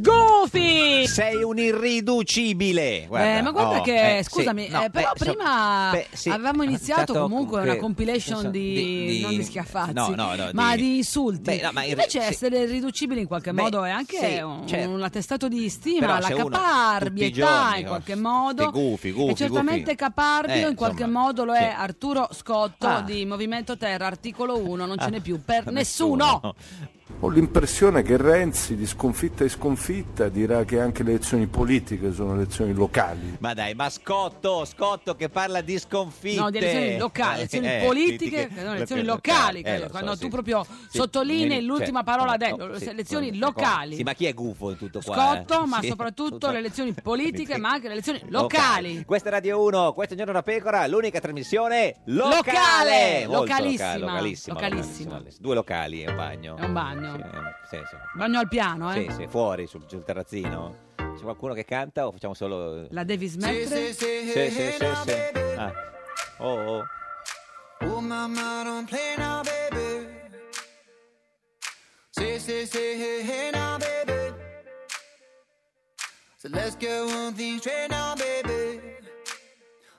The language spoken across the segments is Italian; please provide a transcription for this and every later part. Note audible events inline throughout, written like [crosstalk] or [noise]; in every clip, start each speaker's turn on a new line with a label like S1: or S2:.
S1: Goofy!
S2: Sei un irriducibile.
S1: Eh, ma guarda
S2: oh,
S1: che,
S2: eh, sì,
S1: scusami,
S2: no,
S1: eh, però
S2: beh, so-
S1: prima
S2: beh, sì, eh, Certo,
S1: avevamo iniziato
S2: iniziato
S1: comunque
S2: con
S1: una
S2: che-
S1: compilation
S2: so-
S1: di,
S2: di- di-
S1: non di schiaffazzi,
S2: no, no, no,
S1: ma di,
S2: di-
S1: insulti.
S2: Beh, no, ma in re-
S1: Invece
S2: sì.
S1: essere irriducibili in qualche
S2: Beh,
S1: modo è anche
S2: sì,
S1: un,
S2: certo.
S1: un attestato di stima,
S2: Però
S1: la
S2: se uno tutti i
S1: caparbietà
S2: giorni,
S1: in
S2: oh,
S1: qualche modo.
S2: sei gufi, gufi,
S1: e certamente
S2: gufi.
S1: caparbio
S2: Eh,
S1: in qualche
S2: insomma,
S1: modo lo è
S2: sì.
S1: Arturo Scotto
S2: Ah.
S1: di Movimento Terra, articolo 1, non ce
S2: Ah,
S1: n'è più
S3: [laughs]
S1: per
S2: [laughs] nessuno.
S1: nessuno.
S3: Eh, Ho l'impressione che Renzi, di sconfitta in sconfitta, dirà che anche le elezioni politiche sono elezioni locali.
S2: Ma dai, ma Scotto, Scotto che parla di sconfitte.
S1: No, di elezioni locali, elezioni
S2: Eh,
S1: politiche,
S2: critiche,
S1: no, elezioni
S2: lo-
S1: locali,
S2: eh, lo so,
S1: quando tu
S2: sì.
S1: proprio
S2: Sì,
S1: sottolinei
S2: nel-
S1: l'ultima
S2: cioè,
S1: parola
S2: no,
S1: dentro,
S2: no, sì,
S1: elezioni
S2: no,
S1: locali.
S2: Sì, ma chi è gufo in tutto qua? eh?
S1: Scotto, ma
S2: Sì,
S1: soprattutto
S2: tutto-
S1: le elezioni politiche,
S2: Sì.
S1: ma anche le elezioni locali.
S2: Questa è Radio 1, questo è Giorno da Pecora, l'unica trasmissione locale.
S1: Locale,
S2: Molto locale,
S1: localissima,
S2: localissima,
S1: localissima.
S2: localissima. Due locali e un bagno.
S1: È un bagno.
S2: Sì, eh, sì, sì.
S1: Bagno al piano, eh.
S2: Sì, sì, fuori sul, sul terrazzino. C'è qualcuno che canta o facciamo solo.
S1: La devi smettere.
S2: Sì, sì, sì, sì. Ah. Oh, oh.
S4: Oh mama, don't play now, baby. Say, say, say, hey, hey now, baby. So let's go on things straight now, baby.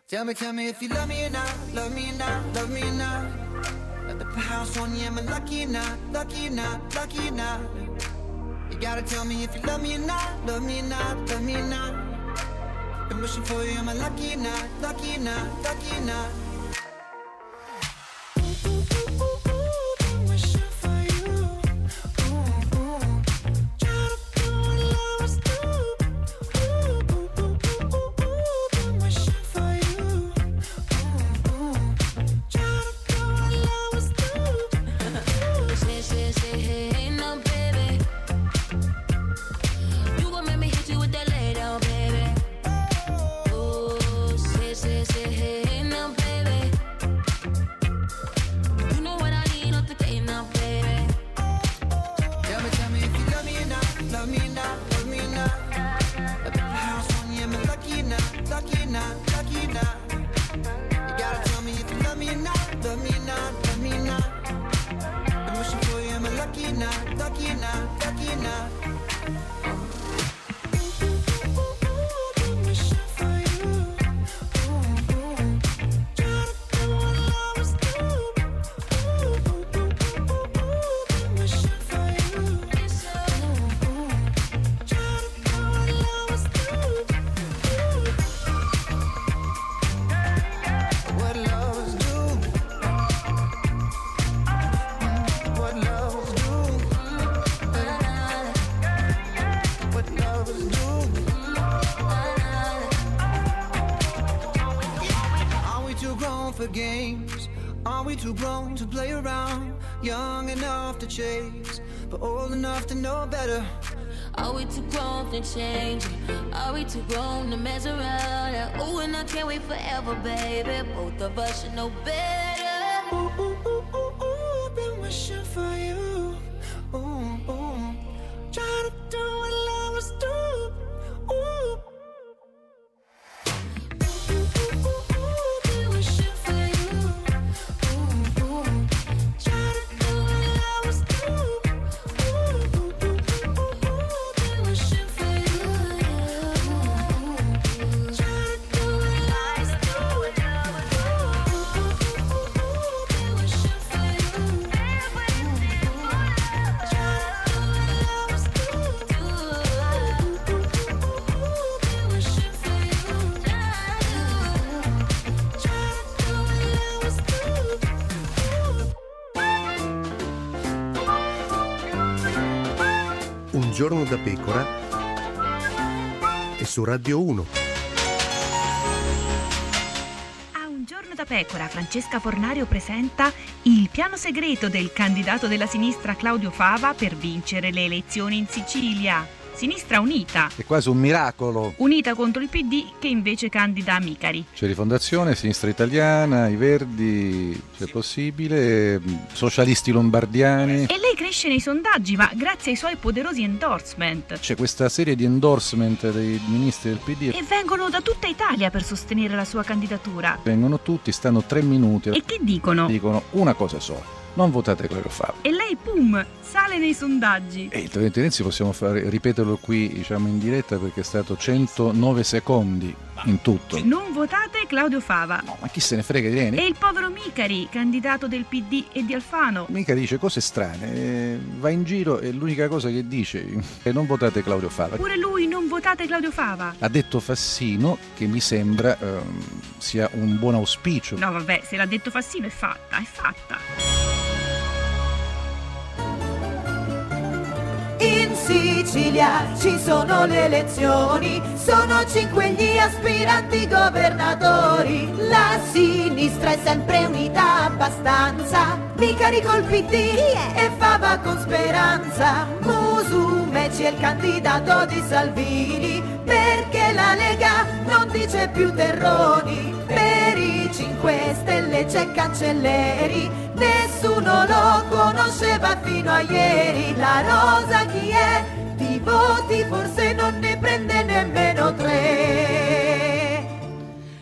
S4: Tell me, tell me if you love me or not, love me or not, love me or not. At the house on you, am I lucky or not, lucky or not, lucky or not? You gotta tell me if you love me or not, love me or not, love me or not. Been wishing for you, am I lucky or not, lucky or not, lucky or not?
S5: Baby you know what I need, not today now, baby.
S4: Tell me, tell me if you love me or not, love me or not, love me or not. At the house on you, am I lucky or not, lucky or not, lucky or not? You gotta tell me if you love me or not, love me or not, love me or not. I'm wishing for you, am I lucky or not, lucky or not, lucky or not? What lovers do. What lovers do. What lovers do. Are we too grown for games? Are we too grown to play around? Young enough to chase, but old enough to know better.
S5: Are we too grown to change? Are we too grown to mess around? Oh, and I can't wait forever, baby. Both of us should know better.
S4: Ooh, ooh, ooh, ooh, ooh, been wishing for you. Ooh, ooh, try to do what lovers do. Ooh.
S6: Un giorno da pecora e su Radio 1.
S7: A un giorno da pecora, Francesca Fornario presenta il piano segreto del candidato della sinistra Claudio Fava per vincere le elezioni in Sicilia. Sinistra Unita,
S8: È quasi un miracolo.
S7: unita contro il PD che invece candida Micari.
S8: C'è Rifondazione, Sinistra Italiana, I Verdi, se possibile, mh, Socialisti Lombardiani.
S7: E lei cresce nei sondaggi, ma grazie ai suoi poderosi endorsement.
S8: C'è questa serie di endorsement dei ministri del PD.
S7: E vengono da tutta Italia per sostenere la sua candidatura.
S8: Vengono tutti, stanno tre minuti
S7: E
S8: e
S7: che dicono?
S8: dicono una cosa sola. Non votate quello che fa.
S7: E lei, pum, sale nei sondaggi.
S8: E il Presidente Renzi possiamo fare- ripeterlo qui diciamo in diretta perché è stato 109 secondi in tutto.
S7: Non votate Claudio Fava.
S8: No, ma chi se ne frega di Renzi?
S7: E il povero Micari, candidato del PD e di Alfano.
S8: Mica dice cose strane, eh, va in giro e l'unica cosa che dice è non votate Claudio Fava.
S7: Pure lui, non votate Claudio Fava.
S8: Ha detto Fassino che mi sembra ehm, sia un buon auspicio.
S7: No, vabbè, se l'ha detto Fassino è fatta, è fatta.
S9: In Sicilia ci sono le elezioni, sono cinque gli aspiranti governatori. La sinistra è sempre unita abbastanza, Vicari col PD e Fava con speranza. Musumeci è il candidato di Salvini, perché la Lega non dice più terroni. Per i 5 Stelle c'è Cancelleri, nessuno lo conosceva fino a ieri. La rosa chi è? Di voti forse non ne prende nemmeno tre.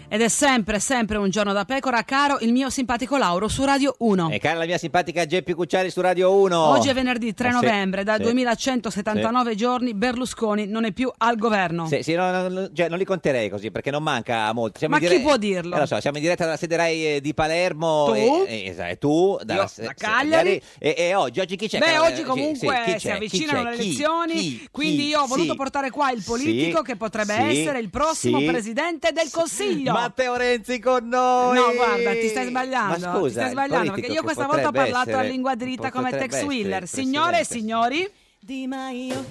S1: Ed è sempre, sempre un giorno da pecora, caro il mio simpatico Lauro su Radio 1.
S2: E cara la mia simpatica Geppi Cucciari su Radio 1.
S1: Oggi è venerdì 3
S2: Eh, sì,
S1: novembre, da
S2: sì.
S1: 2179 giorni Berlusconi non è più al governo.
S2: Sì, sì, no, no, no, cioè, non li conterei così perché non manca molto.
S1: Ma
S2: in
S1: chi può dirlo?
S2: Eh, lo so, siamo in diretta dalla sede Rai eh, di Palermo.
S1: Tu?
S2: E, e- esatto, e tu dalla
S1: Io,
S2: se-
S1: da
S2: se-
S1: Cagliari.
S2: E, e oggi, oggi Cioè, chi c'è?
S1: Beh,
S2: Carla?
S1: oggi
S2: Sì,
S1: comunque
S2: sì, chi c'è?
S1: si
S2: Chi
S1: avvicinano
S2: c'è?
S1: le
S2: Chi?
S1: elezioni,
S2: Chi?
S1: quindi
S2: Chi?
S1: io ho voluto
S2: Sì.
S1: portare qua il politico
S2: Sì,
S1: che potrebbe
S2: sì,
S1: essere il prossimo
S2: sì.
S1: presidente del Consiglio.
S2: Matteo Renzi con noi.
S1: No, guarda, ti stai sbagliando.
S2: Ma scusa,
S1: ti stai
S2: il
S1: sbagliando
S2: politico
S1: perché io
S2: che
S1: questa volta ho
S2: potrebbe
S1: parlato a
S2: essere-
S1: lingua dritta come
S2: potrebbe
S1: Tex
S2: essere il
S1: Wheeler. Signore e
S2: presidente.
S1: signori,
S9: Di Maio,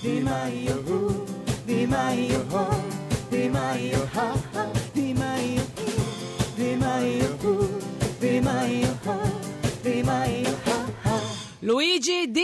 S9: Di Maio, Di Maio, Di Maio, Ah, Di Maio, Di Maio, Di Maio, Di Maio.
S1: Luigi Di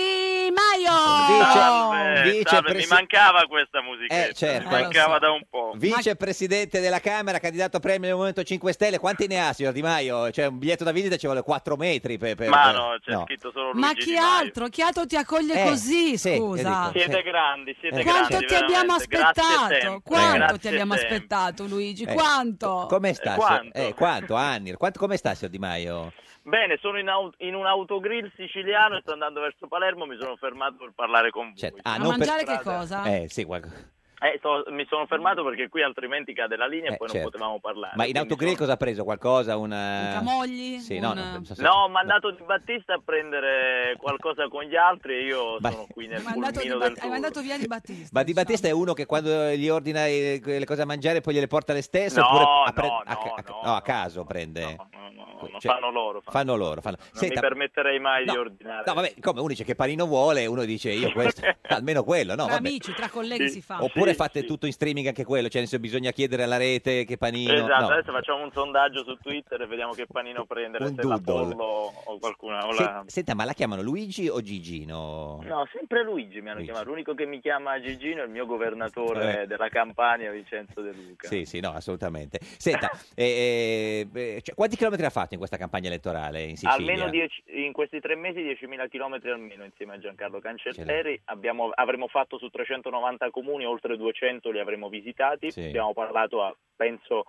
S1: Maio.
S2: Oh. Vice,
S10: Eh,
S2: vicepresi-
S10: salve, mi mancava questa musichetta,
S2: Eh, certo.
S10: mi mancava
S2: Eh, lo
S10: da un po'.
S2: Vicepresidente della Camera, candidato a premio del Movimento 5 Stelle, quanti ne ha, signor Di Maio? Cioè, un biglietto da visita ci vuole 4 metri per... per-
S10: Ma
S2: per-
S10: no, c'è scritto solo Luigi
S1: Ma chi
S10: Di Maio.
S1: altro? Chi altro ti accoglie
S2: Eh,
S1: così?
S2: sì,
S1: Scusa.
S2: che dico,
S10: Siete
S2: sì.
S10: grandi, siete
S2: Eh,
S10: grandi.
S1: Quanto ti abbiamo
S10: veramente. Grazie
S1: aspettato?
S10: sempre,
S1: Quanto ti
S10: grazie
S1: abbiamo
S10: sempre.
S1: aspettato, Luigi?
S2: Eh,
S1: Quanto?
S2: Come
S10: Eh,
S2: sta?
S10: quanto?
S2: signor- eh, quanto, anni? Quanto- come sta, signor Di Maio?
S10: Bene, sono in, au- in un autogrill siciliano e sto andando verso Palermo, mi sono fermato per parlare con voi.
S2: Certo. Ah,
S1: a
S2: non per
S1: mangiare che
S10: strada.
S1: cosa?
S2: Eh, sì, qualcosa.
S10: Eh, so- mi sono fermato perché qui altrimenti cade la linea
S2: Eh,
S10: e poi
S2: certo.
S10: non potevamo parlare.
S2: Ma in
S10: quindi
S2: autogrill
S10: sono-
S2: cosa ha preso? Qualcosa? Una...
S1: Un camogli?
S2: Eh, Sì, no,
S1: Un- eh,
S2: no, non so se-
S10: No, ho mandato Di Battista a prendere qualcosa con gli altri e io
S2: Ma-
S10: sono qui nel
S1: Hai mandato Di
S10: pulmino
S1: Bat-
S10: del
S1: hai
S10: tour.
S1: mandato
S10: [laughs]
S1: via Di Battista.
S2: Ma Di
S1: diciamo.
S2: Battista è uno che quando gli ordina eh, le cose a mangiare poi gliele porta le stesse?
S10: No,
S2: oppure
S10: no,
S2: a pre- a,
S10: no,
S2: a-
S10: no,
S2: no, a
S10: no,
S2: caso
S10: no,
S2: prende?
S10: no, no, no, no,
S2: Cioè,
S10: fanno loro, fanno
S2: Fanno loro. fanno-
S10: Non mi permetterei mai di
S2: no,
S10: ordinare.
S2: No, vabbè, come uno dice che panino vuole, uno dice io
S10: [laughs]
S2: questo, almeno quello, no?
S1: tra
S2: Vabbè.
S1: amici, tra colleghi
S10: Sì.
S1: si fa.
S2: Oppure
S10: Sì,
S2: fate
S10: sì.
S2: tutto in streaming anche quello, cioè nel senso, bisogna chiedere alla rete che panino.
S10: Esatto,
S2: no.
S10: adesso facciamo un sondaggio su Twitter e vediamo che panino prendere,
S2: Un
S10: se la
S2: doodle.
S10: Pollo o qualcuna. o
S2: Se-
S10: la-
S2: senta, ma la chiamano Luigi o Gigino?
S10: No, sempre Luigi mi hanno
S2: Oh. Luigi.
S10: chiamato. L'unico che mi chiama Gigino è il mio governatore
S2: Eh.
S10: della Campania, Vincenzo De Luca.
S2: Sì, sì, no, assolutamente.
S10: [laughs]
S2: Senta, eh, eh, eh, cioè, quanti chilometri ha fatto in questa campagna elettorale in Sicilia? Mm.
S10: Almeno dieci- in questi tre mesi 10.000 km almeno insieme a Giancarlo Cancelleri abbiamo, avremmo fatto su 390 comuni oltre 200 li avremo visitati
S2: Sì.
S10: abbiamo parlato a penso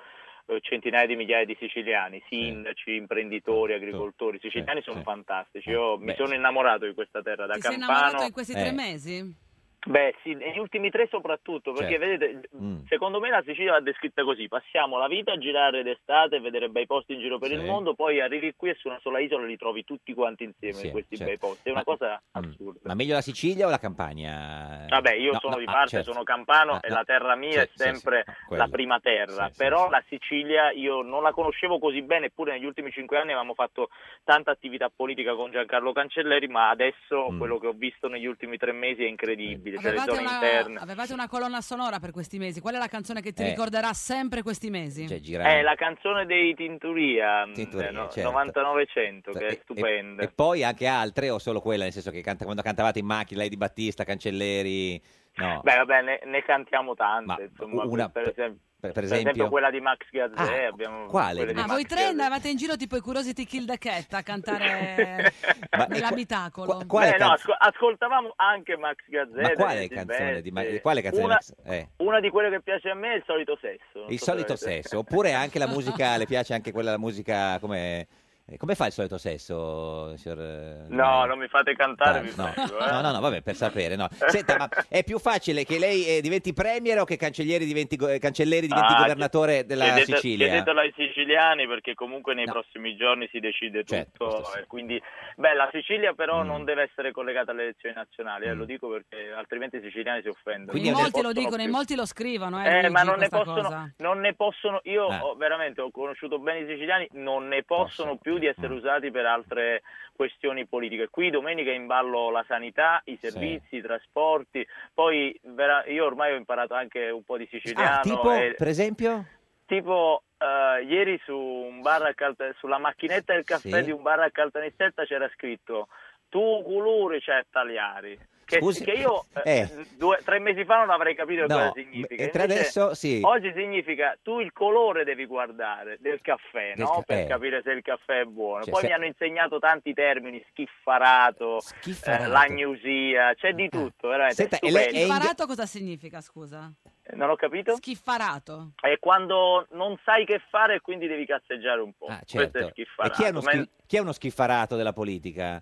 S10: eh, centinaia di migliaia di siciliani sindaci, imprenditori, agricoltori i siciliani
S2: Sì,
S10: sono
S2: sì. Eh,
S10: fantastici io
S2: Beh.
S10: mi sono innamorato di questa terra da
S1: Ti sei innamorato
S10: campano
S1: in questi tre
S2: Eh.
S1: mesi?
S10: Beh, sì, negli ultimi tre soprattutto, perché
S2: Certo.
S10: vedete,
S2: Mm.
S10: secondo me la Sicilia va descritta così, passiamo la vita a girare d'estate e vedere bei posti in giro per il
S2: Sì.
S10: mondo, poi arrivi qui e su una sola isola li trovi tutti quanti insieme
S2: Sì,
S10: questi
S2: certo.
S10: bei posti, è una
S2: Ma-
S10: cosa
S2: Mm.
S10: assurda.
S2: Ma meglio la Sicilia o la Campania?
S10: Vabbè, io
S2: No,
S10: sono
S2: no,
S10: di
S2: ah,
S10: parte,
S2: certo.
S10: sono campano
S2: Ah,
S10: e
S2: no.
S10: la terra mia
S2: Sì,
S10: è
S2: sì,
S10: sempre
S2: sì, no,
S10: la
S2: quella.
S10: prima terra,
S2: Sì, sì,
S10: però
S2: sì.
S10: la Sicilia io non la conoscevo così bene, eppure negli ultimi cinque anni avevamo fatto tanta attività politica con Giancarlo Cancelleri, ma adesso
S2: Mm.
S10: quello che ho visto negli ultimi tre mesi è
S2: Eh,
S10: incredibile. incredibile, cioè le
S1: Avevate
S10: zone
S1: una,
S10: interne.
S1: avevate una colonna sonora per questi mesi. Qual è la canzone che ti
S10: Eh.
S1: ricorderà sempre questi mesi?
S2: Cioè,
S10: Eh, la canzone dei Tinturia, mh,
S2: Tintoria,
S10: no-
S2: certo. Eh,
S10: 9900, che è stupenda.
S2: E poi anche altre o solo quella, nel senso che canta- quando cantavate in macchina, lei di Battista, Cancelleri, eh, no,
S10: Beh, vabbè, ne, ne cantiamo tante,
S2: Ma
S10: insomma,
S2: una-
S10: per, esempio,
S2: per, per
S10: per
S2: esempio... Ah,
S10: esempio quella di Max Gazzè, abbiamo
S2: quale?
S10: quelle di
S1: Ah,
S10: Max
S1: voi tre andavate in giro tipo i curiosi di Kill the Cat a
S10: [laughs]
S1: cantare
S2: Ma- ecco,
S1: nell'abitacolo.
S2: qua- quale
S10: Beh, no,
S2: canz-
S10: asco- ascoltavamo anche Max Gazzè.
S2: Ma quale
S10: Daniele
S2: canzone di, Ma-
S10: Silvestri.
S2: quale canzone
S10: Una,
S2: di Max- eh,
S10: una di quelle che piace a me è il solito sesso. non
S2: Il
S10: so se
S2: solito
S10: l'avete-
S2: sesso, oppure
S10: [laughs]
S2: anche la musica, le piace anche quella, la musica come... eh, Come fa il solito sesso, signor? eh,
S10: No, non mi fate cantare, vi
S2: No.
S10: prego, eh.
S2: no, no, no, vabbè, per sapere, no. Senta, ma è più facile che lei eh, diventi premier o che Cancellieri diventi, go- eh, Cancelleri diventi
S10: Ah,
S2: governatore della
S10: chiedete-
S2: Sicilia?
S10: Chiedetelo ai siciliani perché comunque nei prossimi giorni si decide
S2: Certo,
S10: tutto. e quindi, beh, la Sicilia
S2: Mm.
S10: però non deve essere collegata alle elezioni nazionali, eh, lo dico perché altrimenti i siciliani si offendono.
S1: in
S10: Non ne
S1: molti lo
S10: possono
S1: dicono, in
S10: più.
S1: molti lo scrivono. Eh,
S10: Eh,
S1: Luigi,
S10: ma non ne,
S1: questa
S10: possono,
S1: cosa.
S10: non ne possono. Io
S1: Eh.
S10: ho- veramente ho conosciuto bene i siciliani, non ne possono più di
S2: Mm.
S10: essere usati per altre questioni politiche. Qui domenica è in ballo la sanità, i servizi, i trasporti. Poi vera- io ormai ho imparato anche un po' di siciliano.
S2: Ah, tipo,
S10: e-
S2: per esempio?
S10: tipo, eh, ieri su un bar a Calta- sulla macchinetta del caffè
S2: Sì.
S10: di un bar a Caltanissetta c'era scritto tu culuri c'è tagliari. Che,
S2: Scusi?
S10: che io eh,
S2: Eh.
S10: due- tre mesi fa non avrei capito cosa
S2: No,
S10: significa.
S2: mentre
S10: Invece
S2: adesso sì.
S10: Oggi significa tu il colore devi guardare del caffè,
S2: Del
S10: no?
S2: ca-
S10: per
S2: eh.
S10: capire se il caffè è buono.
S2: Cioè,
S10: Poi
S2: se-
S10: mi hanno insegnato tanti termini, schiffarato,
S2: Schiffarato. Ah.
S10: eh, lagnusia, c'è di tutto, veramente.
S2: Senta,
S10: è
S2: e lei-
S10: stupendo.
S1: Schiffarato cosa significa, scusa?
S10: Non ho capito?
S1: Schiffarato.
S10: È quando non sai che fare e quindi devi cazzeggiare un po'.
S2: Ah, certo.
S10: Questo è
S2: E
S10: schiffarato.
S2: chi è, uno
S10: ma
S2: schi- chi è uno schiffarato della politica?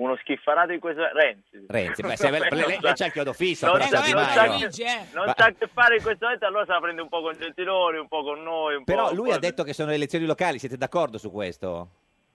S10: uno schiffarato in questo Renzi.
S2: Renzi, beh,
S10: [laughs]
S2: se-
S10: Vabbè,
S2: lei-
S10: non
S2: lei
S10: sa-
S2: c'ha il chiodo fisso,
S10: non
S2: però,
S10: sa-
S2: Di
S10: non
S2: Maio.
S10: sa-
S2: Luigi,
S1: eh.
S10: Non
S2: Ma-
S10: sa che fare in questo momento, allora se la prende un po' con Gentiloni, un po' con noi. Un
S2: Però
S10: po',
S2: lui
S10: un po'-
S2: ha detto che sono elezioni locali, siete d'accordo su questo?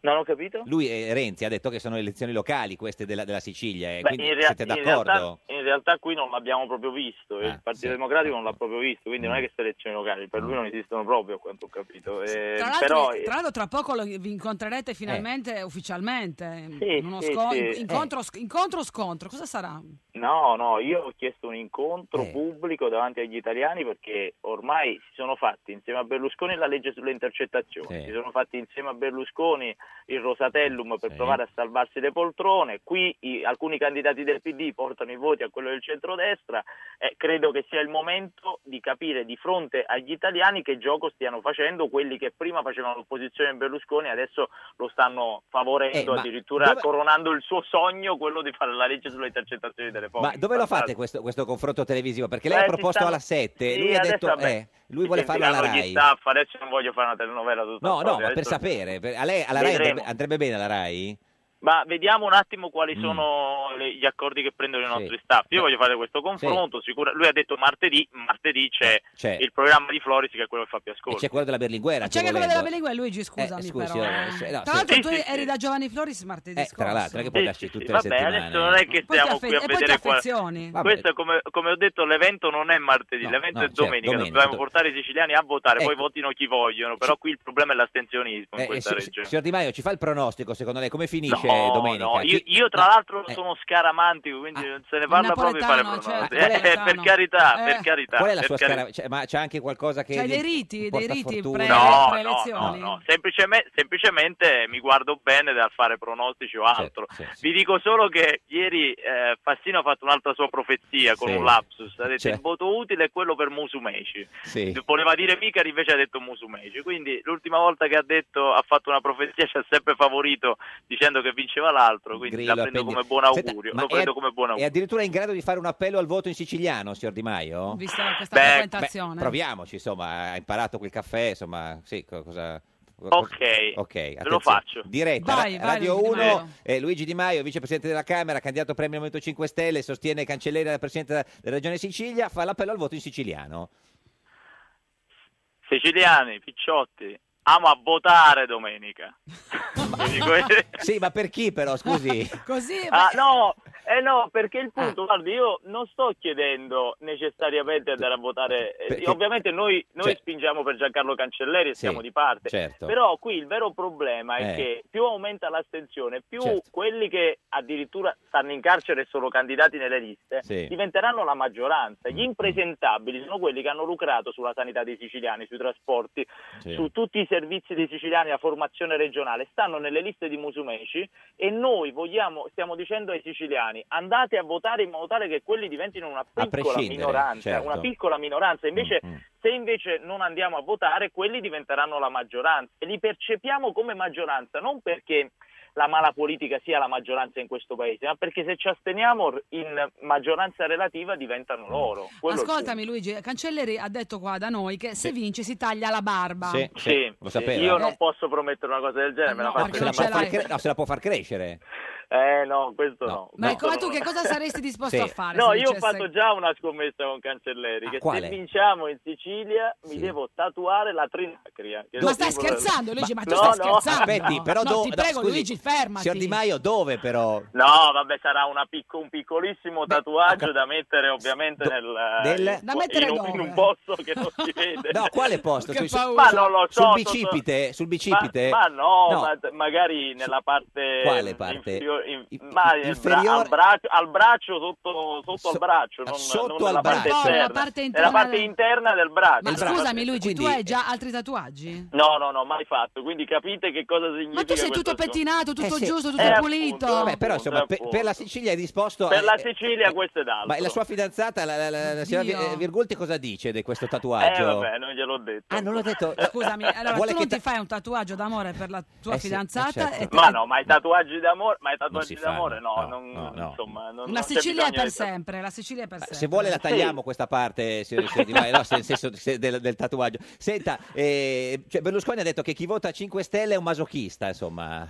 S10: Non ho capito?
S2: Lui, eh, Renzi, ha detto che sono elezioni locali queste della, della Sicilia, eh,
S10: Beh,
S2: quindi
S10: in, rea-
S2: siete
S10: in
S2: d'accordo? Ah,
S10: realtà, in realtà qui non l'abbiamo proprio visto, il Partito Democratico non l'ha proprio visto, quindi non è che queste elezioni locali, per lui non esistono proprio, a quanto ho capito. Eh,
S1: Tra l'altro,
S10: però,
S1: tra, l'altro tra poco lo- vi incontrerete finalmente
S2: Eh.
S1: ufficialmente.
S10: Sì,
S1: in uno
S10: sì,
S1: scon-
S10: sì. eh.
S1: incontro, sc- incontro o scontro? Cosa sarà?
S10: No, no, io ho chiesto un
S2: Eh.
S10: incontro pubblico davanti agli italiani perché ormai si sono fatti insieme a Berlusconi la legge sulle intercettazioni, si sono fatti insieme a Berlusconi il Rosatellum per provare a salvarsi le poltrone, qui i- alcuni candidati del PD portano i voti a quello del centrodestra e credo che sia il momento di capire di fronte agli italiani che gioco stiano facendo quelli che prima facevano l'opposizione a Berlusconi adesso lo stanno favorendo
S2: Eh, ma
S10: addirittura
S2: dove-
S10: coronando il suo sogno quello di fare la legge sulle intercettazioni telefoniche.
S2: Ma dove lo fate questo, questo confronto televisivo? Perché lei
S10: Eh,
S2: ha
S10: si
S2: proposto
S10: sta-
S2: alla 7,
S10: Sì,
S2: lui ha
S10: adesso,
S2: detto
S10: vabbè,
S2: eh, lui
S10: si
S2: vuole farlo alla
S10: sentiranno gli
S2: Rai.
S10: staff, adesso non voglio fare una telenovela tutta
S2: No, no,
S10: sola,
S2: ma per
S10: adesso-
S2: sapere, per- a lei alla Rai
S10: Vedremo.
S2: andrebbe, andrebbe bene alla Rai?
S10: Ma vediamo un attimo
S2: Mm.
S10: quali sono le- gli accordi che prendono i nostri staff. Io voglio fare questo confronto, sicura- lui ha detto martedì, martedì c'è,
S2: C'è.
S10: il programma di Florisi che è quello che fa più
S2: E
S10: ascolto.
S2: c'è quello della Berlinguera. se
S1: C'è anche quella
S2: volendo.
S1: della Bellingue, Luigi, scusami
S2: Esatto. Eh, scusi,
S1: però.
S2: io- se- no,
S1: tra
S2: se-
S1: l'altro
S2: Sì,
S1: tu
S2: sì,
S1: eri da Giovanni Flores martedì
S2: Eh,
S1: scorso.
S2: tra l'altro, non è che puoi
S10: Sì,
S2: darci
S10: sì,
S2: tutte
S10: sì,
S2: le
S10: vabbè,
S2: settimane. eh.
S10: adesso non è che
S1: Poi ti
S10: stiamo qui a
S1: affe- e poi ti
S10: vedere qua.
S1: affezioni.
S2: Vabbè.
S10: Questo, è come, come ho detto, l'evento non è martedì, l'evento
S2: no,
S10: è
S2: certo,
S10: domenica.
S2: domenica,
S10: Dobbiamo
S2: do-
S10: portare i siciliani a votare, poi
S2: Ecco.
S10: votino chi vogliono. Però qui il problema è l'astensionismo in
S2: Eh,
S10: questa
S2: si-
S10: regione.
S2: signor Di Maio, ci fa il pronostico, secondo lei come finisce
S10: No,
S2: domenica?
S10: no, io,
S2: Chi- eh. Ah,
S10: io tra l'altro sono scaramantico, quindi non se ne parla proprio di fare
S1: napoletano,
S10: pronostici.
S2: certo,
S10: Eh,
S1: napoletano.
S10: per carità,
S1: Eh.
S10: per carità.
S2: Qual è la
S10: per
S2: sua
S10: carità.
S2: scara- cioè, ma c'è anche qualcosa che.
S1: C'hai
S2: gli
S1: dei riti, dei
S2: porta
S1: riti
S2: fortuna?
S1: pre-
S10: No,
S1: pre-
S10: no, no,
S1: elezioni?
S10: no. Semplicemente, semplicemente mi guardo bene dal fare pronostici o altro. Vi dico solo che ieri eh, Fassino ha fatto un'altra sua profezia con
S2: Sì.
S10: un lapsus. Ha detto
S2: Cioè.
S10: il voto utile è quello per Musumeci.
S2: Sì.
S10: Voleva dire Micari, invece ha detto Musumeci. Quindi l'ultima volta che ha detto ha fatto una profezia [laughs] ci ha sempre favorito dicendo che vinceva l'altro. Quindi
S2: Grillo,
S10: la prendo
S2: Appendi-
S10: come buon
S2: Senta,
S10: augurio.
S2: ma
S10: Lo
S2: è-
S10: prendo come buon
S2: È
S10: augurio.
S2: addirittura in grado di fare un appello al voto in siciliano, signor Di Maio?
S1: Vista questa
S2: Beh,
S1: frequentazione.
S2: beh, proviamoci, insomma, ha imparato quel caffè, insomma, sì, co- cosa...
S10: Ok,
S2: ok,
S10: lo
S2: attenzione.
S10: faccio.
S2: Diretta,
S10: Vai,
S2: Ra-
S10: vai,
S2: Radio
S10: Luigi Di
S2: 1,
S10: Maio.
S2: eh, Luigi Di Maio, vicepresidente della Camera, candidato premio Movimento 5 Stelle, sostiene Cancelleri della Presidenza della Regione Sicilia, fa l'appello al voto in siciliano.
S10: Siciliani, picciotti, amo a votare domenica. Quindi que-
S2: Sì, ma Ah. per chi però, scusi?
S1: Così
S10: Ah, no, Eh no, perché il punto, guardi, io non sto chiedendo necessariamente di andare a votare. eh,
S2: Perché-
S10: Ovviamente noi, noi
S2: Cioè-
S10: spingiamo per Giancarlo Cancelleri e
S2: Sì,
S10: [laughs] siamo di parte.
S2: certo.
S10: Però qui il vero problema è
S2: Eh.
S10: che più aumenta l'astensione, più
S2: Certo.
S10: quelli che addirittura stanno in carcere e sono candidati nelle liste
S2: Sì. Mm,
S10: diventeranno la maggioranza. Gli impresentabili sono quelli che hanno lucrato sulla sanità dei siciliani, sui trasporti,
S2: Sì.
S10: su tutti i servizi dei siciliani, la formazione regionale, stanno nelle liste di Musumeci e noi vogliamo, stiamo dicendo ai siciliani andate a votare in modo tale che quelli diventino una piccola
S2: prescindere,
S10: minoranza,
S2: certo. Mm,
S10: una piccola minoranza. Invece, se invece non andiamo a votare, quelli diventeranno la maggioranza e li percepiamo come maggioranza, non perché la mala politica sia la maggioranza in questo paese, ma perché se ci asteniamo in maggioranza relativa
S2: Mm.
S10: diventano loro. Quello è il
S1: Ascoltami Luigi, Cancelleri ha detto qua da noi che se vince si taglia la barba.
S2: Sì,
S10: punto.
S2: sì,
S10: Sì,
S2: lo
S10: sì,
S2: sapeva.
S10: io
S2: Eh.
S10: non posso promettere una cosa del genere, me la faccio
S2: Ah, se la, può
S10: dire.
S2: far cre- no, se la può far crescere.
S10: Eh no, questo no.
S1: Ma
S10: questo
S1: come
S10: no.
S1: tu che cosa saresti disposto
S2: Sì. Ah,
S1: a fare?
S10: No, io
S1: se
S10: ho
S1: dicesse-
S10: fatto già una scommessa con Cancelleri. che
S2: quale?
S10: se vinciamo in Sicilia mi devo tatuare la trinacria. che è
S1: Ma
S10: il
S1: stai
S10: simbolo del-
S1: scherzando Luigi, ma tu
S10: No,
S1: stai
S10: no.
S1: scherzando?
S2: Aspetti, però
S1: no,
S2: do-
S1: ti
S2: no,
S1: prego
S2: scusi,
S1: Luigi, fermati.
S2: Signor Di Maio, dove però?
S10: No, vabbè, sarà una picco- un piccolissimo tatuaggio da mettere ovviamente nel,
S2: del-
S10: in-
S2: Da mettere
S10: in, un, in
S2: dove?
S1: eh.
S10: un posto che non si
S1: [laughs]
S10: vede.
S2: No,
S10: [laughs]
S2: quale posto?
S10: Che
S2: Sui- su-
S10: paura. Ma non lo so,
S2: Sul
S10: so-
S2: bicipite? Sul bicipite?
S10: Ma, ma no,
S2: No.
S10: ma- magari nella parte...
S2: Quale parte?
S10: inferiore- in- ma il bra-
S2: inferiore-
S10: al, braccio, al braccio, sotto, sotto al braccio, non,
S2: ah, sotto
S10: non nella
S2: al
S10: parte
S2: braccio.
S10: esterna.
S1: No, la parte
S10: È
S1: interna
S10: la parte
S1: del-
S10: interna del braccio.
S1: Ma
S10: Del braccio.
S1: scusami Luigi, tu
S10: Quindi-
S1: hai
S2: eh,
S1: già altri tatuaggi?
S10: No, no, no, mai fatto, quindi capite che cosa significa
S1: Ma tu sei tutto
S10: questo-
S1: pettinato, tutto
S10: Eh, sì.
S1: giusto, tutto
S10: Eh,
S1: pulito.
S10: appunto,
S2: Vabbè, però insomma, per,
S10: appunto.
S2: per la Sicilia è disposto
S10: Per
S2: a-
S10: la
S2: eh,
S10: Sicilia questo è d'altro.
S2: Ma la sua fidanzata, la, la- la- la signora
S1: Dio.
S2: Vi- eh, Virgulti, cosa dice di questo
S10: Eh
S2: tatuaggio?
S10: vabbè, non gliel'ho detto.
S2: Ah, non l'ho detto.
S1: Scusami, allora
S2: Vuole
S1: tu
S2: che
S1: non ti fai un tatuaggio d'amore per la tua
S2: Eh sì, eh,
S1: fidanzata?
S2: certo.
S1: e te-
S10: Ma no, ma i tatuaggi d'amore, ma i tatuaggi
S2: si fanno,
S10: d'amore no,
S2: no,
S10: non,
S2: no, no.
S10: insomma, non,
S1: La
S10: non c'è
S1: Sicilia è
S10: bisogno
S1: per
S10: di-
S1: sempre, la Sicilia è per sempre.
S2: Se vuole la tagliamo questa parte signor- signor Di Maio, no, se- nel senso se- del, del tatuaggio. Senta, eh, cioè Berlusconi ha detto che chi vota 5 Stelle è un masochista, insomma.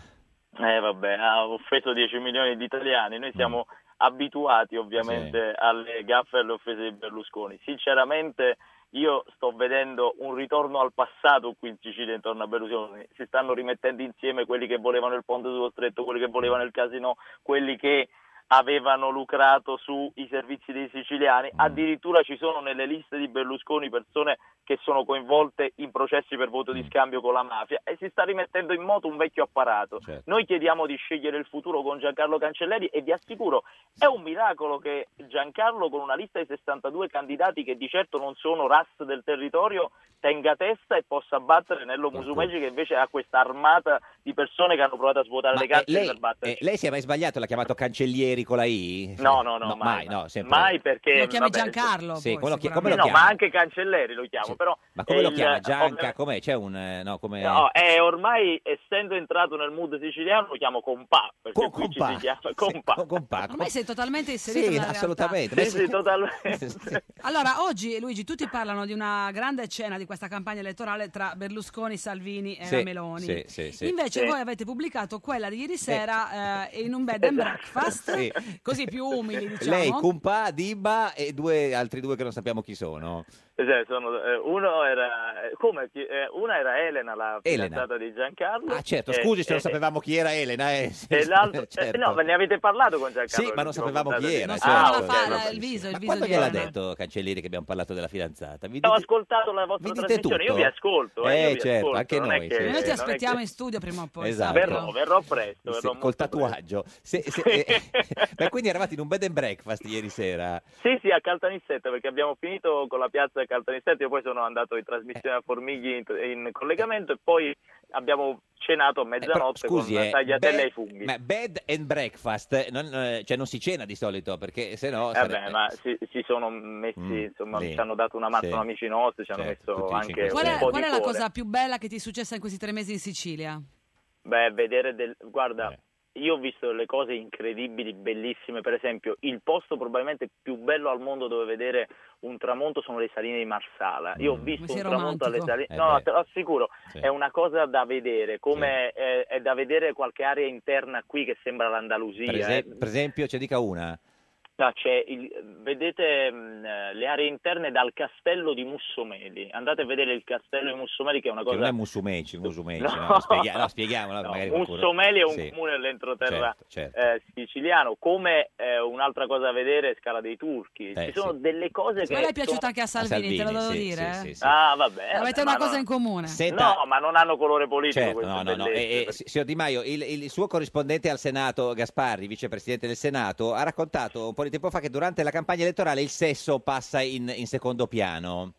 S10: Eh vabbè, ha offeso 10 milioni di italiani, noi siamo abituati ovviamente alle gaffe e alle offese di Berlusconi. Sinceramente io sto vedendo un ritorno al passato qui in Sicilia intorno a Berlusconi, si stanno rimettendo insieme quelli che volevano il ponte sullo stretto, quelli che volevano il casino, quelli che avevano lucrato sui servizi dei siciliani,
S2: Mm.
S10: addirittura ci sono nelle liste di Berlusconi persone che sono coinvolte in processi per voto
S2: Mm.
S10: di scambio con la mafia e si sta rimettendo in moto un vecchio apparato.
S2: Certo.
S10: Noi chiediamo di scegliere il futuro con Giancarlo Cancelleri e vi assicuro è un miracolo che Giancarlo con una lista di 62 candidati che di certo non sono ras del territorio tenga testa e possa battere Nello Musumeci che invece ha questa armata di persone che hanno provato a svuotare
S2: Ma,
S10: le
S2: eh,
S10: carte
S2: lei,
S10: per batterci.
S2: eh, lei si è mai sbagliato? L'ha chiamato Cancellieri con la I?
S10: No, no, no, mai,
S2: no, sempre-
S10: Mai perché...
S1: Lo chiami
S10: vabbè,
S1: Giancarlo?
S2: Sì,
S1: poi,
S2: quello chi- come
S10: Sì,
S2: lo
S10: no,
S2: chiama?
S10: ma anche Cancelleri lo chiamo, però...
S2: Ma come lo
S10: il-
S2: chiama?
S10: ovvia-
S2: Gianca? Com'è? C'è un... eh, No, come...
S10: No, eh, ormai essendo entrato nel mood siciliano lo chiamo compà, perché qui ci si chiama compà.
S2: compà.
S1: Ormai sei totalmente inserito
S2: Sì,
S1: nella realtà.
S2: assolutamente.
S10: Sì, sì, totalmente. [laughs]
S1: Allora, oggi Luigi, tutti parlano di una grande cena di questa campagna elettorale tra Berlusconi, Salvini e
S2: Sì,
S1: la Meloni.
S2: sì, sì, Eh, sì.
S1: Invece
S2: Sì.
S1: voi avete pubblicato quella di ieri sera eh, in un bed and
S10: Esatto.
S1: breakfast,
S2: Sì.
S1: così più umili diciamo.
S2: [laughs] Lei, Cumpà, Dibba e due, altri due che non sappiamo chi sono.
S10: Cioè, sono- eh, uno era... eh, Come? chi- eh, una era Elena, la
S2: Elena.
S10: fidanzata di Giancarlo.
S2: Ah, certo,
S10: e-
S2: scusi se non
S10: e-
S2: sapevamo chi era Elena. eh, sì,
S10: E l'altro...
S2: [laughs]
S10: eh,
S2: certo.
S10: no, ma ne avete parlato con Giancarlo?
S2: Sì, ma non
S10: l'ultima
S2: sapevamo
S10: puntata
S2: chi
S10: di-
S2: era,
S10: Ah,
S1: certo.
S10: ok,
S1: Fa la-
S10: va
S1: il
S10: bene.
S1: viso, il
S2: Ma
S1: viso
S2: quando
S1: di
S2: gliel'ha
S1: Elena.
S2: detto Cancellieri che abbiamo parlato della fidanzata? Vi
S10: Ho
S2: dite-
S10: ascoltato la vostra
S2: dite
S10: trasmissione, io
S2: tutto?
S10: vi ascolto. eh, io
S2: Eh,
S10: vi
S2: certo,
S10: ascolto,
S2: anche
S10: non è
S2: noi,
S10: che-
S2: sì.
S1: Noi
S10: non è
S1: ti
S10: che-
S1: aspettiamo in studio prima o poi.
S2: Esatto.
S1: Sandro.
S10: Verrò, verrò presto.
S2: Sì,
S10: verrò
S2: col
S10: molto
S2: tatuaggio.
S10: [laughs]
S2: Se- se- eh, [laughs] ma quindi eravate in un bed and breakfast ieri sera.
S10: Sì, sì, a Caltanissetta, perché abbiamo finito con la piazza di Caltanissetta, io poi sono andato in trasmissione a Formigli in, in collegamento e poi abbiamo cenato a
S2: Eh, però,
S10: mezzanotte
S2: scusi,
S10: con
S2: eh,
S10: tagliatelle
S2: bed-
S10: ai funghi.
S2: Ma bed and breakfast, eh, non, eh, cioè non si cena di solito perché se no...
S10: Eh
S2: sarebbe- Mm,
S10: beh, ma si, si sono messi, insomma,
S2: sì,
S10: ci hanno dato una mano,
S2: sì.
S10: sono amici nostri, ci hanno
S2: Certo,
S10: messo
S2: tutti i
S10: anche
S2: cinque
S10: un
S1: Qual è,
S10: po'
S1: qual
S10: di
S1: è la
S10: cuore.
S1: cosa più bella che ti è successa in questi tre mesi in Sicilia?
S10: Beh, vedere del... Guarda,
S2: Eh.
S10: io ho visto delle cose incredibili, bellissime. Per esempio, il posto probabilmente più bello al mondo dove vedere un tramonto sono le saline di Marsala. Io ho visto
S1: sei
S10: un tramonto alle
S1: romantico.
S10: saline...
S2: Mm. Eh
S10: no, no,
S2: beh.
S10: te lo assicuro,
S2: Sì.
S10: è una cosa da vedere. Come eh, è, da vedere qualche area interna qui che sembra
S2: Per,
S10: l'Andalusia.
S2: ese-
S10: eh.
S2: per esempio, ce dica una.
S10: realtà c'è, il- vedete mh, eh, le aree interne dal castello di Mussomeli, andate a vedere il castello di Mussomeli che è una
S2: Che
S10: cosa...
S2: non è Musumeci, Musumeci, no,
S10: [laughs] No.
S2: spieghiamo, no, spieghiamola, magari qualcuno-
S10: Mussomeli è un
S2: Sì.
S10: comune dell'entroterra
S2: Certo, certo.
S10: eh, siciliano, come eh, un'altra cosa da vedere è Scala dei Turchi.
S2: Eh,
S10: Ci sono
S2: sì.
S10: delle cose che...
S1: Quella è piaciuta
S10: sono-
S1: anche a Salvini, te lo devo dire. eh.
S10: Ah, vabbè.
S1: Avete
S10: vabbè,
S1: una
S10: ma
S1: cosa
S10: no-
S1: in comune.
S10: No, ma non hanno colore politico
S2: Certo,
S10: queste
S2: no, no, no.
S10: bellezze,
S2: E- e, si- signor Di Maio, il, il suo corrispondente al Senato, Gasparri, vicepresidente del Senato, ha raccontato un po' di tempo fa che durante la campagna elettorale il sesso passa in, in secondo piano.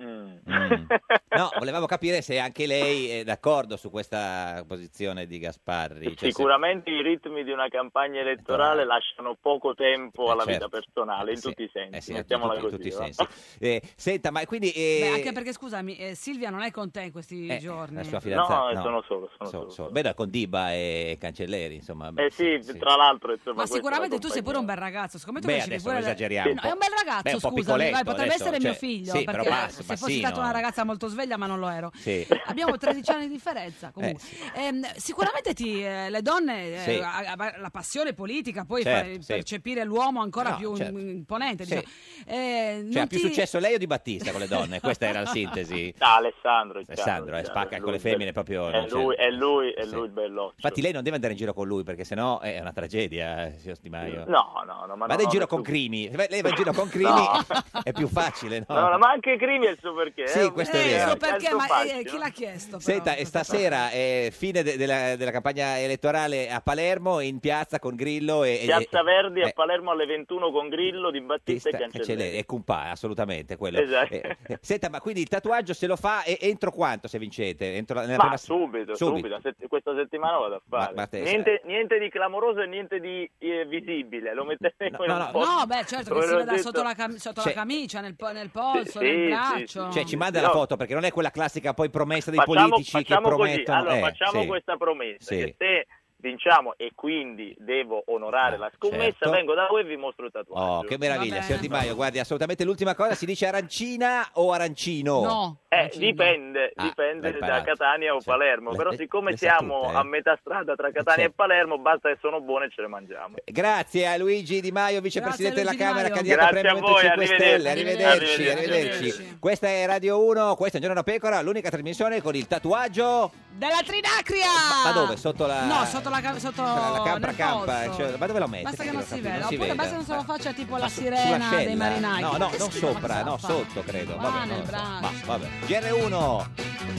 S10: Mm.
S2: Mm. No, volevamo capire se anche lei è d'accordo su questa posizione di Gasparri. Cioè, se-
S10: Sicuramente i ritmi di una campagna elettorale lasciano poco tempo alla vita personale, in tutti i sensi,
S2: Eh, certo. sì, in
S10: mettiamola
S2: tutti- in
S10: così.
S2: tutti i
S10: va?
S2: sensi. Eh, senta, ma quindi... eh,
S1: Beh, anche perché, scusami, eh, Silvia non è con te in questi
S2: eh,
S1: giorni.
S2: La sua fidanzata?
S10: No, sono solo, sono
S2: solo, Beh, no, con Diba e Cancelleri, insomma.
S10: [laughs]
S2: Cioè,
S10: Eh sì, tra l'altro, insomma,
S1: Ma
S10: questa è la
S1: sicuramente tu
S10: compagnia.
S1: sei pure un bel ragazzo. Siccome tu
S2: Beh,
S1: riesci
S2: adesso
S1: pure
S2: non
S1: le-
S2: esageriamo,
S1: Sì,
S2: un
S1: no, è un
S2: po'.
S1: bel ragazzo,
S2: Beh, un po'
S1: scusami. Dai,
S2: piccoletto,
S1: potrebbe
S2: adesso,
S1: essere mio
S2: cioè,
S1: figlio.
S2: sì,
S1: perché
S2: però basso,
S1: se fossi stata
S2: bassino.
S1: una ragazza molto sveglia, ma non lo ero.
S2: Sì.
S1: Abbiamo 13 anni di differenza. Comunque. Ehm, sicuramente ti, eh, le donne, eh,
S2: Eh, Sì.
S1: a- a- la passione politica, poi
S2: Certo,
S1: fare-
S2: sì.
S1: percepire l'uomo ancora
S2: No,
S1: più
S2: certo.
S1: imponente.
S2: Sì.
S1: diciamo. Eh,
S2: Cioè,
S1: non
S2: ha più
S1: ti-
S2: successo lei o Di Battista con le donne? Questa era
S10: [laughs]
S2: la sintesi.
S10: Ciao Alessandro, ciao,
S2: Alessandro, eh,
S10: ciao,
S2: spacca
S10: è
S2: con le
S10: lui,
S2: femmine proprio...
S10: È
S2: non c'è-
S10: lui, è lui, è
S2: certo. Sì.
S10: lui il bello.
S2: Infatti lei non deve andare in giro con lui perché sennò è una tragedia, eh, signor Di Maio.
S10: No, no, no. Ma
S2: Vada
S10: no,
S2: in
S10: no,
S2: giro
S10: nessun-
S2: con Crimi. Se Lei va in giro
S10: [laughs]
S2: con Crimi
S10: No.
S2: è più facile, no?
S10: No, no, ma anche Crimi è il suo perché.
S2: Sì,
S10: eh,
S2: questo è
S10: eh,
S2: vero.
S1: So
S10: tanto
S1: perché, ma eh,
S10: facile.
S1: chi l'ha chiesto? però?
S2: Senta, e stasera eh, fine de- della, della campagna elettorale a Palermo in piazza con Grillo e... e-
S10: Piazza Verdi
S2: eh,
S10: a Palermo alle 21 con Grillo, Di Battista e
S2: Sta- Cancelleri,
S10: Cancelleri.
S2: è compà, assolutamente quello.
S10: Esatto.
S2: Eh, eh, senta, ma quindi il tatuaggio se lo fa e- entro quanto se vincete? Entro la- nella
S10: Ma
S2: prima se-
S10: subito, subito, se- questa settimana vado a fare.
S2: Ma- ma te- eh,
S10: niente, niente di clamoroso e niente di eh, visibile, lo metteremo in un posto.
S1: No, beh, certo che
S10: Come
S1: si
S10: l'ho
S1: veda
S10: detto-
S1: sotto, la, cam- sotto
S2: Cioè-
S1: la camicia, nel, po- nel polso,
S10: Sì,
S1: nel
S10: sì,
S1: braccio.
S2: Cioè ci manda la
S10: No.
S2: foto perché non è quella classica poi promessa dei
S10: Facciamo-
S2: politici che
S10: facciamo così,
S2: promettono...
S10: allora,
S2: eh,
S10: facciamo
S2: sì.
S10: questa promessa,
S2: Sì.
S10: che se vinciamo e quindi devo onorare la scommessa,
S2: certo.
S10: vengo da voi e vi mostro il tatuaggio.
S2: Oh, che meraviglia,
S10: bene.
S2: signor Di Maio, guardi, assolutamente l'ultima cosa, si dice arancina o arancino?
S10: Eh, dipende,
S2: Ah, l'hai
S10: dipende da
S2: imparato.
S10: Catania o Palermo,
S2: le-
S10: però
S2: le-
S10: siccome
S2: le sa
S10: siamo
S2: tutte, eh. certo. Eh,
S10: a metà strada tra Catania e Palermo, basta che sono buone e ce le mangiamo.
S2: Grazie a Luigi Di Maio, vicepresidente
S10: Grazie a Luigi
S2: della
S10: Di
S2: Camera,
S10: Maio.
S2: candidato
S10: Grazie
S2: al
S10: a
S2: Premio
S10: voi,
S2: 5 Stelle.
S10: arrivederci.
S2: Arrivederci,
S10: Arrivederci.
S2: arrivederci. Questa è Radio 1, questo è Un Giorno da Pecora, l'unica trasmissione con il tatuaggio.
S1: Della Trinacria!
S2: Ma dove? Sotto la.
S1: No, sotto la, cam- sotto
S2: la campa
S1: Oh, nel
S2: campa,
S1: polso.
S2: cioè, ma dove lo mette?
S1: Basta che non si
S2: Credo,
S1: veda,
S2: non si
S1: oppure basta che
S2: veda.
S1: non se lo faccia tipo
S2: Ma
S1: la
S2: su-
S1: sirena
S2: sull'ascella?
S1: dei marinai.
S2: No, no,
S1: Come
S2: non
S1: si chiama
S2: sopra,
S1: questa
S2: no,
S1: fa?
S2: sotto credo.
S1: Qua
S2: Vabbè,
S1: nel
S2: no,
S1: braccio.
S2: ma vabbè. GR1.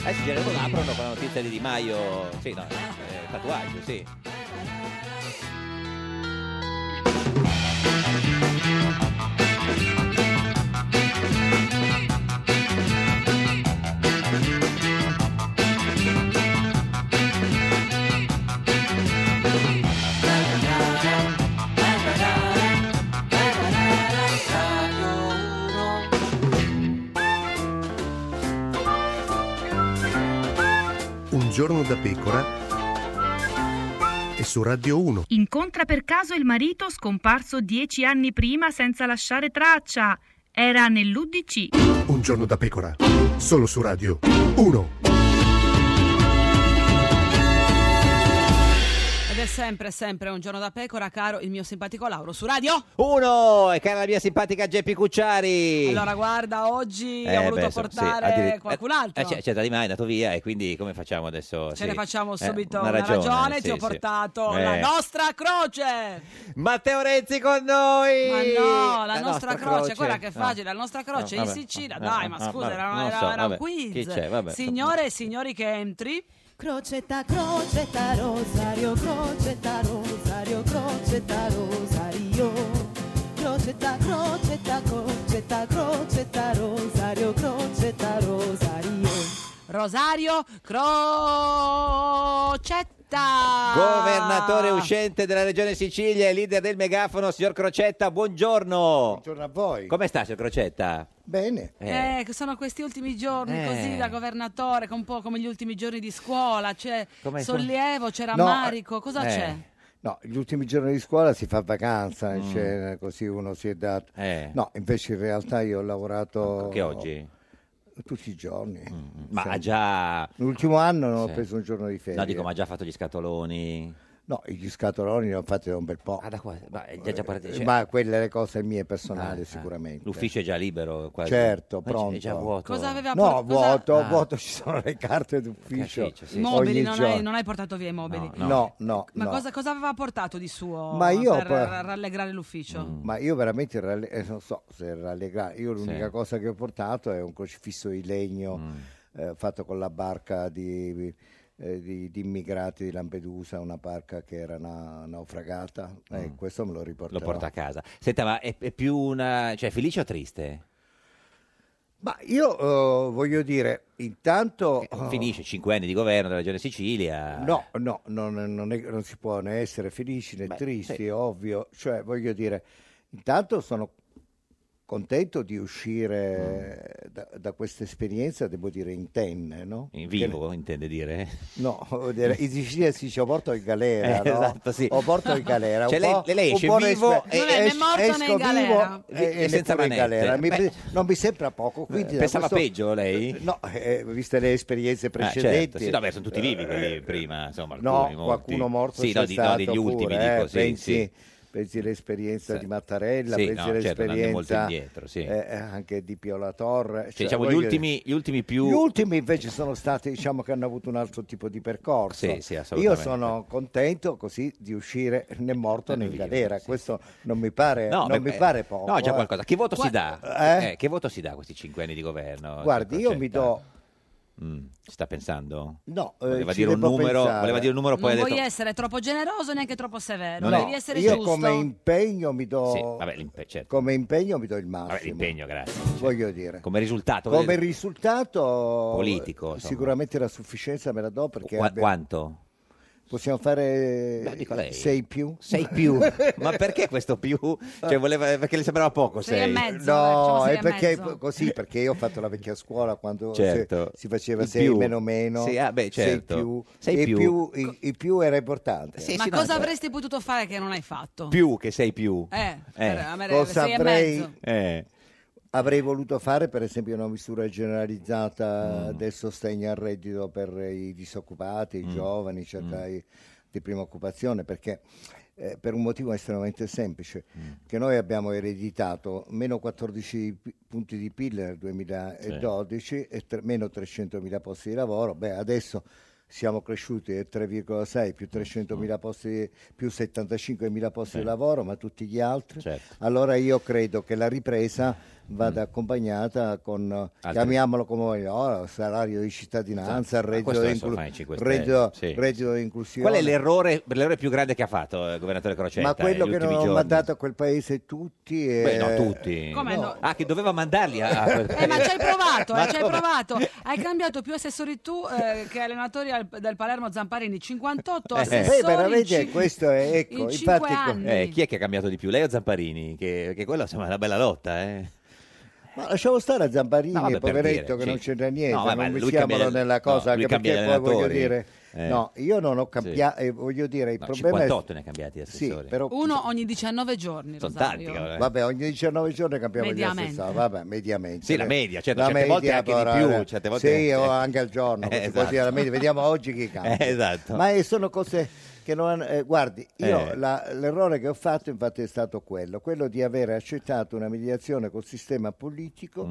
S2: Adesso GR1 lo aprono con la notizia di Di Maio. Sì, no, eh, tatuaggio, sì.
S6: Un giorno da pecora e su Radio 1.
S7: Incontra per caso il marito scomparso dieci anni prima senza lasciare traccia. Era nell'UDC.
S6: Un giorno da pecora, solo su Radio 1.
S1: Ed è sempre, sempre un giorno da pecora, caro il mio simpatico Lauro su radio.
S2: Uno, e cara la mia simpatica Geppi Cucciari.
S1: Allora, guarda, oggi
S2: Eh,
S1: ho voluto
S2: beh, insomma, sì,
S1: portare
S2: addirittura-
S1: qualcun
S2: eh,
S1: altro.
S2: eh, c'è, c'è da Di Maio, è andato via e quindi come facciamo adesso?
S1: Ce
S2: Sì.
S1: ne facciamo
S2: Eh,
S1: subito una ragione.
S2: sì,
S1: Ti ho
S2: sì.
S1: portato
S2: Eh.
S1: la nostra croce.
S2: Matteo Renzi con noi!
S1: Ma no, la,
S2: La
S1: nostra,
S2: nostra
S1: croce,
S2: croce. Ah.
S1: quella che è
S2: No.
S1: facile, la nostra croce
S2: No,
S1: in
S2: vabbè.
S1: Sicilia.
S2: No,
S1: Dai,
S2: no,
S1: ma
S2: no,
S1: scusa,
S2: vabbè,
S1: era,
S2: non lo
S1: era-
S2: so,
S1: era un
S2: vabbè. Chi
S1: quiz.
S2: c'è? Vabbè.
S1: Signore e signori che entri.
S9: Crocetta, crocetta, rosario, crocetta, rosario, crocetta, rosario. Crocetta, crocetta, crocetta, crocetta, rosario, crocetta, rosario.
S1: Rosario Crocetta.
S2: Governatore uscente della regione Sicilia e leader del megafono, signor Crocetta, buongiorno. Buongiorno
S11: a voi.
S2: Come sta, signor Crocetta?
S11: Bene.
S2: Eh,
S1: Eh, che sono questi ultimi giorni
S2: Eh.
S1: così da governatore, che un po' come gli ultimi giorni di scuola, c'è
S11: Come-
S1: sollievo, c'è
S11: No,
S1: rammarico, cosa
S11: eh.
S1: c'è?
S11: No, gli ultimi giorni di scuola si fa vacanza,
S2: Mm.
S11: cioè, così uno si è dato. No, invece in realtà io ho lavorato...
S2: Eh. Anche oggi? Mm,
S11: Tutti i giorni.
S2: ma ha già...
S11: L'ultimo anno non
S2: Sì.
S11: ho preso un giorno di ferie.
S2: No, dico, ma ha già fatto gli scatoloni?
S11: No, gli scatoloni li ho fatti da un bel po'.
S2: Ah, ma, già- già parte- cioè-
S11: ma quelle le cose mie personali
S2: Ah, ah.
S11: sicuramente.
S2: L'ufficio è già libero quasi.
S11: Certo,
S2: Ma è
S11: pronto.
S2: già vuoto.
S1: Cosa aveva
S11: No,
S1: por- cosa-
S11: vuoto,
S2: Ah.
S11: vuoto ci sono le carte d'ufficio.
S2: Cafficcio, sì.
S1: I mobili,
S11: ogni
S1: non hai,
S11: giorno.
S1: non hai portato via i mobili.
S11: No, no, no.
S1: Ma cosa, cosa aveva portato di suo
S11: Ma io Mm.
S1: per
S11: poi-
S1: ra- rallegrare l'ufficio?
S11: Ma io veramente ralle- eh, non so se rallegrare. Io l'unica
S1: Sì.
S11: cosa che ho portato è un crocifisso di legno
S2: Mm.
S11: eh, fatto con la barca di, eh, di- di immigrati di Lampedusa, una barca che era na- naufragata. E
S2: Mm.
S11: questo me lo riporterò.
S2: Lo porta a casa. Senta, ma è, è più una... cioè felice o triste?
S11: Ma io eh, voglio dire, intanto...
S2: Finisce cinque anni di governo della regione Sicilia.
S11: Oh. No, no, non, non è- non si può né essere felici né
S2: Eh. Beh,
S11: tristi,
S2: sì.
S11: è ovvio. Cioè, voglio dire, intanto sono contento di uscire
S2: Mm.
S11: da, da questa esperienza, devo dire, intenne, no?
S2: In vivo, intende dire?
S11: No, [laughs] voglio dire, in Sicilia si dice ho porto in galera,
S2: Eh,
S11: no?
S2: esatto, sì.
S11: Ho porto in galera.
S2: Cioè,
S11: un
S2: lei-
S11: po'-
S2: lei- lei
S11: un
S2: esce
S11: po'
S2: vivo eh,
S11: respe-
S2: e- Non è né
S11: es-
S2: morta né
S11: esco
S2: in galera.
S11: vivo e,
S2: E
S11: e
S2: senza
S11: neppure in
S2: manette.
S11: galera. Mi
S2: Beh.
S11: pre- non mi sembra poco. Quindi da
S2: Eh, Pensava
S11: questo-
S2: peggio lei?
S11: No, eh, viste le esperienze
S2: Ah, certo.
S11: precedenti. Eh,
S2: Sì, no, beh, sono tutti vivi quelli prima, insomma,
S11: No,
S2: alcuni, molti.
S11: qualcuno morto
S2: sì,
S11: c'è
S2: no, di- no,
S11: stato
S2: degli
S11: pure,
S2: ultimi,
S11: eh,
S2: dico, sì,
S11: pensi,
S2: sì. Cioè,
S11: pensi all'esperienza di Mattarella,
S2: Sì,
S11: pensi
S2: no, certo, andando molto
S11: all'esperienza
S2: indietro, sì.
S11: eh, anche di Piola Torre.
S2: Cioè,
S11: Cioè,
S2: diciamo, gli
S11: voglio
S2: ultimi, gli ultimi più...
S11: gli ultimi invece sono stati, diciamo che hanno avuto un altro tipo di percorso.
S2: Sì, sì,
S11: Io
S2: assolutamente.
S11: sono contento così di uscire né morto né in galera. Questo non mi pare,
S2: No,
S11: Eh, non
S2: beh,
S11: mi pare poco.
S2: No, già
S11: eh.
S2: qualcosa. Che voto si
S11: Gua-
S2: dà?
S11: Eh?
S2: Eh, che voto si dà a questi cinque anni di governo?
S11: Guardi,
S2: Sul
S11: io mi do.
S2: progetto? Mm, ci sta pensando?
S11: No, eh,
S2: voleva,
S11: ci
S2: dire un
S11: devo
S2: numero,
S11: pensare.
S2: voleva dire un numero, poi
S1: non
S2: ha
S1: vuoi
S2: detto...
S1: essere troppo generoso neanche troppo severo,
S11: No,
S1: Eh, devi essere
S11: io
S1: giusto.
S11: come impegno mi do.
S2: Sì, vabbè, l'impe- certo.
S11: Come impegno mi do il massimo.
S2: Vabbè, l'impegno, grazie.
S11: Voglio dire.
S2: Come risultato?
S11: Come
S2: volete-
S11: risultato
S2: Politico, insomma.
S11: sicuramente la sufficienza me la do perché
S2: Qua-
S11: abbiamo-
S2: quanto?
S11: possiamo fare
S2: Beh, dico lei.
S11: 6 più
S2: 6
S11: [laughs]
S2: più. [laughs] Ma perché questo più? Cioè, voleva, perché le sembrava poco
S11: Sei
S2: 6.
S11: e mezzo, No, dai, facciamo sei è e perché- mezzo. così, perché io ho fatto la vecchia scuola quando
S2: Certo.
S11: si, si faceva
S2: Il
S11: 6
S2: più.
S11: meno meno
S2: Sì, ah, beh,
S11: 6
S2: certo.
S11: più,
S2: Sei
S11: e
S2: più.
S11: più- i, i più era importante
S1: Ma cosa
S11: certo.
S1: avresti potuto fare che non hai fatto?
S2: Più che 6 più. Eh.
S1: Eh, per- a me le-
S11: cosa
S1: sei e
S11: avrei
S1: mezzo.
S11: avrei voluto fare per esempio una misura
S2: Mm.
S11: generalizzata del sostegno al reddito per i disoccupati i
S12: Mm.
S11: giovani cercai
S2: Mm.
S11: di prima occupazione perché eh, per un motivo estremamente semplice
S2: Mm.
S11: che noi abbiamo ereditato meno 14 pi- punti di PIL nel 2012 e tre- meno 300.000 posti di lavoro beh adesso siamo cresciuti del 3,6 più 300.000 posti più 75.000 posti di
S2: Sì.
S11: lavoro ma tutti gli altri
S2: Certo.
S11: allora io credo che la ripresa
S2: Mm.
S11: vada accompagnata con, eh, chiamiamolo come vogliamo, oh, salario di cittadinanza,
S2: Esatto. Ma
S11: reddito
S2: questo
S11: di
S2: adesso
S11: inclu-
S2: fa i cinque stelle,
S11: reddito,
S2: sì.
S11: reddito di inclusione.
S2: Qual è l'errore, l'errore più grande che ha fatto il governatore Crocetta?
S11: Ma quello che non
S2: negli Cioè, ultimi
S11: ho
S2: giorni?
S11: mandato eh, a quel paese tutti... E...
S2: Beh, no, tutti.
S1: Come no?
S2: Ah, che doveva mandarli
S1: [laughs]
S2: a... a quel-
S1: Eh, ma ci hai provato,
S2: Ma
S1: eh, ci hai
S2: come?
S1: provato. Hai cambiato più assessori tu eh, che allenatori al- del Palermo Zamparini, 58
S2: Eh.
S1: assessori.
S11: Beh, veramente
S1: in cin-
S11: questo è... Ecco,
S1: in cinque
S11: infatti...
S1: anni.
S2: Eh, chi è che ha cambiato di più, lei o Zamparini? Che, che quella insomma, è una bella lotta, eh?
S11: Ma lasciamo stare a Zamparini,
S2: No, vabbè, per
S11: poveretto,
S2: dire,
S11: che
S2: sì.
S11: non c'entra niente,
S2: No, vabbè, ma
S11: non
S2: lui
S11: mettiamolo
S2: cambia-
S11: nella cosa,
S2: no, lui
S11: anche
S2: cambia
S11: perché poi voglio
S2: allenatori.
S11: dire...
S2: Eh.
S11: No, io non ho cambiato,
S2: Sì.
S11: eh, voglio dire, il
S2: No,
S11: problema
S2: 58
S11: è...
S2: ne ha cambiati
S11: Sì,
S2: assessori.
S11: però
S1: Uno ogni 19 giorni,
S2: Sono
S1: Rosario.
S2: tanti, allora, eh.
S11: Vabbè, ogni 19 giorni cambiamo gli
S1: Mediamente.
S11: assessori, vabbè, mediamente.
S2: Sì, la media, certo,
S11: La
S2: certe volte anche di
S11: però,
S2: più,
S11: eh,
S2: certe volte-
S11: Sì, o anche al giorno,
S2: Eh,
S11: si può dire
S2: esatto.
S11: la media. vediamo oggi chi cambia.
S2: [laughs] Eh, esatto.
S11: Ma eh, sono cose che non hanno... eh, guardi, io
S2: Eh.
S11: la- l'errore che ho fatto infatti è stato quello, quello di aver accettato una mediazione col sistema politico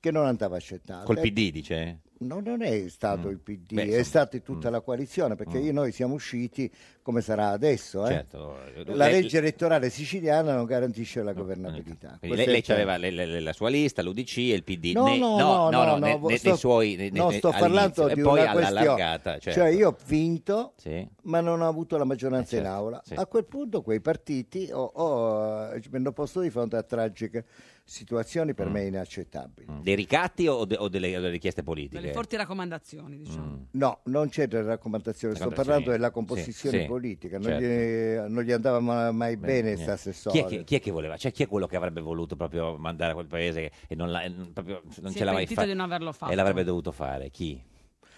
S11: che non andava accettata.
S2: Mm. Col
S11: Eh,
S2: PD, dice?
S11: No, non è stato il PD,
S2: Mm. Beh,
S11: è
S2: insomma, mm.
S11: stata tutta la coalizione, perché io- noi siamo usciti come sarà adesso. eh.
S2: Certo.
S11: La
S2: Lei-
S11: legge elettorale siciliana non garantisce la governabilità.
S2: Quindi lei, lei aveva le- le- le- la sua lista, l'UDC e il PD.
S11: No,
S2: Eh, Ne-
S11: no, no, no,
S2: ne-
S11: no,
S2: ne-
S11: sto-
S2: nei suoi nei-
S11: no,
S2: nei-
S11: sto
S2: all'inizio,
S11: parlando di
S2: e poi
S11: una
S2: alla-
S11: questione.
S2: allargata. certo.
S11: Cioè io ho vinto,
S2: Sì.
S11: ma non ho avuto la maggioranza
S2: Eh,
S11: in
S2: certo,
S11: aula.
S2: sì.
S11: A quel punto quei partiti ho- ho, eh, mi hanno posto di fronte a tragiche situazioni
S2: Mm.
S11: per me inaccettabili.
S2: Dei ricatti o, de- o delle, o delle richieste politiche?
S1: Delle forti raccomandazioni, diciamo.
S11: No, non c'è delle raccomandazioni, sto
S2: Raccomandazioni.
S11: parlando della
S2: Sì,
S11: composizione
S2: sì,
S11: politica, non,
S2: certo.
S11: gli, non gli andava ma- mai
S2: Beh,
S11: bene
S2: niente.
S11: sta
S2: Chi è,
S11: assessore.
S2: che, chi è che voleva? Cioè, chi è quello che avrebbe voluto proprio mandare a quel paese che- e non, l'ha- e non- proprio, non
S1: Si
S2: ce
S1: è
S2: l'ha mai
S1: pentito
S2: fa-
S1: di non averlo fatto.
S2: E l'avrebbe dovuto fare? Chi?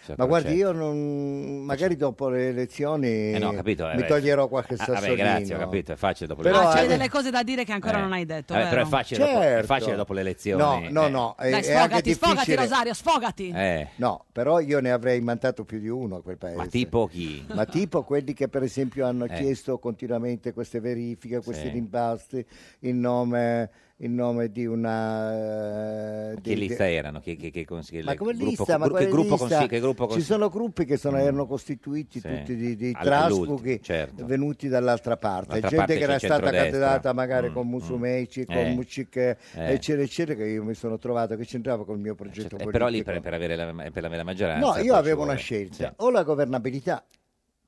S2: Cioè, signor
S11: Ma guardi,
S2: Crocetta.
S11: io non- magari dopo le elezioni
S2: Eh no, capito, eh,
S11: mi
S2: beh.
S11: toglierò qualche
S2: Ah, vabbè,
S11: sassolino.
S2: grazie, ho capito, è facile dopo le
S11: Però,
S1: ah, c'hai
S11: eh,
S1: delle cose da dire che ancora non hai detto.
S2: Vabbè, Eh. però
S1: vero?
S2: è facile, dopo, è
S11: Certo.
S2: facile dopo le elezioni.
S11: No, no,
S2: eh.
S11: no.
S1: Dai,
S11: è- è anche
S1: sfogati, sfogati,
S11: difficile.
S1: Rosario, sfogati.
S11: Eh. No, però io ne avrei mandato più di uno a quel paese. Ma
S2: tipo chi?
S11: Ma tipo quelli che per esempio hanno
S2: Eh.
S11: chiesto continuamente queste verifiche, questi
S2: Sì.
S11: rimpasti in nome, in nome di una... eh,
S2: Che
S11: di-
S2: lista
S11: di-
S2: erano? Che, che, che consigli-
S11: Ma come
S2: gruppo,
S11: lista? Ma
S2: gru- che
S11: quale
S2: gruppo
S11: lista?
S2: consigli- che gruppo
S11: Ci
S2: consigli-
S11: sono gruppi che sono- erano costituiti
S2: Sì.
S11: tutti di, di
S2: Al-
S11: trasfughi
S2: all'ultimo, certo.
S11: venuti dall'altra parte,
S2: D'altra
S11: gente
S2: parte
S11: che
S2: c'è
S11: era
S2: il
S11: stata
S2: centrodestra.
S11: candidata magari
S2: Mm,
S11: con
S2: mm.
S11: Musumeci, con
S2: Eh.
S11: Mucic,
S2: Eh.
S11: eccetera, eccetera, che io mi sono trovato, che c'entrava col mio progetto
S2: Eh,
S11: politico.
S2: però lì per, per avere la, per avere la maggioranza...
S11: No,
S2: poi
S11: io
S2: ci
S11: avevo una
S2: vuole.
S11: scelta, o la governabilità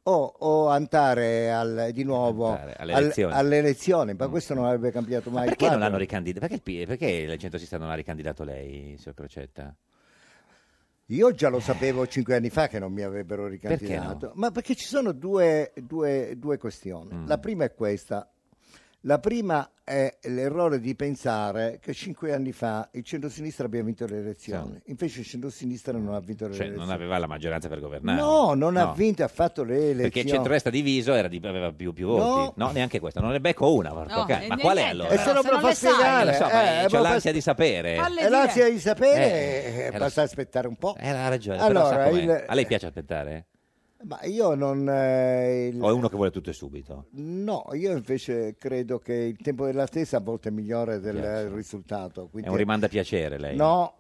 S11: o, o andare al- di nuovo
S2: alle
S11: al-
S2: elezioni. Mm.
S11: alle elezioni, ma questo non avrebbe cambiato mai.
S2: Ma
S11: il
S2: perché non
S11: quadro.
S2: l'hanno ricandidato? Perché, il P- perché il centrosinistra non ha ricandidato lei, signor Crocetta?
S11: Io già lo sapevo cinque anni fa che non mi avrebbero ricandidato,
S2: Perché no?
S11: ma perché ci sono due, due- due questioni.
S2: Mm.
S11: La prima è questa. La prima è l'errore di pensare che cinque anni fa il centrosinistra abbia vinto le elezioni, invece il centrosinistra non ha vinto le
S2: Cioè,
S11: elezioni.
S2: non aveva la maggioranza per governare.
S11: Eh, No, non ha vinto affatto le elezioni.
S2: Perché il centrodestra diviso era di- aveva più, più
S11: No.
S2: voti. No, neanche questa. Non ne becco una, porca
S11: No,
S2: cane.
S11: eh,
S2: Ma
S11: ne-
S2: qual è
S11: niente,
S2: allora?
S11: però, Eh, se non se me lo non fa le sai. spiegare,
S2: Lo so, ma
S11: eh,
S2: c'ho
S11: ma fa-
S2: l'ansia di sapere.
S11: E l'ansia di sapere,
S2: Eh,
S11: eh,
S2: eh, lo
S11: basta
S2: so.
S11: aspettare un po'.
S2: Eh, ha ragione.
S11: Allora,
S2: però sa com'è.
S11: il-
S2: A lei piace aspettare?
S11: Ma io non... eh, il-
S2: O è uno che vuole tutto e subito?
S11: No, io invece credo che il tempo dell'attesa a volte è migliore del risultato.
S2: È
S11: quindi-
S2: un rimanda a piacere lei?
S11: No,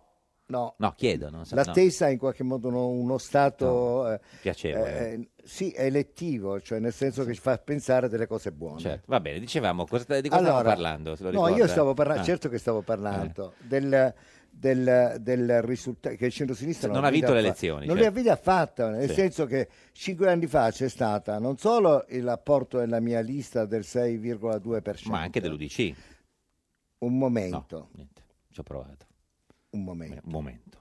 S11: no.
S2: No, chiedo. Non so, no.
S11: L'attesa è in qualche modo uno, uno stato eh,
S2: Piacevole.
S11: eh, sì, è elettivo, cioè nel senso che ci fa pensare delle cose buone.
S2: Certo, va bene, dicevamo, cosa- di cosa
S11: Allora,
S2: stavamo parlando? se lo
S11: no, io
S2: ricorda?
S11: stavo parlando,
S2: Ah. Eh.
S11: certo che stavo parlando del, del, del risultato che il centro-sinistra
S2: Non ha vinto le
S11: affa-
S2: elezioni,
S11: non
S2: certo.
S11: le ha vinte affatto, nel
S2: Sì.
S11: senso che cinque anni fa c'è stata non solo l'apporto della mia lista del 6,2%,
S2: Ma anche dell'UDC.
S11: un momento,
S2: Niente, ci ho provato.
S11: un momento.
S2: Un momento.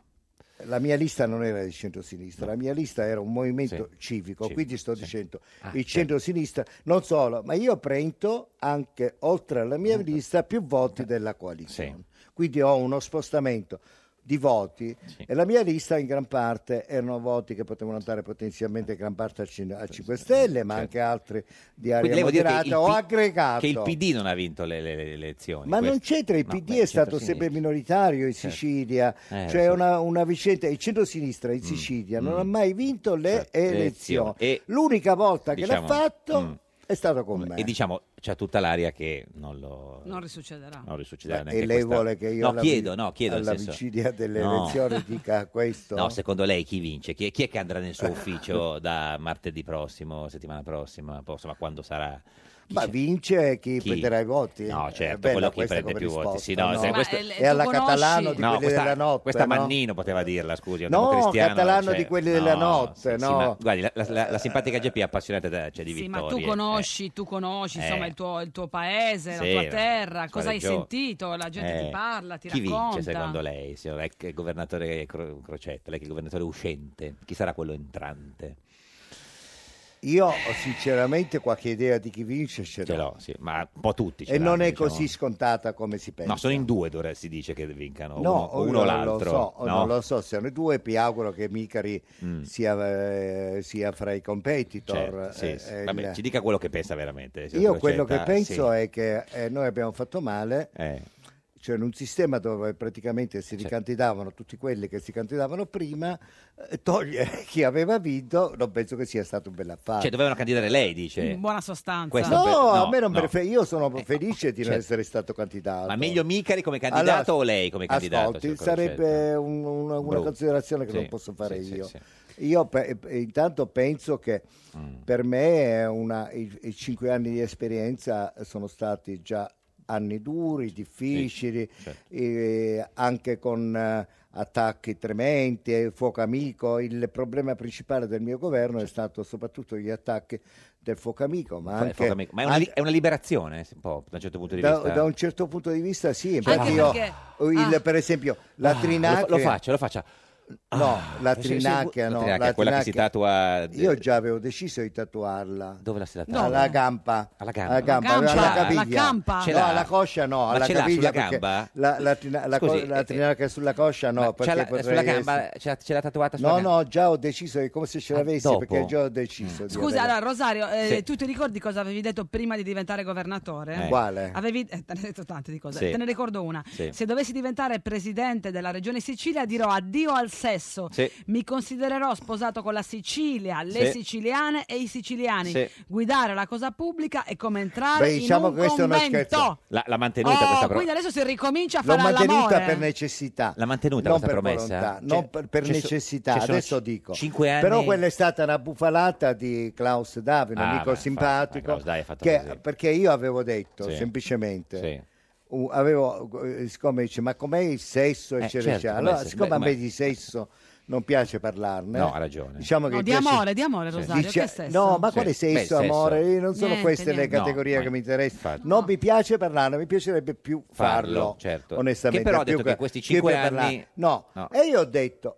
S11: La mia lista non era di centrosinistra, la mia lista era un movimento civico,
S2: Sì, civico,
S11: quindi sto
S2: sì.
S11: dicendo
S2: Ah,
S11: il
S2: certo.
S11: centrosinistra, non solo, ma io prendo anche oltre alla mia lista più
S2: Eh,
S11: voti della coalizione. Quindi ho uno spostamento di voti e la mia lista in gran parte erano voti che potevano andare potenzialmente in gran parte al Cin- a 5 Stelle, ma anche altri di
S2: certo. Quindi
S11: area
S2: lei vuol dire che il
S11: moderata o
S2: P-
S11: aggregato.
S2: Che il PD non ha vinto le, le- le elezioni.
S11: Ma non
S2: questo.
S11: c'entra, il
S2: No,
S11: PD
S2: beh,
S11: è stato
S2: centrosinistra. Certo.
S11: sempre minoritario in Sicilia,
S2: Eh,
S11: cioè
S2: lo so. Mm.
S11: una, una vicenda, il centrosinistra in Sicilia non ha mai vinto le elezioni.
S2: Certo. elezioni. E-
S11: L'unica volta che l'ha
S2: diciamo,
S11: fatto
S2: mm.
S11: è stato con me.
S2: E diciamo, c'è tutta l'aria che non lo...
S1: Non risuccederà.
S2: Non risuccederà
S11: Beh,
S2: neanche
S11: Cioè, e lei
S2: questa-
S11: vuole che io
S2: no,
S11: alla,
S2: chiedo, no, chiedo, nel
S11: alla
S2: senso-
S11: vigilia delle
S2: No.
S11: elezioni dica questo?
S2: No, secondo lei chi vince? Chi, chi è che andrà
S11: [laughs]
S2: nel suo ufficio da martedì prossimo, settimana prossima, poi, insomma, quando sarà?
S11: Ma vince chi,
S2: Chi?
S11: prenderà i voti?
S2: No, certo,
S11: È bella
S2: quello che
S11: questa
S2: prende
S11: come
S2: più voti. Sì,
S11: risposta,
S2: no, se
S11: no?
S2: questo-
S11: Ma è- è tu alla conosci? Catalano di quelli
S2: questa,
S11: della notte,
S2: Questa
S11: no?
S2: Mannino poteva dirla, scusi. è un
S11: No,
S2: democristiano,
S11: Catalano
S2: cioè,
S11: di quelli della
S2: no,
S11: notte,
S2: sì, sì,
S11: no.
S2: ma guardi, la, la- la- la simpatica GP è appassionata da- cioè, di
S1: Sì, ma
S2: vittorie.
S1: tu conosci, tu conosci
S2: Eh.
S1: insomma il tuo, il tuo paese,
S2: Sì,
S1: la tua
S2: la-
S1: terra,
S2: la sua
S1: cosa hai
S2: regione.
S1: sentito, la gente
S2: Eh,
S1: ti parla, ti
S2: chi
S1: racconta.
S2: vince secondo lei, signor ex governatore Cro- Crocetta? Lei che è il governatore uscente, chi sarà quello entrante?
S11: Io sinceramente qualche idea di chi vince ce l'ho.
S2: Ce l'ho, sì, ma un po' tutti. ce
S11: E non
S2: l'hanno,
S11: è
S2: diciamo.
S11: così scontata come si pensa.
S2: No, sono in due, dovre- si dice che vincano
S11: No,
S2: uno,
S11: io
S2: uno
S11: non
S2: o l'altro.
S11: Lo so,
S2: no? Mm.
S11: Non lo so, siano i due. Mi auguro che Micari sia, eh, sia fra i competitor.
S2: Certo, sì,
S11: eh,
S2: sì.
S11: eh,
S2: Vabbè,
S11: il-
S2: ci dica quello che pensa veramente. signor
S11: Io quello che
S2: Crocetta,
S11: penso
S2: sì. Eh.
S11: è che eh, noi abbiamo fatto male. Cioè, in un sistema dove praticamente
S2: certo.
S11: si ricandidavano tutti quelli che si candidavano prima, eh, togliere [laughs] chi aveva vinto, non penso che sia stato un bel affare.
S2: Cioè, dovevano candidare lei, dice.
S1: In buona sostanza.
S2: Questo
S11: no,
S2: per-
S11: a
S2: no,
S11: me non
S2: no.
S11: me ne frega, io sono felice di non
S2: certo.
S11: essere stato candidato.
S2: Ma meglio Micari come candidato
S11: Allora,
S2: o lei come candidato?
S11: ascolti,
S2: signor Crocetta?
S11: sarebbe un- un- una
S2: Brutto.
S11: considerazione che
S2: Sì,
S11: non posso fare
S2: sì, sì,
S11: io.
S2: sì. Mm.
S11: Io pe- eh, intanto penso che per me è una- i, i cinque anni di esperienza sono stati già anni duri, difficili,
S2: certo.
S11: eh, anche con eh, attacchi tremendi, eh, fuoco amico. Il problema principale del mio governo è stato soprattutto gli attacchi del fuoco amico, ma
S2: Fa-
S11: anche...
S2: fuoco amico. Ma è una, li- è una liberazione, un po', da un certo punto di
S11: Da,
S2: vista.
S11: da un certo punto di vista sì,
S2: Cioè,
S11: infatti
S2: Anche
S11: io
S2: perché-
S11: il-
S2: ah.
S11: per esempio la
S2: Ah,
S11: Trinacria
S2: Lo, lo faccia, lo faccia.
S11: No,
S2: Ah,
S11: la
S2: se- se-
S11: trinacchia,
S2: la
S11: no,
S2: trinacchia, quella che si tatua-
S11: Io già avevo deciso di tatuarla.
S2: Dove la si tatua?
S11: Alla gamba.
S2: Alla gamba.
S11: Alla gamba,
S2: Alla
S11: alla
S2: gamba.
S11: caviglia.
S2: La campa? Ce
S11: No,
S2: l'ha?
S11: alla coscia no,
S2: Ma
S11: alla
S2: ce l'ha
S11: caviglia
S2: sulla
S11: perché
S2: gamba?
S11: La, la, trina- la co-
S2: Scusi,
S11: la
S2: eh,
S11: trinacchia sulla coscia no,
S2: Ma c'è
S11: perché
S2: la-
S11: potrei
S2: sulla gamba,
S11: essere-
S2: ce l'ha, ce l'ha tatuata sulla
S11: No,
S2: gamba?
S11: no, già ho deciso, è come se ce
S2: Ah,
S11: l'avessi,
S2: dopo?
S11: perché già ho deciso. di
S1: Scusa,
S11: averla.
S1: allora Rosario, eh,
S11: Sì.
S1: tu ti ricordi cosa avevi detto prima di diventare governatore?
S11: Eh. Quale?
S1: Avevi eh, te ne ho detto tante di cose,
S11: Sì.
S1: te ne ricordo una.
S11: Sì.
S1: Se dovessi diventare presidente della regione Sicilia dirò addio al sesso,
S12: Sì.
S1: mi considererò sposato con la Sicilia, le
S11: Sì.
S1: siciliane e i siciliani,
S2: Sì.
S1: guidare la cosa pubblica è come entrare
S11: Beh, diciamo
S1: in un
S11: che questo è uno
S1: convento.
S11: scherzo.
S2: L'ha, l'ha mantenuta
S1: Oh,
S2: questa
S1: quindi
S2: promessa?
S1: adesso si ricomincia a
S11: L'ho
S1: fare
S11: mantenuta
S1: all'amore.
S11: per necessità.
S2: L'ha mantenuta
S11: non
S2: questa
S11: per
S2: promessa?
S11: volontà,
S2: C'è-
S11: non per, per
S2: ci so-
S11: necessità,
S2: ci sono
S11: adesso
S2: cin-
S11: dico.
S2: cinque anni-
S11: Però quella è stata una bufalata di Klaus Davi, un
S2: Ah,
S11: amico
S2: beh, fa- ma
S11: simpatico,
S2: Klaus Davi ha fatto
S11: che-
S2: così.
S11: perché io avevo detto
S2: Sì.
S11: semplicemente...
S2: Sì.
S11: uh, avevo, eh, siccome dice, ma com'è il sesso,
S2: Eh,
S11: eccetera,
S2: certo,
S11: eccetera.
S2: com'è il
S11: Allora,
S2: sesso?
S11: siccome
S2: Beh,
S11: a me
S2: com'è?
S11: di sesso non piace parlarne,
S2: No, ha ragione.
S11: Diciamo che
S1: No, di
S11: piace-
S1: amore, di amore, Rosario,
S11: Dice-
S1: che sesso?
S11: No, ma
S1: Sì.
S11: quale
S1: Beh,
S11: sesso,
S2: sesso.
S11: amore? Io non sono
S1: Niente,
S11: queste
S1: niente.
S11: le
S2: No,
S11: categorie
S2: ma-
S11: che mi interessano. Non mi piace parlarne, mi piacerebbe più farlo,
S2: Farlo, certo.
S11: onestamente.
S2: Che però ha
S11: più
S2: detto che questi
S11: più
S2: cinque
S11: per
S2: anni-
S11: parlare. No.
S2: No.
S11: e io ho detto...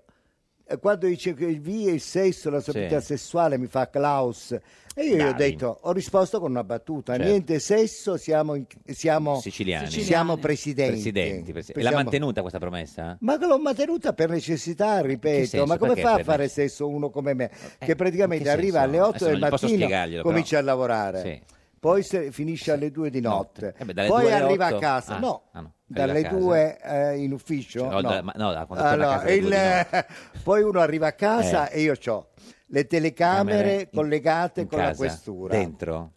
S11: eh, Quando dice che il via, il sesso, la sobrietà
S2: Sì.
S11: sessuale mi fa Klaus, e io gli ho
S2: Davi.
S11: detto: ho risposto con una battuta:
S2: Certo.
S11: niente sesso, siamo, in- siamo
S2: Siciliani.
S11: siamo presidenti.
S2: Presidenti, presi- E
S11: Siamo-
S2: l'ha mantenuta questa promessa?
S11: ma che l'ho mantenuta per necessità, ripeto.
S2: senso?
S11: Ma come
S2: Perché
S11: fa a
S2: per
S11: fare
S2: necess-
S11: sesso uno come me, che
S2: in
S11: praticamente
S2: che
S11: arriva
S2: senso?
S11: alle 8
S2: Adesso
S11: del
S2: non gli posso
S11: mattino,
S2: spiegarglielo,
S11: comincia a lavorare.
S2: Sì.
S11: Poi se- finisce alle 2 di notte,
S2: Eh beh, dalle
S11: poi
S2: due alle
S11: arriva
S2: otto?
S11: a casa,
S2: Ah,
S11: no,
S2: ah, no. Arriva a
S11: dalle
S2: casa.
S11: 2 eh, in ufficio,
S2: Cioè, no,
S11: no.
S2: da- ma- no, da quando torna a casa alle
S11: il-
S2: due di
S11: [laughs] poi uno arriva a casa
S2: Eh.
S11: e io ho le telecamere
S2: Camere in-
S11: collegate
S2: In
S11: con la
S2: casa?
S11: questura.
S2: Dentro?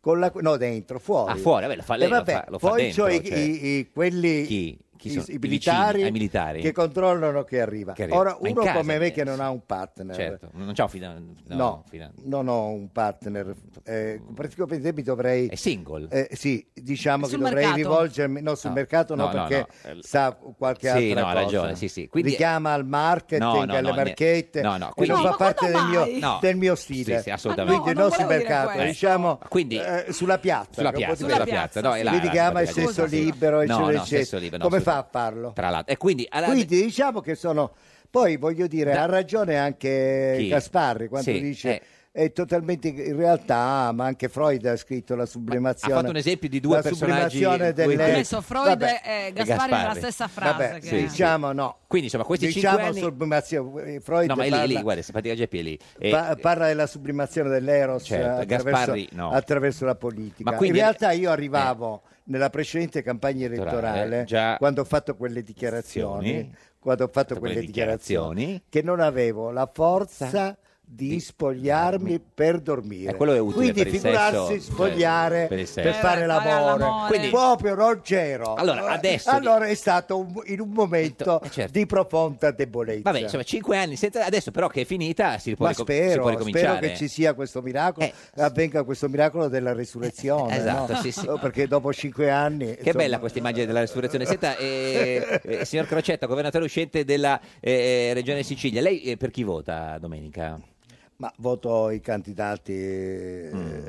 S11: Con la- no, dentro, fuori.
S2: Ah, fuori, vabbè, lo fa
S11: E
S2: lei, lo
S11: vabbè,
S2: fa- lo fa
S11: poi
S2: dentro,
S11: c'ho i-
S2: cioè.
S11: i- i- quelli,
S2: Chi? Chi
S11: i-
S2: sono?
S11: i,
S2: I vicini,
S11: militari,
S2: ai militari?
S11: che controllano che arriva.
S2: Che arriva.
S11: Ora,
S2: Ma in
S11: uno
S2: casa,
S11: come me che
S2: eh,
S11: non
S2: sì.
S11: ha un partner.
S2: Certo, non c'è un fidan-
S11: No,
S2: no, fidan-
S11: non ho un partner. Eh, praticamente mi dovrei... È
S2: Mm. single?
S11: sì, diciamo che
S2: Sul
S11: dovrei
S2: mercato?
S11: rivolgermi... No, sul
S2: No.
S11: mercato no,
S2: No, no,
S11: perché Eh,
S2: no.
S11: sa qualche
S2: Sì,
S11: altra
S2: no,
S11: cosa.
S2: ha ragione, sì, sì. Quindi-
S11: Richiama al marketing,
S2: No, no,
S11: alle
S2: no,
S11: marchette.
S2: no, no,
S11: e
S2: quindi-
S11: non fa
S2: No, ma
S11: parte del
S2: quando
S11: mio,
S2: mai? No.
S11: del mio stile.
S2: Sì, sì, assolutamente.
S11: Quindi
S2: Ma
S11: non
S2: no, non
S11: sul
S2: volevo dire
S11: mercato,
S2: questo.
S11: diciamo
S2: Quindi-
S11: eh, sulla piazza.
S2: Sulla
S11: che è un po'
S2: piazza, sulla
S11: diverso.
S2: piazza, no, è là,
S11: Mi
S2: là,
S11: richiama il
S2: praticamente.
S11: sesso
S2: Scusa, sì.
S11: libero,
S2: No,
S11: eccetera,
S2: no,
S11: eccetera.
S2: sesso libero, no,
S11: Come fa a
S2: assolutamente.
S11: farlo?
S2: Tra l'altro. E quindi... alla-
S11: Quindi diciamo che sono... Poi voglio dire, ha ragione anche
S2: Chi?
S11: Eh, Gasparri quando
S2: Sì,
S11: dice...
S2: eh.
S11: È totalmente in realtà, ma anche Freud ha scritto la sublimazione.
S2: Ha fatto un esempio di due
S11: la
S2: personaggi,
S11: sublimazione
S2: due-
S11: delle...
S1: Ha messo Freud
S11: Vabbè.
S1: e Eh, Gasparri nella
S2: Gasparri.
S1: stessa frase.
S11: Vabbè,
S1: che-
S2: sì,
S11: diciamo no.
S2: Quindi insomma questi
S11: diciamo
S2: cinque anni...
S11: sublimazione. Freud
S2: No, ma è lì,
S11: parla,
S2: è lì, guarda, simpatica Geppi è lì. E- eh,
S11: pa- parla della sublimazione dell'eros
S2: Certo,
S11: attraverso,
S2: Gasparri no.
S11: attraverso la politica.
S2: Ma quindi- eh.
S11: In realtà io arrivavo nella precedente campagna elettorale
S2: Elettorale, già-
S11: quando ho fatto quelle dichiarazioni,
S2: Dichiarazioni.
S11: quando ho fatto
S2: quelle
S11: quelle dichiarazioni
S2: dichiarazioni.
S11: che non avevo la forza di, spogliarmi per dormire.
S2: Eh, quello è utile
S11: Quindi
S2: per il
S11: figurarsi
S2: sesso, cioè,
S11: spogliare
S2: per il
S11: per,
S2: sesso.
S11: fare
S2: Per
S11: l'amore.
S2: l'amore. Quindi-
S11: proprio non c'ero.
S2: Allora, adesso-
S11: Allora è stato un- in un momento
S2: Eh, certo.
S11: di profonda debolezza.
S2: Vabbè, insomma, cinque anni senza... Adesso però che è finita si può,
S11: Ma
S2: ricom- si può
S11: spero,
S2: ricominciare.
S11: spero che ci sia questo miracolo, avvenga questo miracolo della resurrezione.
S2: Eh, esatto,
S11: no? Oh,
S2: sì, sì.
S11: Perché dopo cinque anni...
S2: Che bella questa immagine della resurrezione.
S11: [laughs]
S2: Senta, eh, eh, signor Crocetta, governatore uscente della eh, regione Sicilia, lei eh, per chi vota domenica?
S11: Eh, Ma voto i candidati eh,
S2: Mm,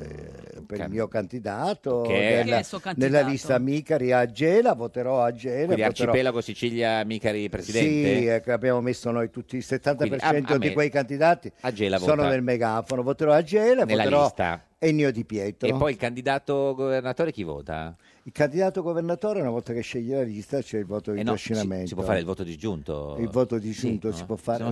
S11: per il mio candidato,
S2: Che-
S11: nella,
S2: Chi è il suo candidato?
S11: nella lista Micari a Gela, voterò a Gela.
S2: Quindi
S11: voterò-
S2: arcipelago Sicilia Micari presidente?
S11: Sì, eh, che abbiamo messo noi tutti il 70%
S2: Quindi, a- a
S11: di
S2: me-
S11: quei candidati
S2: a Gela
S11: sono
S2: vota.
S11: nel megafono. Voterò a Gela,
S2: Nella
S11: voterò
S2: lista.
S11: Ennio Di Pietro.
S2: E poi il candidato governatore chi vota?
S11: Il candidato governatore, una volta che sceglie la lista, c'è il voto di
S2: Eh no, si,
S11: trascinamento.
S2: si può fare il voto disgiunto?
S11: Il voto disgiunto
S2: Sì,
S11: si
S2: no?
S11: può fare.
S2: Non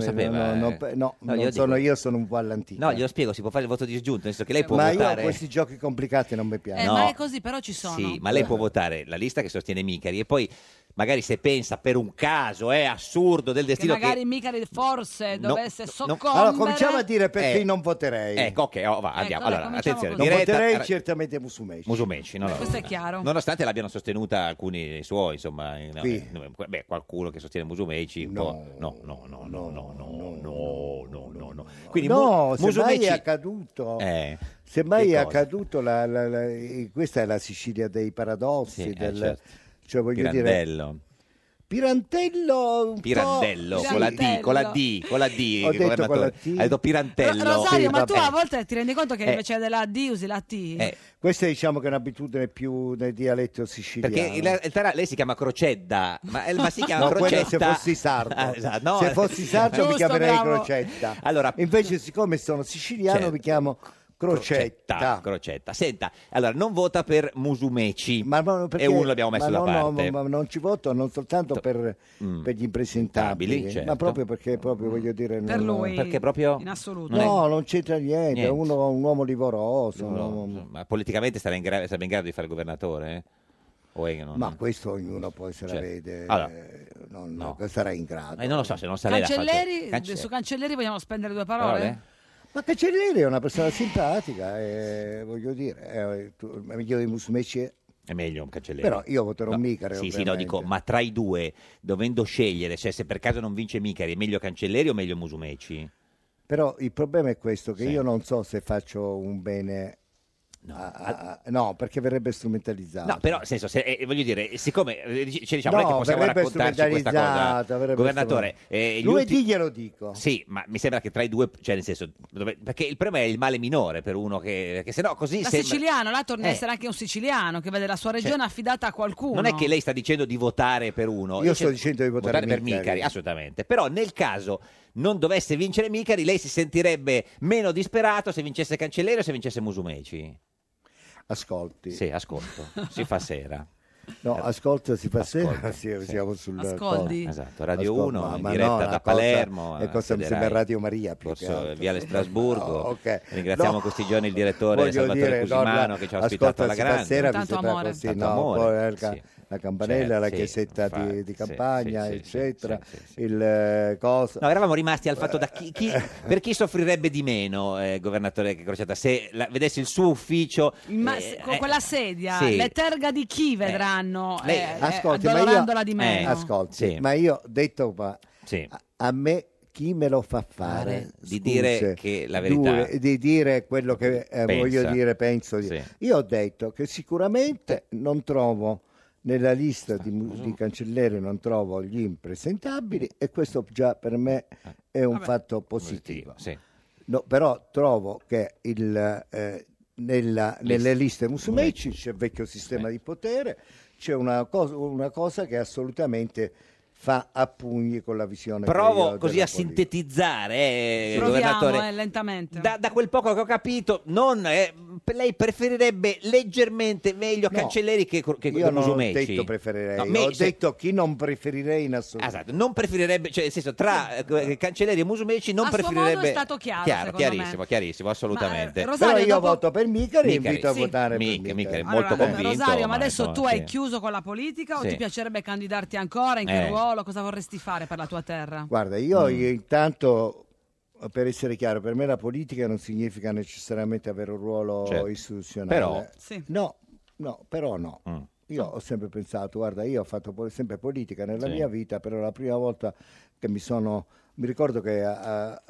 S11: no, no,
S2: sapeva,
S11: no,
S2: eh.
S11: pe- no,
S2: No,
S11: non
S2: io
S11: sono
S2: dico-
S11: io, sono un po' all'antica.
S2: No, glielo spiego, si può fare il voto disgiunto, nel senso che lei può
S11: ma
S2: votare...
S11: io questi giochi complicati non mi
S1: Eh,
S11: piacciono.
S1: ma è così, però ci sono.
S2: Sì, ma lei può votare la lista che sostiene Micari e poi magari se pensa per un caso è assurdo del
S1: che
S2: destino che...
S1: magari Micari forse
S2: no,
S1: dovesse
S2: no.
S1: soccombere.
S11: Allora, cominciamo a dire per
S2: Eh,
S11: chi non voterei.
S2: Ecco, ok, oh, va, andiamo.
S1: dai,
S2: allora,
S1: cominciamo
S2: attenzione,
S11: non
S2: diretta-
S11: voterei
S2: ra-
S11: certamente Musumeci.
S2: Musumeci, no, no.
S1: Questo è chiaro.
S2: Nonostante l'abbiano sostenuta alcuni dei suoi, insomma, eh, no,
S11: Sì.
S2: eh, no, beh, qualcuno che sostiene Musumeci, un po'- no, no, no, no, no, no, no, no, no, no. Quindi
S11: no,
S2: Mu-
S11: semmai è
S2: Musumeci-
S11: accaduto.
S2: Eh,
S11: Semmai
S2: che
S11: è
S2: cosa?
S11: accaduto, la, la- la- questa è la Sicilia dei paradossi,
S2: Sì, eh,
S11: del-
S2: certo.
S11: cioè voglio dire,
S2: Pirandello.
S11: Pirantello un
S2: Pirandello,
S11: po'...
S2: con la D, con la D, con la D,
S11: Ho detto
S2: governatore.
S11: con la T.
S2: Ha detto Pirantello.
S11: Ro-
S1: Rosario,
S11: Sì,
S1: ma tu
S11: vabbè.
S1: a volte ti rendi conto che
S11: Eh.
S1: invece della D usi la T?
S2: Eh,
S11: Questa diciamo che è un'abitudine più nel dialetto siciliano.
S2: Perché in realtà lei si chiama Crocedda, ma, eh, ma si chiama
S11: No, quello se
S2: Crocetta.
S11: fossi sardo.
S2: Ah, esatto, no.
S11: Se fossi sardo mi
S2: Giusto,
S11: chiamerei
S2: bravo.
S11: Crocetta.
S2: Allora,
S11: Invece siccome sono siciliano
S2: Certo.
S11: mi chiamo Crocetta.
S2: Crocetta, Crocetta. Senta, allora non vota per Musumeci
S11: Perché-
S2: e uno l'abbiamo messo
S11: ma
S2: da
S11: no, no,
S2: parte.
S11: ma- ma non ci voto non soltanto per,
S2: Mm.
S11: per gli impresentabili,
S2: Stabili, certo.
S11: ma proprio perché proprio voglio dire
S2: Per
S11: non-
S2: lui, Perché proprio in assoluto. non è-
S11: No, non c'entra niente,
S2: Niente.
S11: Uno, un uomo livoroso,
S2: No,
S11: un
S2: no,
S11: uomo-
S2: ma politicamente sarebbe in, gra- sarebbe in grado di fare il governatore? eh? O è che non-
S11: ma questo ognuno poi se la
S2: Certo.
S11: vede,
S2: Allora.
S11: eh, non, non sarà in grado.
S2: Eh, non lo so se non sarei la
S1: Cancelleri,
S2: faccio- Cance-
S1: su Cancelleri vogliamo spendere due parole?
S11: Ma Cancellieri è una persona simpatica, eh, voglio dire, eh, tu- è meglio di Musumeci.
S2: È meglio un cancelliere.
S11: Però io voterò
S2: No,
S11: Micare.
S2: Sì, sì, no,
S11: ovviamente.
S2: dico, ma tra i due, dovendo scegliere, cioè se per caso non vince Micari, è meglio Cancelleri o meglio Musumeci?
S11: Però il problema è questo, che
S2: Sì.
S11: io non so se faccio un bene... a- a- a- No, perché verrebbe strumentalizzato.
S2: No, però, nel senso, se- eh, voglio dire, siccome eh, dic- ci diciamo non è
S11: No,
S2: che possiamo
S11: verrebbe
S2: raccontarci questa cosa,
S11: strumentalizzata, verrebbe
S2: governatore.
S11: strumentalizzata.
S2: eh, gli
S11: Lunedì
S2: ulti-
S11: glielo dico.
S2: Sì, ma mi sembra che tra i due, cioè nel senso, dove- perché il problema è il male minore per uno che, che se no così
S1: La
S2: sembra-
S1: siciliano, là torna a
S2: Eh.
S1: essere anche un siciliano che vede la sua regione
S2: Cioè,
S1: affidata a qualcuno.
S2: Non è che lei sta dicendo di votare per uno.
S11: Io
S2: dice-
S11: sto dicendo di votare
S2: per
S11: Micari.
S2: Micari, assolutamente. Però nel caso non dovesse vincere Micari, lei si sentirebbe meno disperato se vincesse Cancelleri o se vincesse Musumeci.
S11: Ascolti.
S2: Sì, ascolto. si fa sera.
S11: No,
S2: Eh,
S11: ascolta, si fa sera, [laughs] sì, siamo sul...
S2: Ascolti. Esatto, Radio
S11: Ascolta,
S2: Uno, in
S11: ma
S2: diretta
S11: no,
S2: da
S11: una cosa-
S2: Palermo, eh,
S11: E cosa mi
S2: Federai.
S11: sembra Radio Maria più che
S2: Corso
S11: altro.
S2: Viale Strasburgo.
S11: No, ok.
S2: Ringraziamo
S11: No.
S2: questi giorni il direttore
S11: Voglio
S2: Salvatore
S11: dire,
S2: Cusimano
S11: no,
S2: che ci ha ospitato
S11: ascolta,
S2: alla
S11: si fa
S2: grande.
S11: sera, mi sembra così,
S2: Tanto
S11: no,
S2: amore,
S11: poi, eh, ca-
S2: sì.
S11: la campanella,
S2: Certo,
S11: la
S2: sì,
S11: chiesetta di-
S2: infatti,
S11: di,
S2: sì,
S11: campagna,
S2: sì, sì,
S11: eccetera, il eh, coso.
S2: No, eravamo rimasti al fatto da chi, chi- per chi soffrirebbe di meno, eh, governatore Crociata, se la- vedesse il suo ufficio.
S1: Ma
S2: eh,
S1: se- con
S2: eh,
S1: quella sedia,
S2: sì. Eh.
S1: le terga di chi vedranno
S2: Lei-
S1: eh, eh,
S11: Ascolti, ma io,
S1: addolorandola di
S11: eh,
S1: meno?
S11: ascolti, ma io detto qua, a, a me chi me lo fa fare
S2: Di dire
S11: Scuse,
S2: che la verità.
S11: due, di dire quello che eh,
S2: Pensa.
S11: voglio dire, penso. di-
S2: Sì.
S11: Io ho detto che sicuramente non trovo nella lista di, mu- di cancelleri non trovo gli impresentabili e questo già per me è un fatto positivo.
S2: Sì.
S11: No, però trovo che il, eh, nella- nelle liste Musumeci c'è il vecchio sistema di potere, c'è una cosa, una cosa che assolutamente fa a pugni con la visione. che io
S2: Provo
S11: ho
S2: così
S11: della
S2: a sintetizzare, eh,
S1: Proviamo
S2: governatore.
S1: eh, lentamente.
S2: Da, da quel poco che ho capito, non, eh, per lei preferirebbe leggermente meglio
S11: No.
S2: Cancelleri che, che
S11: Io non ho
S2: Musumeci?
S11: detto preferirei,
S2: No,
S11: ho
S2: me- se-
S11: detto chi non preferirei in
S2: Ah,
S11: assoluto.
S2: esatto, non preferirebbe, cioè nel senso tra eh, Cancelleri e Musumeci non
S1: A suo modo
S2: preferirebbe...
S1: è stato chiaro, secondo me. eh,
S2: chiarissimo, chiarissimo, assolutamente.
S11: Però io voto per Micari e
S2: Micari,
S11: invito
S2: sì.
S11: a votare
S2: Micari,
S11: per
S2: Micari,
S11: Micari.
S2: molto
S1: Allora,
S2: convinto.
S1: Rosario, ma
S2: ma
S1: adesso
S2: insomma,
S1: tu
S2: sì.
S1: hai chiuso con la politica o
S2: Sì.
S1: ti piacerebbe candidarti ancora? In che
S11: Eh.
S1: ruolo? Cosa vorresti fare per la tua terra?
S11: Guarda, io
S1: Mm.
S11: intanto, per essere chiaro, per me la politica non significa necessariamente avere un ruolo
S2: Certo.
S11: istituzionale.
S2: Però-
S11: No, no, però no.
S2: Mm.
S11: Io ho sempre pensato, guarda, io ho fatto po- sempre politica nella
S2: Sì.
S11: mia vita, però la prima volta che mi sono... Mi ricordo che a, a-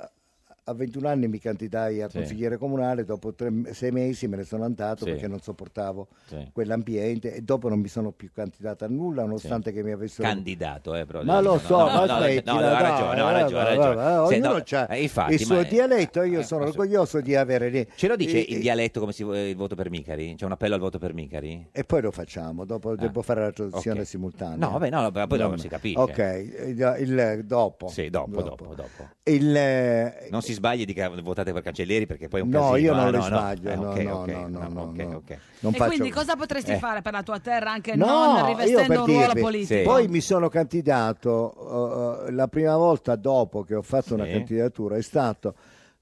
S11: a 21 anni mi candidai a
S2: Sì.
S11: consigliere comunale, dopo tre- sei mesi me ne sono andato
S2: Sì.
S11: perché non sopportavo
S2: Sì.
S11: quell'ambiente e dopo non mi sono più candidata a nulla, nonostante che mi avessero
S2: Candidato, eh, però,
S11: Cioè, ma
S2: diciamo,
S11: lo
S2: no,
S11: so,
S2: no,
S11: ma
S2: no,
S11: aspetti,
S2: no, no, ha ragione, no, ha ragione, ha ragione. Sì,
S11: ognuno
S2: no,
S11: ha
S2: eh, infatti,
S11: il suo
S2: ma- eh,
S11: dialetto, io sono orgoglioso di avere lì.
S2: Ce lo dice
S11: Eh,
S2: il dialetto come si vo- eh, il voto per Micari? C'è un appello al voto per Micari?
S11: E poi lo facciamo, dopo devo fare la traduzione
S2: Ah, ok.
S11: simultanea.
S2: No, vabbè, no, no, poi
S11: No,
S2: non si capisce.
S11: Ok, il, il- dopo.
S2: Sì, dopo, dopo, dopo.
S11: Il, eh,
S2: Non si sbagli di che votate per Cancelleri perché poi è un
S11: No,
S2: casino.
S11: io non
S2: ah,
S11: le
S2: no,
S11: sbaglio,
S2: Eh,
S11: no,
S2: ok,
S11: no,
S2: ok,
S11: no, no, no,
S2: ok,
S11: no.
S2: ok.
S11: non
S1: e
S11: faccio-
S1: quindi cosa potresti
S11: Eh.
S1: fare per la tua terra anche non
S11: No, io
S1: rivestendo
S11: per
S1: un ruolo
S11: dirvi,
S1: politico?
S11: poi mi sono candidato eh, la prima volta dopo che ho fatto una
S2: Sì.
S11: candidatura è stato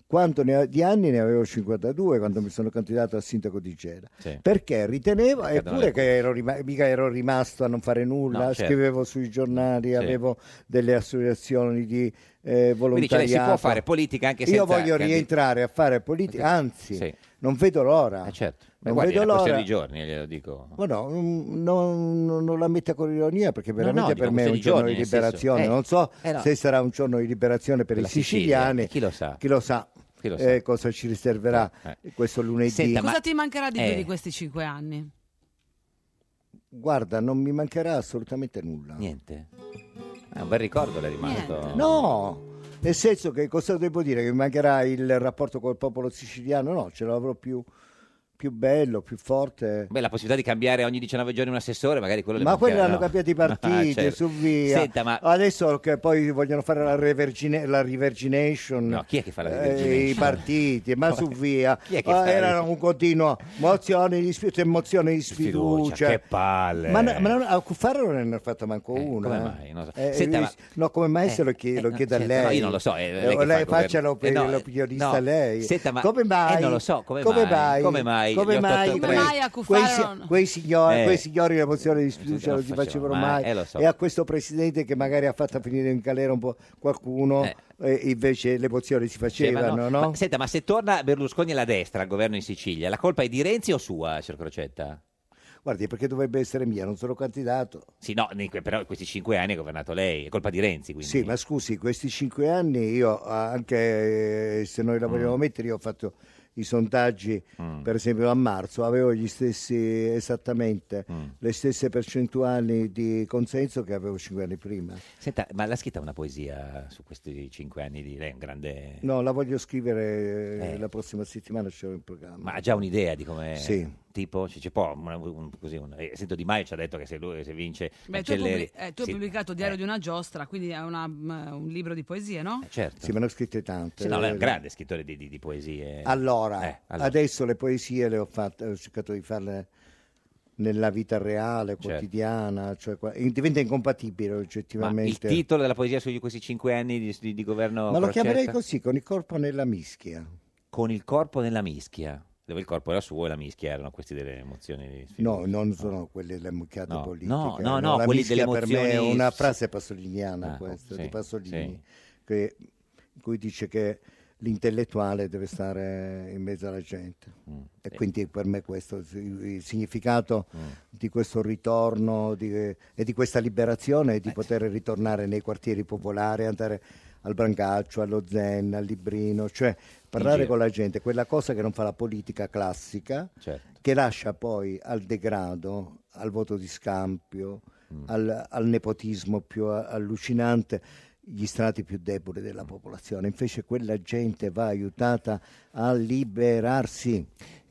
S11: quanto ne- di anni ne avevo 52 quando mi sono candidato a sindaco di Gela
S2: Sì.
S11: perché ritenevo
S2: Riccardo
S11: eppure
S2: Lecco.
S11: che ero, rima- mica ero rimasto a non fare nulla
S2: No, certo.
S11: scrivevo sui giornali avevo delle associazioni di eh,
S2: Quindi cioè,
S11: volontariato
S2: lei si può fare politica anche senza...
S11: io voglio
S2: candid-
S11: rientrare a fare politica anzi non vedo l'ora
S2: Ma
S11: non
S2: Eh, certo. guardi, è
S11: vedo
S2: una questione
S11: l'ora
S2: di giorni, glielo dico.
S11: ma no, mm, non, non- non la metta con ironia perché
S2: No,
S11: veramente
S2: no,
S11: per
S2: dico
S11: me è un
S2: questi
S11: giorno
S2: giorni,
S11: di
S2: nel senso.
S11: liberazione.
S2: Eh,
S11: non so
S2: eh, no.
S11: se sarà un giorno di liberazione per,
S2: Per
S11: i
S2: la Sicilia,
S11: siciliani.
S2: eh, chi lo sa?
S11: Chi lo sa,
S2: Chi lo
S11: eh,
S2: sa?
S11: cosa ci riserverà
S2: Eh,
S11: questo lunedì. Eh,
S1: Cosa ti mancherà di più di questi cinque anni?
S11: Guarda, non mi mancherà assolutamente nulla.
S2: Niente. Oh. È un bel ricordo le è rimasto.
S11: No, nel senso che cosa devo dire? Che mi mancherà il rapporto col popolo siciliano? No, ce l'avrò più, più bello, più forte.
S2: Beh, la possibilità di cambiare ogni 19 giorni un assessore, magari quello le
S11: Ma quelli
S2: mancherà,
S11: hanno
S2: no?
S11: cambiato i
S2: [laughs] Ah,
S11: partiti,
S2: certo.
S11: su via.
S2: Senta, ma
S11: Adesso che poi vogliono fare la, revergine- la revergination.
S2: No, chi è che fa la
S11: eh,
S2: revergination?
S11: I partiti,
S2: [laughs]
S11: ma su via.
S2: Chi è che
S11: Ah,
S2: fa-
S11: erano un continuo mozioni di sfiducia, mozioni di sfiducia.
S2: che palle.
S11: Ma, no- ma non- a Cuffaro non ne ha fatto manco una.
S2: come
S11: eh.
S2: mai? Non so.
S11: Eh,
S2: Senta,
S11: lui-
S2: ma- eh,
S11: no, come mai se lo chiedo, lo
S2: no,
S11: chiedo a
S2: senta,
S11: lei?
S2: no, io non lo so, è lei
S11: Eh,
S2: che fa il
S11: faccia
S2: governo.
S11: l'op-
S2: Eh, no,
S11: l'opinionista
S2: no,
S11: lei.
S2: senta, ma-
S11: come mai?
S2: eh, non lo so, come mai?
S11: mai?
S2: Come mai gli
S11: Come mai?
S2: 883?
S11: quei-
S2: Come mai a
S11: quei,
S2: Cuffaro
S11: si-
S2: non-
S11: quei signori,
S2: Eh.
S11: quei signori la mozione di sfiducia
S2: non
S11: non si
S2: facevano
S11: facevano
S2: mai,
S11: mai.
S2: eh, lo so.
S11: E a questo presidente che magari ha fatto finire in galera un po' qualcuno, e invece le mozioni si facevano,
S2: Cioè,
S11: no?
S2: Eh. ma- senta, ma se torna Berlusconi alla destra al governo in Sicilia, la colpa è di Renzi o sua, signor Crocetta?
S11: Guardi, perché dovrebbe essere mia, non sono candidato.
S2: Sì, no, in que- però in questi cinque anni ha governato lei, è colpa di Renzi, quindi.
S11: Sì, ma scusi, questi cinque anni io, ah, anche eh, se noi
S2: Mm.
S11: la vogliamo mettere, io ho fatto i sondaggi, per esempio a marzo, avevo gli stessi, esattamente,
S2: Mm.
S11: le stesse percentuali di consenso che avevo cinque anni prima.
S2: Senta, ma l'ha scritta una poesia su questi cinque anni di lei, è un grande...
S11: No, la voglio scrivere eh,
S2: Eh.
S11: la prossima settimana, ce l'ho in programma.
S2: Ma ha già un'idea di come...
S11: Sì.
S2: Tipo, cioè, ci, ci può, una- un- così, un- eh, sento Di Maio ci ha detto che se lui se vince...
S1: Beh, tu, hai
S2: Cancelleri-
S1: pubblic- eh, tu hai
S2: Sì,
S1: pubblicato Diario di una giostra, quindi è una- mh, un libro di poesie, no?
S2: certo.
S11: Sì, me ne ho scritte tante.
S2: Sì, no, lei è un
S11: Eh,
S2: grande scrittore di, di- di poesie.
S11: Allora,
S2: Eh, allora.
S11: adesso le poesie le ho fatte, ho cercato di farle nella vita reale,
S2: Certo.
S11: quotidiana, cioè qua- e diventa incompatibile
S2: Ma il
S11: oggettivamente.
S2: titolo della poesia su questi cinque anni di, di- di governo...
S11: Ma lo
S2: Crocetta?
S11: chiamerei così, con il corpo nella mischia.
S2: Con il corpo nella mischia. Dove il corpo era suo e la mischia erano queste delle emozioni di sfiducia.
S11: No, non sono quelle delle mucchiate
S2: Ah. No,
S11: politiche.
S2: no, no, no,
S11: la
S2: quelli
S11: mischia
S2: delle
S11: per me è
S2: emozioni-
S11: una
S2: sì.
S11: frase pasoliniana
S2: Ah,
S11: questa,
S2: sì,
S11: di Pasolini,
S2: sì.
S11: che- in cui dice che l'intellettuale deve stare in mezzo alla gente.
S2: Mm,
S11: E quindi per me questo il il significato
S2: Mm.
S11: di questo ritorno di- e di questa liberazione
S2: Eh,
S11: è di poter ritornare nei quartieri popolari, andare al Brancaccio, allo Zen, al Librino, cioè parlare
S2: giro.
S11: con la gente, quella cosa che non fa la politica classica,
S2: Certo.
S11: che lascia poi al degrado, al voto di scampio,
S2: Mm.
S11: al, al nepotismo più a- allucinante gli strati più deboli della
S2: Mm.
S11: popolazione. Invece quella gente va aiutata a liberarsi.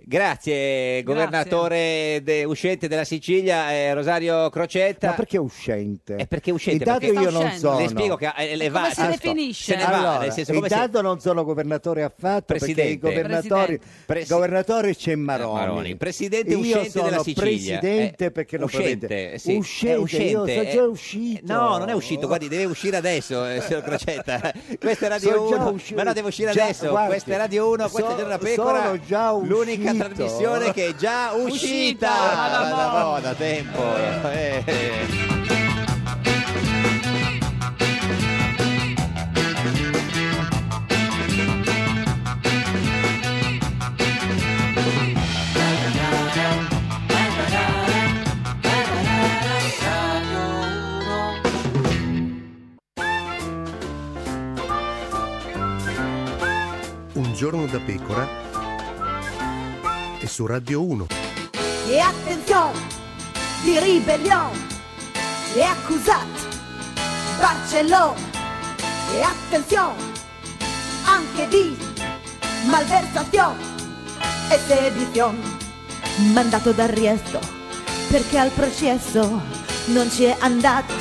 S2: Grazie, governatore de- uscente della Sicilia, eh, Rosario Crocetta.
S11: Ma perché uscente?
S2: È perché uscite?
S11: Intanto
S2: perché
S11: io non sono.
S2: Le spiego che è
S11: Ma
S2: elevato.
S11: come si
S1: definisce?
S2: Se ne va,
S11: allora,
S2: nel senso come se-
S11: intanto non sono governatore affatto perché i
S2: Presidente.
S11: governatori
S2: Presi- Eh,
S11: governatore c'è Maroni,
S2: Maroni. Presidente
S11: Io
S2: uscente
S11: sono
S2: della Sicilia.
S11: presidente
S2: Eh,
S11: perché lo
S2: uscente, eh,
S11: prevede.
S2: sì. È
S11: uscente, io sono
S2: uscente,
S11: già
S2: eh.
S11: uscito
S2: No, non è uscito, guardi, deve uscire adesso, eh,
S11: [laughs]
S2: signor Crocetta. Questa è Radio
S11: Sono già
S2: 1,
S11: uscito.
S2: ma no, deve uscire
S11: Già,
S2: adesso.
S11: guardi,
S2: questa è Radio 1, questa è
S11: so-
S2: Giorno da Pecora.
S11: sono già
S2: L'unica
S11: uscito.
S2: trasmissione che è già uscita.
S11: Uscita,
S2: da
S11: Madonna.
S2: buona tempo. Eh.
S6: Un giorno da pecora e su Radio 1.
S9: E attenzione, di ribellione è accusat Barcellona. E attenzione, anche di malversazione e sedizione. Mandato d'arresto, perché al processo non ci è andato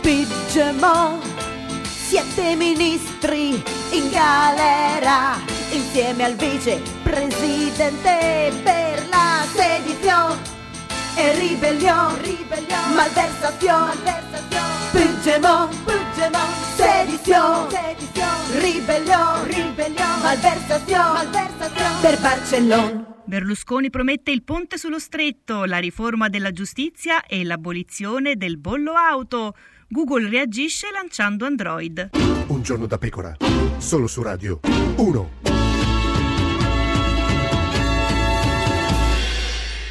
S9: Pigemon. Siete ministri in galera insieme al vicepresidente per la sedizione e ribellion, ribellion, malversazione, malversazione, Puigdemont, Puigdemont, sedizione, sedizione, ribellion, ribellion, malversazione, malversazione, per Barcellona.
S7: Berlusconi promette il ponte sullo stretto, la riforma della giustizia e l'abolizione del bollo auto. Google reagisce lanciando Android.
S2: Ah,
S6: Un giorno da pecora, solo su Radio 1.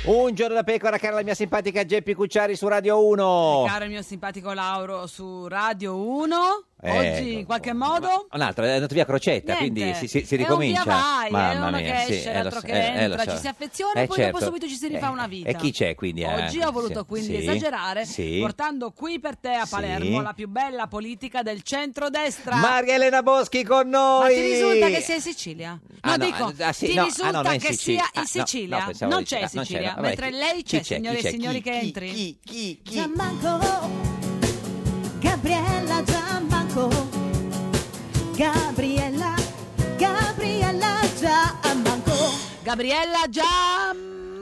S2: Un giorno da pecora, cara la mia
S11: Oh.
S2: simpatica Geppi Cucciari su Radio 1.
S1: Caro il mio simpatico Lauro su Radio 1.
S11: Eh,
S1: Oggi in qualche modo
S2: Un'altra, è andato via Crocetta,
S1: Niente.
S2: quindi si, si- si
S1: È un via
S2: ricomincia.
S1: vai, è
S2: Mamma
S1: uno
S2: mia,
S1: che
S2: sì,
S1: esce,
S2: eh,
S1: l'altro
S2: lo so,
S1: che
S2: eh, eh, lo
S1: entra,
S2: so.
S1: ci si affeziona e
S2: Eh,
S1: poi dopo
S2: certo.
S1: subito ci si rifà
S2: Eh,
S1: una vita.
S2: E chi c'è quindi? eh?
S1: Oggi ho voluto
S2: Sì,
S1: quindi
S2: sì,
S1: esagerare
S2: sì.
S1: portando qui per te a Palermo
S2: Sì.
S1: la più bella politica del centrodestra.
S2: Maria Elena Boschi con noi!
S1: Ma ti risulta che sia in Sicilia? No,
S2: Ah, no,
S1: dico,
S2: ah, sì,
S1: ti
S2: no, ah,
S1: risulta
S2: no, non è in
S1: che
S2: Sicilia.
S1: sia
S2: Ah,
S1: in
S2: no, no,
S1: Sicilia?
S2: pensavo
S1: non
S2: di-
S1: c'è
S2: ah,
S1: in
S2: non c'è,
S1: Sicilia,
S2: no, vabbè,
S1: mentre
S2: chi-
S1: lei
S2: chi
S1: c'è,
S2: c'è, chi
S1: signore
S2: c'è,
S1: e signori
S2: chi-
S1: che
S2: chi-
S1: entri.
S9: Chi, chi, chi? Gianmanco, Gabriella Gianmanco, Gabriella, Gabriella Gianmanco.
S1: Gabriella Gianmanco.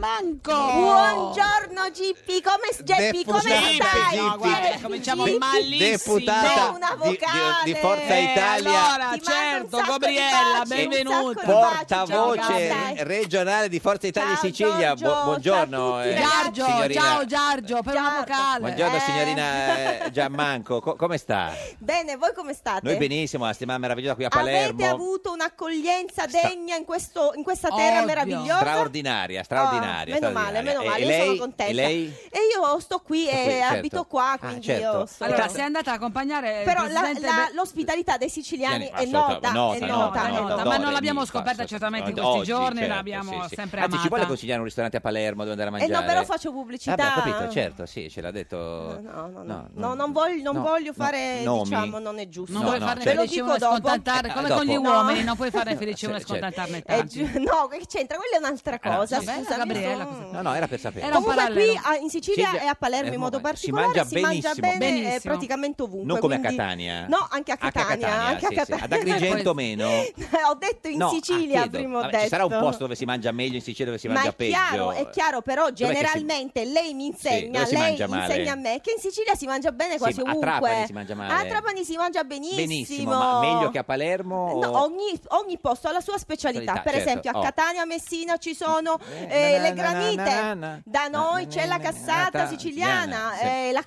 S12: Buongiorno Gippi, come, Gippi, come
S2: Deputata
S12: stai?
S2: Gippi.
S1: No, guarda, cominciamo
S2: De-
S1: Diciamo malissimo.
S2: deputata
S12: Una
S2: di- di- di,
S12: vocale.
S2: Forza
S12: Eh,
S2: Italia
S1: allora,
S12: Ti mando un
S1: certo,
S12: sacco di
S1: Gabriella,
S12: baci, un
S1: benvenuta.
S12: sacco di baci, ciao,
S2: portavoce
S12: Gabriella.
S2: re- regionale di Forza Italia in Sicilia Bu-
S1: Giorgio,
S2: buongiorno eh,
S1: Giorgio,
S2: signorina
S1: ciao Giorgio, per una vocale.
S2: buongiorno
S12: Eh.
S2: signorina eh, Gianmanco Co- come
S1: [laughs]
S2: sta?
S12: Bene, voi come state?
S2: noi benissimo la settimana meravigliosa qui a
S12: Avete
S2: Palermo
S12: avuto un'accoglienza degna in, questo- in questa terra meravigliosa?
S2: straordinaria straordinaria
S12: Ah, meno male,
S2: straordinaria.
S12: meno
S2: E-
S12: male,
S2: e
S12: io sono
S2: lei?
S12: contenta.
S2: e lei?
S12: E io sto qui
S2: Sto
S12: e
S2: qui, certo.
S12: abito qua,
S2: Ah,
S12: quindi
S2: certo.
S12: io sono...
S1: Allora, sei andata ad accompagnare il
S12: Però la-
S1: presidente
S12: la-
S1: Be-
S12: l'ospitalità dei siciliani
S2: Vieni,
S12: è
S2: assolutamente,
S12: nota,
S2: nota,
S12: è
S2: nota,
S12: nota,
S2: nota,
S12: è
S2: nota.
S1: ma non
S2: Dore,
S1: l'abbiamo
S2: mi
S1: scoperta
S2: fa-
S1: certamente in
S2: Oggi,
S1: questi giorni,
S2: certo,
S1: l'abbiamo
S2: sì, sì.
S1: sempre
S2: Anzi, ci vuole
S1: amata.
S2: consigliare un ristorante a Palermo dove andare a
S12: Eh
S2: mangiare?
S12: no, però faccio pubblicità.
S2: Vabbè, ho capito, certo, sì, ce l'ha detto.
S12: No, no, no,
S2: No,
S12: No, non voglio, non
S2: Mm. no,
S12: voglio
S2: no,
S12: fare,
S2: nomi.
S12: diciamo, non è giusto.
S2: Non No, vuoi no, farne
S12: Ve lo
S1: felice
S12: dico
S1: uno e
S12: dopo.
S1: scontantarne, come Eh, con gli dopo. uomini, non puoi farne
S2: cioè,
S1: felice uno e
S12: Certo.
S1: scontantarne
S12: Eh,
S1: tanti.
S12: giu- no, che c'entra? Quella è un'altra
S2: Eh, no,
S12: cosa. Mm.
S2: sì, sì.
S12: scusa,
S1: Gabriella,
S12: io sono-
S2: No, no, era per sapere.
S12: Comunque qui
S1: parallelo.
S12: a- in Sicilia
S2: Sicilia
S12: e a Palermo
S2: è
S12: in modo
S2: mo- Eh, si
S12: particolare
S2: mangia
S12: si mangia
S2: benissimo.
S12: bene, eh,
S2: Benissimo.
S12: praticamente ovunque.
S2: Non come a
S12: quindi-
S2: Catania. eh.
S12: No, anche a Catania. anche a
S2: sì, sì.
S12: Catania.
S2: Ad [laughs] Agrigento meno.
S12: [laughs] Ho detto in
S2: No, ah,
S12: Sicilia,
S2: chiedo.
S12: prima ho
S2: Vabbè, Ci sarà un
S12: detto.
S2: posto dove si mangia meglio in Sicilia dove si
S12: Ma
S2: mangia
S12: è
S2: peggio.
S12: chiaro, è chiaro, però
S2: Dov'è che si-
S12: generalmente lei mi insegna,
S2: dove si
S12: lei
S2: mangia male?
S12: insegna a me che in Sicilia si mangia bene quasi
S2: Sì, ma a
S12: ovunque.
S2: Trapani si mangia male?
S12: A Trapani si mangia benissimo.
S2: Benissimo, ma meglio che a Palermo? o-
S12: No, ogni, ogni posto ha la sua specialità.
S2: Specialità,
S12: per
S2: certo.
S12: esempio, a
S2: Oh.
S12: Catania, a Messina ci sono
S2: Eh,
S12: eh, le
S2: na, na, na, na,
S12: granite. Da noi c'è la cassata
S2: na,
S12: siciliana,
S2: siciliana,
S12: eh, la
S2: Quella al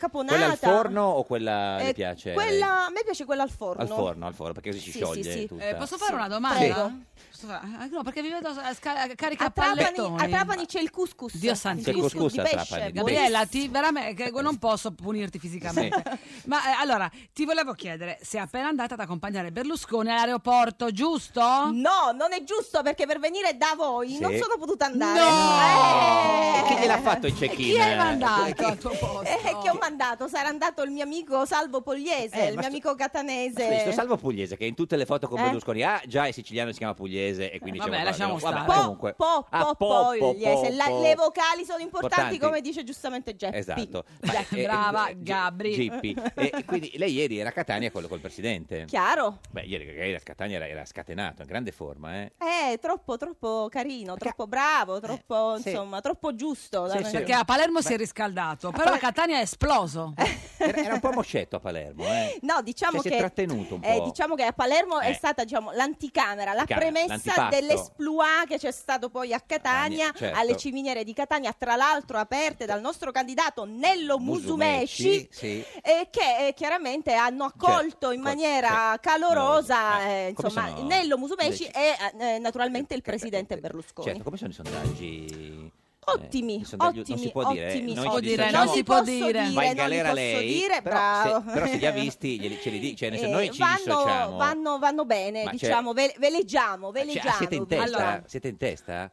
S12: caponata.
S2: forno o quella le
S12: Eh,
S2: piace?
S12: quella- a me piace quella al forno.
S2: Al forno, al forno, perché così si
S12: Sì,
S2: scioglie
S12: sì, sì.
S2: tutta.
S1: Eh, posso fare una domanda?
S12: Prego.
S1: Posso fare- ah, No, perché vi vedo eh, sca- carica
S12: A Trapani,
S1: pallettoni.
S12: a Trapani c'è il couscous.
S1: Dio santo,
S2: C'è il couscous
S12: di
S2: a
S12: pesce,
S2: Trapani, di
S12: buonissimo.
S1: Gabriella, ti, veramente, che non posso punirti fisicamente. Ma eh, allora, ti volevo chiedere se è appena andata ad accompagnare Berlusconi all'aeroporto, giusto?
S12: No, non è giusto perché per venire da voi
S2: Sì.
S12: non sono potuta andare.
S2: No!
S12: Eh!
S2: Chi gliel'ha fatto il check-in?
S12: Chi hai mandato
S2: Eh,
S12: al tuo posto? che ho mandato? Sarà andato il mio amico Salvo Pogliese,
S2: Eh,
S12: il mio
S2: ma sto-
S12: amico catanese.
S2: Questo salvo Pugliese che in tutte le foto con
S12: Eh?
S2: Berlusconi ah già è siciliano e si chiama Pugliese e quindi
S1: Eh, Vabbè,
S2: c'è
S1: lasciamo
S2: vabbè,
S1: stare.
S2: vabbè, comunque
S12: Po,
S2: Ah,
S12: po,
S2: po, po,
S12: Pogliese.
S2: po,
S12: La-
S2: po.
S12: le vocali sono importanti,
S2: Importanti.
S12: come dice giustamente Geppi.
S2: esatto
S1: Beh, brava,
S2: G-
S1: Gabri.
S2: Gippi. e, e quindi lei ieri era a Catania col, col presidente
S12: Chiaro?
S2: beh ieri che era a Catania era, era scatenato in grande forma eh
S12: Eh, troppo, troppo carino, troppo bravo, troppo,
S2: sì.
S12: insomma, troppo giusto. da
S2: Sì,
S12: me.
S2: sì.
S1: Perché a Palermo si
S2: Ma-
S1: è riscaldato, però a Catania è esploso.
S12: Eh,
S2: Eh, era, era un po' moscetto a Palermo eh
S12: No, [laughs] diciamo
S2: Cioè, si è
S12: che
S2: trattenuto un po'
S12: eh, diciamo che a Palermo è
S2: Eh.
S12: stata diciamo, l'anticamera, la
S2: L'anticamera,
S12: premessa
S2: l'antipasto.
S12: dell'esploit che c'è stato poi a Catania,
S2: Catania, certo.
S12: alle ciminiere di Catania, tra l'altro aperte dal nostro candidato Nello Musumeci.
S2: sì
S12: eh, che eh, chiaramente hanno accolto in
S2: Certo,
S12: maniera calorosa eh,
S2: come
S12: insomma,
S2: sono-
S12: Nello Musumeci
S2: Musumeci.
S12: e eh, naturalmente il presidente Berlusconi.
S2: certo come sono i sondaggi
S12: Ottimi,
S2: i sondaggi
S12: ottimi,
S2: non si può dire, eh,
S12: ottimi
S2: noi
S12: sondaggi.
S2: ci
S12: Non
S2: diciamo-
S12: si può dire,
S2: va
S12: non li
S2: in galera
S12: posso
S2: lei
S12: dire,
S2: però,
S12: bravo.
S2: se, però se
S12: [laughs]
S2: li ha visti glieli, ce li dice nel senso,
S12: Eh,
S2: noi ci
S12: vanno,
S2: dissociamo
S12: vanno, vanno bene,
S2: Ma c'è-
S12: diciamo, ve- veleggiamo,
S2: Cioè, ah,
S12: veleggiamo.
S2: siete in testa?
S12: Allora, eh,
S2: Siete in testa?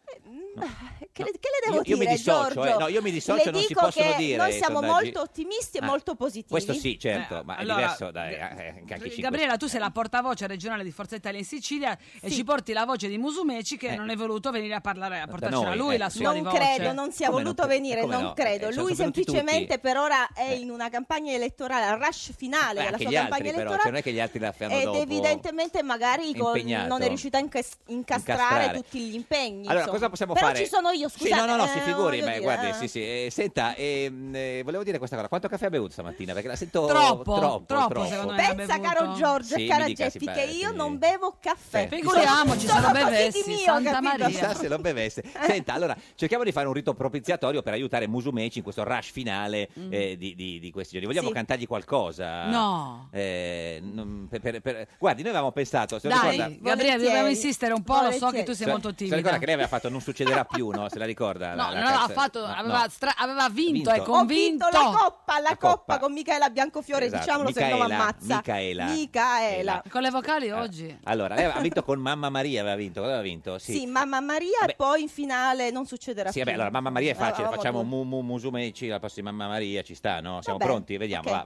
S12: che, le- che le devo
S2: Io- io mi
S12: dire,
S2: dissocio,
S12: Giorgio?
S2: eh, no, io mi dissocio,
S12: Le
S2: non si
S12: dico
S2: possono
S12: che
S2: dire
S12: Noi
S2: i
S12: siamo
S2: sondaggi.
S12: molto ottimisti e
S2: Ah,
S12: molto positivi.
S2: Questo sì, certo,
S1: Eh,
S2: ma
S1: allora,
S2: è diverso dai, eh, anche anche cinque-
S1: Gabriela, tu sei
S2: eh.
S1: la portavoce regionale di Forza Italia in Sicilia e ci porti la voce di Musumeci che
S2: Eh.
S1: non è voluto venire a parlare a portarci
S2: noi,
S1: a lui
S2: eh.
S1: la sua
S12: non
S1: voce.
S12: credo, non sia
S1: Come
S12: voluto
S1: non cre-
S12: venire,
S1: come
S12: non
S1: no?
S12: credo.
S1: Eh, sono
S12: Lui
S1: venuti tutti.
S12: semplicemente per ora è in una campagna elettorale, al rush finale
S2: Eh. Beh,
S12: della
S2: anche
S12: sua
S2: gli altri
S12: campagna
S2: però, cioè, non
S12: elettorale.
S2: è che gli altri la fanno
S12: Ed
S2: dopo.
S12: evidentemente magari col-
S2: Impegnato.
S12: non è riuscita a incas- incastrare,
S2: Incastrare.
S12: tutti gli impegni.
S2: Allora,
S12: insomma.
S2: cosa possiamo
S12: Però
S2: fare?
S12: ci sono io,
S2: Sì,
S12: scusate.
S2: no, no, no, si
S12: eh,
S2: figuri,
S12: voglio
S2: ma
S12: dire,
S2: guardi,
S12: eh.
S2: sì, sì. eh, senta, ehm, eh, volevo dire questa cosa, quanto caffè ha bevuto stamattina? Perché la sento
S1: Troppo,
S2: Oh, troppo,
S1: troppo,
S2: troppo.
S1: secondo me. non
S12: Pensa,
S1: abbiamo
S12: caro
S1: avuto.
S12: Giorgio
S2: Sì,
S12: e cara
S2: mi dica, si
S12: Geppi,
S2: pare,
S12: che io
S2: sì.
S12: non bevo caffè.
S2: Sì.
S1: Figuriamoci,
S12: sono
S1: se lo
S12: così
S1: bevessi,
S12: di mio,
S1: Santa
S12: capito?
S1: Maria.
S2: Chissà se lo
S1: [laughs]
S2: bevesse. Senta, allora cerchiamo di fare un rito propiziatorio per aiutare Musumeci in questo rush finale
S1: Mm.
S2: eh, di, di- di questi giorni. Vogliamo
S1: Sì.
S2: cantargli qualcosa?
S1: No.
S2: Eh, non- per- per- per- Guardi, noi avevamo pensato. Se lo
S1: Dai,
S2: ricorda-
S1: Gabriele, dobbiamo
S12: Volentieri.
S1: insistere un po', lo so che tu sei
S2: se-
S1: molto
S2: Se lo
S1: timida.
S2: ricorda che lei aveva fatto Non succederà vincerà più, no? Se la ricorda.
S1: [laughs] No,
S2: la, la
S1: non aveva
S2: calcio-
S1: fatto,
S2: no,
S1: aveva,
S2: no.
S1: stra- aveva
S2: Vinto.
S1: vinto, è convinto.
S12: Ho vinto la coppa, la, coppa.
S2: coppa.
S12: con Michaela Biancofiore,
S2: Esatto,
S12: diciamolo se no mi
S2: Micaela,
S12: ammazza.
S2: Micaela.
S12: Micaela.
S1: Con le vocali
S2: Ah,
S1: oggi.
S2: Allora, lei ha vinto con Mamma Maria, aveva vinto. Cosa aveva vinto?
S12: Sì, mamma Maria e poi in finale non succederà
S2: Sì,
S12: più.
S2: vabbè, allora Mamma Maria è facile,
S12: Eravamo
S2: facciamo
S12: due.
S2: mu mu musumeci, la prossima Mamma Maria ci sta, no? Siamo
S12: Vabbè,
S2: pronti? Vediamo,
S12: ok.
S2: va-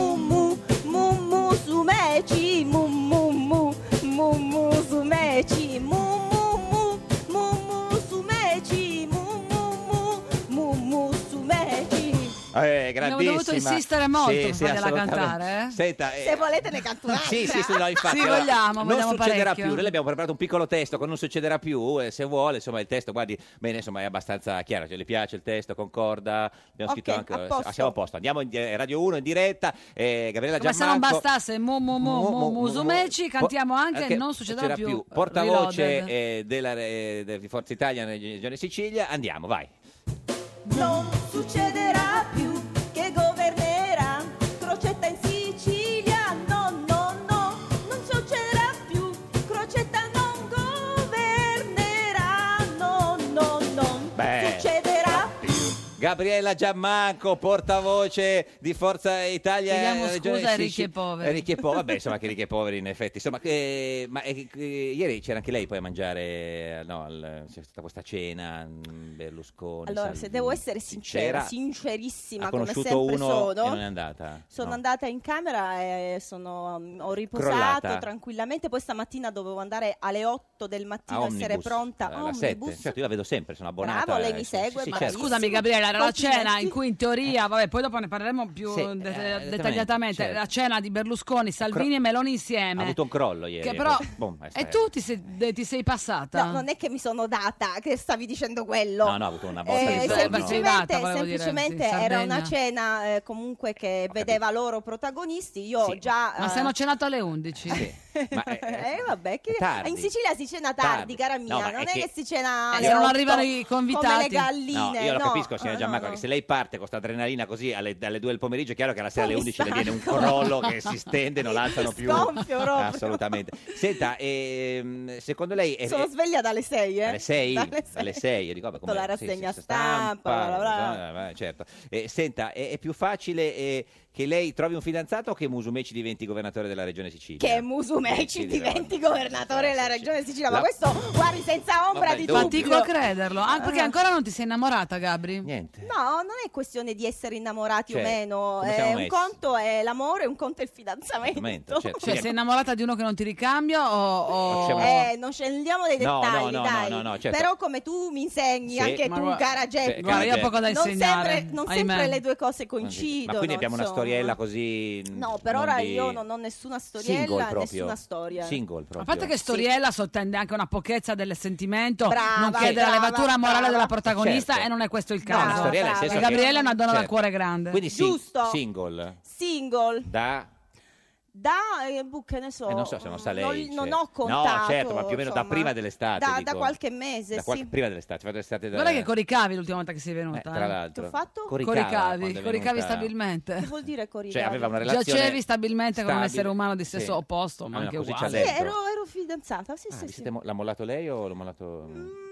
S12: Mu mu su meci, mu mu mu, mu mu su meci, mu mu mu, mu mu su meci, mu mu mu, mu mu su meci.
S2: Eh,
S1: Abbiamo
S2: grandissima.
S1: dovuto insistere molto
S2: Sì,
S1: per
S2: sì,
S1: fargliela
S2: assolutamente.
S1: cantare, eh?
S2: Senta, eh,
S12: Se volete ne canto un'altra.
S2: Sì, sì,
S1: [laughs]
S2: sì, no, infatti.
S1: Sì,
S2: allora,
S1: vogliamo, vogliamo
S2: Non succederà
S1: parecchio.
S2: più, noi le abbiamo preparato un piccolo testo, con non succederà più, eh, se vuole, insomma, il testo, guardi, bene, insomma, è abbastanza chiaro, cioè, le piace il testo, concorda, abbiamo
S1: Ok,
S2: scritto anche,
S1: a posto.
S2: ah, siamo a posto, andiamo in eh, Radio 1 in diretta, eh, Gabriella
S1: Come se non
S2: Gianmarco.
S1: bastasse mu mu mu mu, mu, Musumeci, cantiamo anche
S2: Anche
S1: Non succederà più.
S2: Portavoce
S1: Reloaded.
S2: eh, della, eh, de- di Forza Italia nella regione Sicilia, andiamo, vai.
S12: Non succederà più che governerà Crocetta in Sicilia, no, no, no, non succederà più, Crocetta non governerà, no, no, no,
S2: Beh.
S12: succederà
S2: Gabriella Giammanco, portavoce di Forza Italia.
S1: Chiediamo
S2: eh, Regione
S1: scusa ai ricchi
S2: Sicilia.
S1: e poveri.
S2: Eh, Ricchi e poveri, vabbè, insomma, che ricchi e poveri in effetti. Insomma, eh, ma eh, eh, ieri c'era anche lei poi a mangiare, eh, no, al- c'è stata questa cena, mm, Berlusconi.
S12: Allora,
S2: Salvini.
S12: se devo essere sincera,
S2: Sincera?
S12: sincerissima
S2: ha
S12: come sempre
S2: conosciuto uno
S12: sono,
S2: e non è andata.
S12: Sono
S2: no?
S12: andata in camera e sono, um, ho riposato
S2: Crollata.
S12: tranquillamente. Poi stamattina dovevo andare alle 8 del mattino
S2: A
S12: a essere
S2: Omnibus,
S12: pronta.
S2: alla
S12: Omnibus.
S2: 7. Certo, io la vedo sempre, sono abbonata.
S12: Bravo, lei mi
S2: eh, sì,
S12: segue,
S2: sì,
S12: ma
S2: certo. Eh.
S1: Scusami Gabriela, era la
S12: Complimenti.
S1: cena in cui in teoria, vabbè, poi dopo ne parleremo più
S2: Sì,
S1: det-
S2: eh,
S1: dettagliatamente,
S2: dettagliatamente, certo.
S1: la cena di Berlusconi, Salvini e Meloni
S12: Eh,
S1: insieme.
S2: Ha avuto un crollo ieri. eh,
S1: Che
S2: è
S1: però-
S2: proprio- boom, eh. è
S1: e
S2: stato-
S1: tu ti sei, de- ti sei passata?
S12: No, non è che mi sono data, che stavi dicendo quello.
S2: No, no, ha avuto una botta
S12: Eh,
S2: di colpo.
S12: semplicemente
S1: Privata, volevo dire,
S12: semplicemente
S1: sì, in
S12: era
S1: Sardegna.
S12: una cena eh, comunque che vedeva loro protagonisti. Io
S1: Sì.
S12: già.
S1: Ma
S12: eh,
S1: se hanno cenato alle 11.
S12: eh, vabbè, che-
S1: tardi.
S12: in Sicilia si cena
S2: Tardi.
S12: tardi, cara mia,
S2: No, ma
S12: non
S2: è
S12: è
S2: che-
S12: che, si cena
S1: Eh,
S12: alle
S1: se non
S12: otto
S1: arrivano i
S12: come
S1: convitati.
S12: le
S2: No,
S12: galline.
S2: io lo
S12: no.
S2: capisco, signor
S12: Ah,
S2: Gianmarco,
S12: no,
S2: che se lei parte con questa adrenalina così alle, dalle 2 del pomeriggio, è chiaro che alla sera
S12: Poi
S2: alle
S12: mi
S2: 11 le viene un
S12: stacco.
S2: crollo che si
S12: [laughs]
S2: stende, non l'alzano più.
S12: Sgonfio proprio.
S2: Assolutamente. Senta, ehm, secondo lei... è-
S12: Sono
S2: è-
S12: sveglia dalle 6, eh?
S2: alle 6,
S12: Dalle sei.
S2: alle 6, io dico, vabbè, come
S12: La
S2: sì,
S12: rassegna
S2: sì,
S12: stampa, bla, bla, bla.
S2: eh, vabbè, certo. Eh, senta, è, è più facile eh, che lei trovi un fidanzato o che Musumeci diventi governatore della regione Sicilia?
S12: Che Musumeci
S2: Sì,
S12: diventi governatore della regione Sicilia, ma
S2: La-
S12: questo guardi senza ombra
S2: Vabbè,
S12: di
S2: dubbio.
S12: dubbio.
S1: Fatico a crederlo, anche perché
S12: Ah.
S1: ancora non ti sei innamorata, Gabri.
S2: Niente.
S12: No, non è questione di essere innamorati
S1: Cioè,
S12: o meno.
S1: come
S12: eh,
S1: siamo
S12: un
S1: messi?
S12: conto è l'amore, un conto è il fidanzamento.
S1: Cioè, sei innamorata di uno che non ti ricambia o... o-
S2: c'è una-
S12: Eh, non scendiamo dei
S2: No,
S12: dettagli,
S2: no, no,
S12: dai.
S2: no, no, no, certo.
S12: Però come tu mi insegni,
S2: Sì.
S12: anche
S2: Ma
S12: tu,
S2: guarda-
S12: cara Jack,
S2: Sì, cara Guarda, io ho Jack. poco da
S12: non
S1: cioè, insegnare,
S12: sempre, non
S1: ahimè.
S12: sempre le due cose
S2: Ma
S12: coincidono.
S2: quindi abbiamo una
S12: insomma.
S2: storiella così...
S12: No, per
S2: non
S12: ora
S2: di-
S12: io non ho nessuna
S2: Single
S12: storiella,
S2: proprio.
S12: nessuna storia.
S2: Single proprio.
S1: A parte che storiella sottende anche una pochezza del sentimento,
S12: Brava,
S1: non chiede la
S12: brava,
S1: levatura morale
S12: brava.
S1: della protagonista
S2: Certo.
S1: e non è questo il
S2: No, una
S1: caso.
S2: storiella nel senso
S1: E
S2: che-
S1: Gabriella è una donna dal
S2: Certo.
S1: cuore grande.
S2: Quindi sing-
S12: Giusto.
S2: single
S12: Single
S2: da...
S12: da eh, boh, che ne so,
S2: eh, non so se non sa
S12: non,
S2: lei.
S12: non
S2: cioè-
S12: ho contato.
S2: No, certo, ma più o meno da
S12: insomma.
S2: prima dell'estate.
S12: Da, da
S2: Ah, dico.
S12: qualche mese,
S2: Da qualche-
S12: sì.
S2: Prima dell'estate. cioè dell'estate da-
S1: Guarda che coricavi l'ultima volta che sei venuta.
S2: Eh, tra
S1: eh.
S2: l'altro.
S12: Che ho fatto?
S2: Coricava
S1: Coricavi,
S2: quando è
S1: coricavi
S2: venuta.
S1: stabilmente.
S12: Che vuol dire coricavi?
S2: Cioè, aveva una relazione
S1: Giacevi stabilmente con un
S2: stabile.
S1: essere umano di sesso
S2: Sì.
S1: opposto, ma
S2: Ah,
S1: anche
S2: così ci ha
S1: uguale.
S2: detto.
S12: Sì, ero, ero fidanzata, sì,
S2: Ah,
S12: sì,
S2: vi
S12: sì.
S2: siete mo- l'ha mollato lei o l'ho mollato...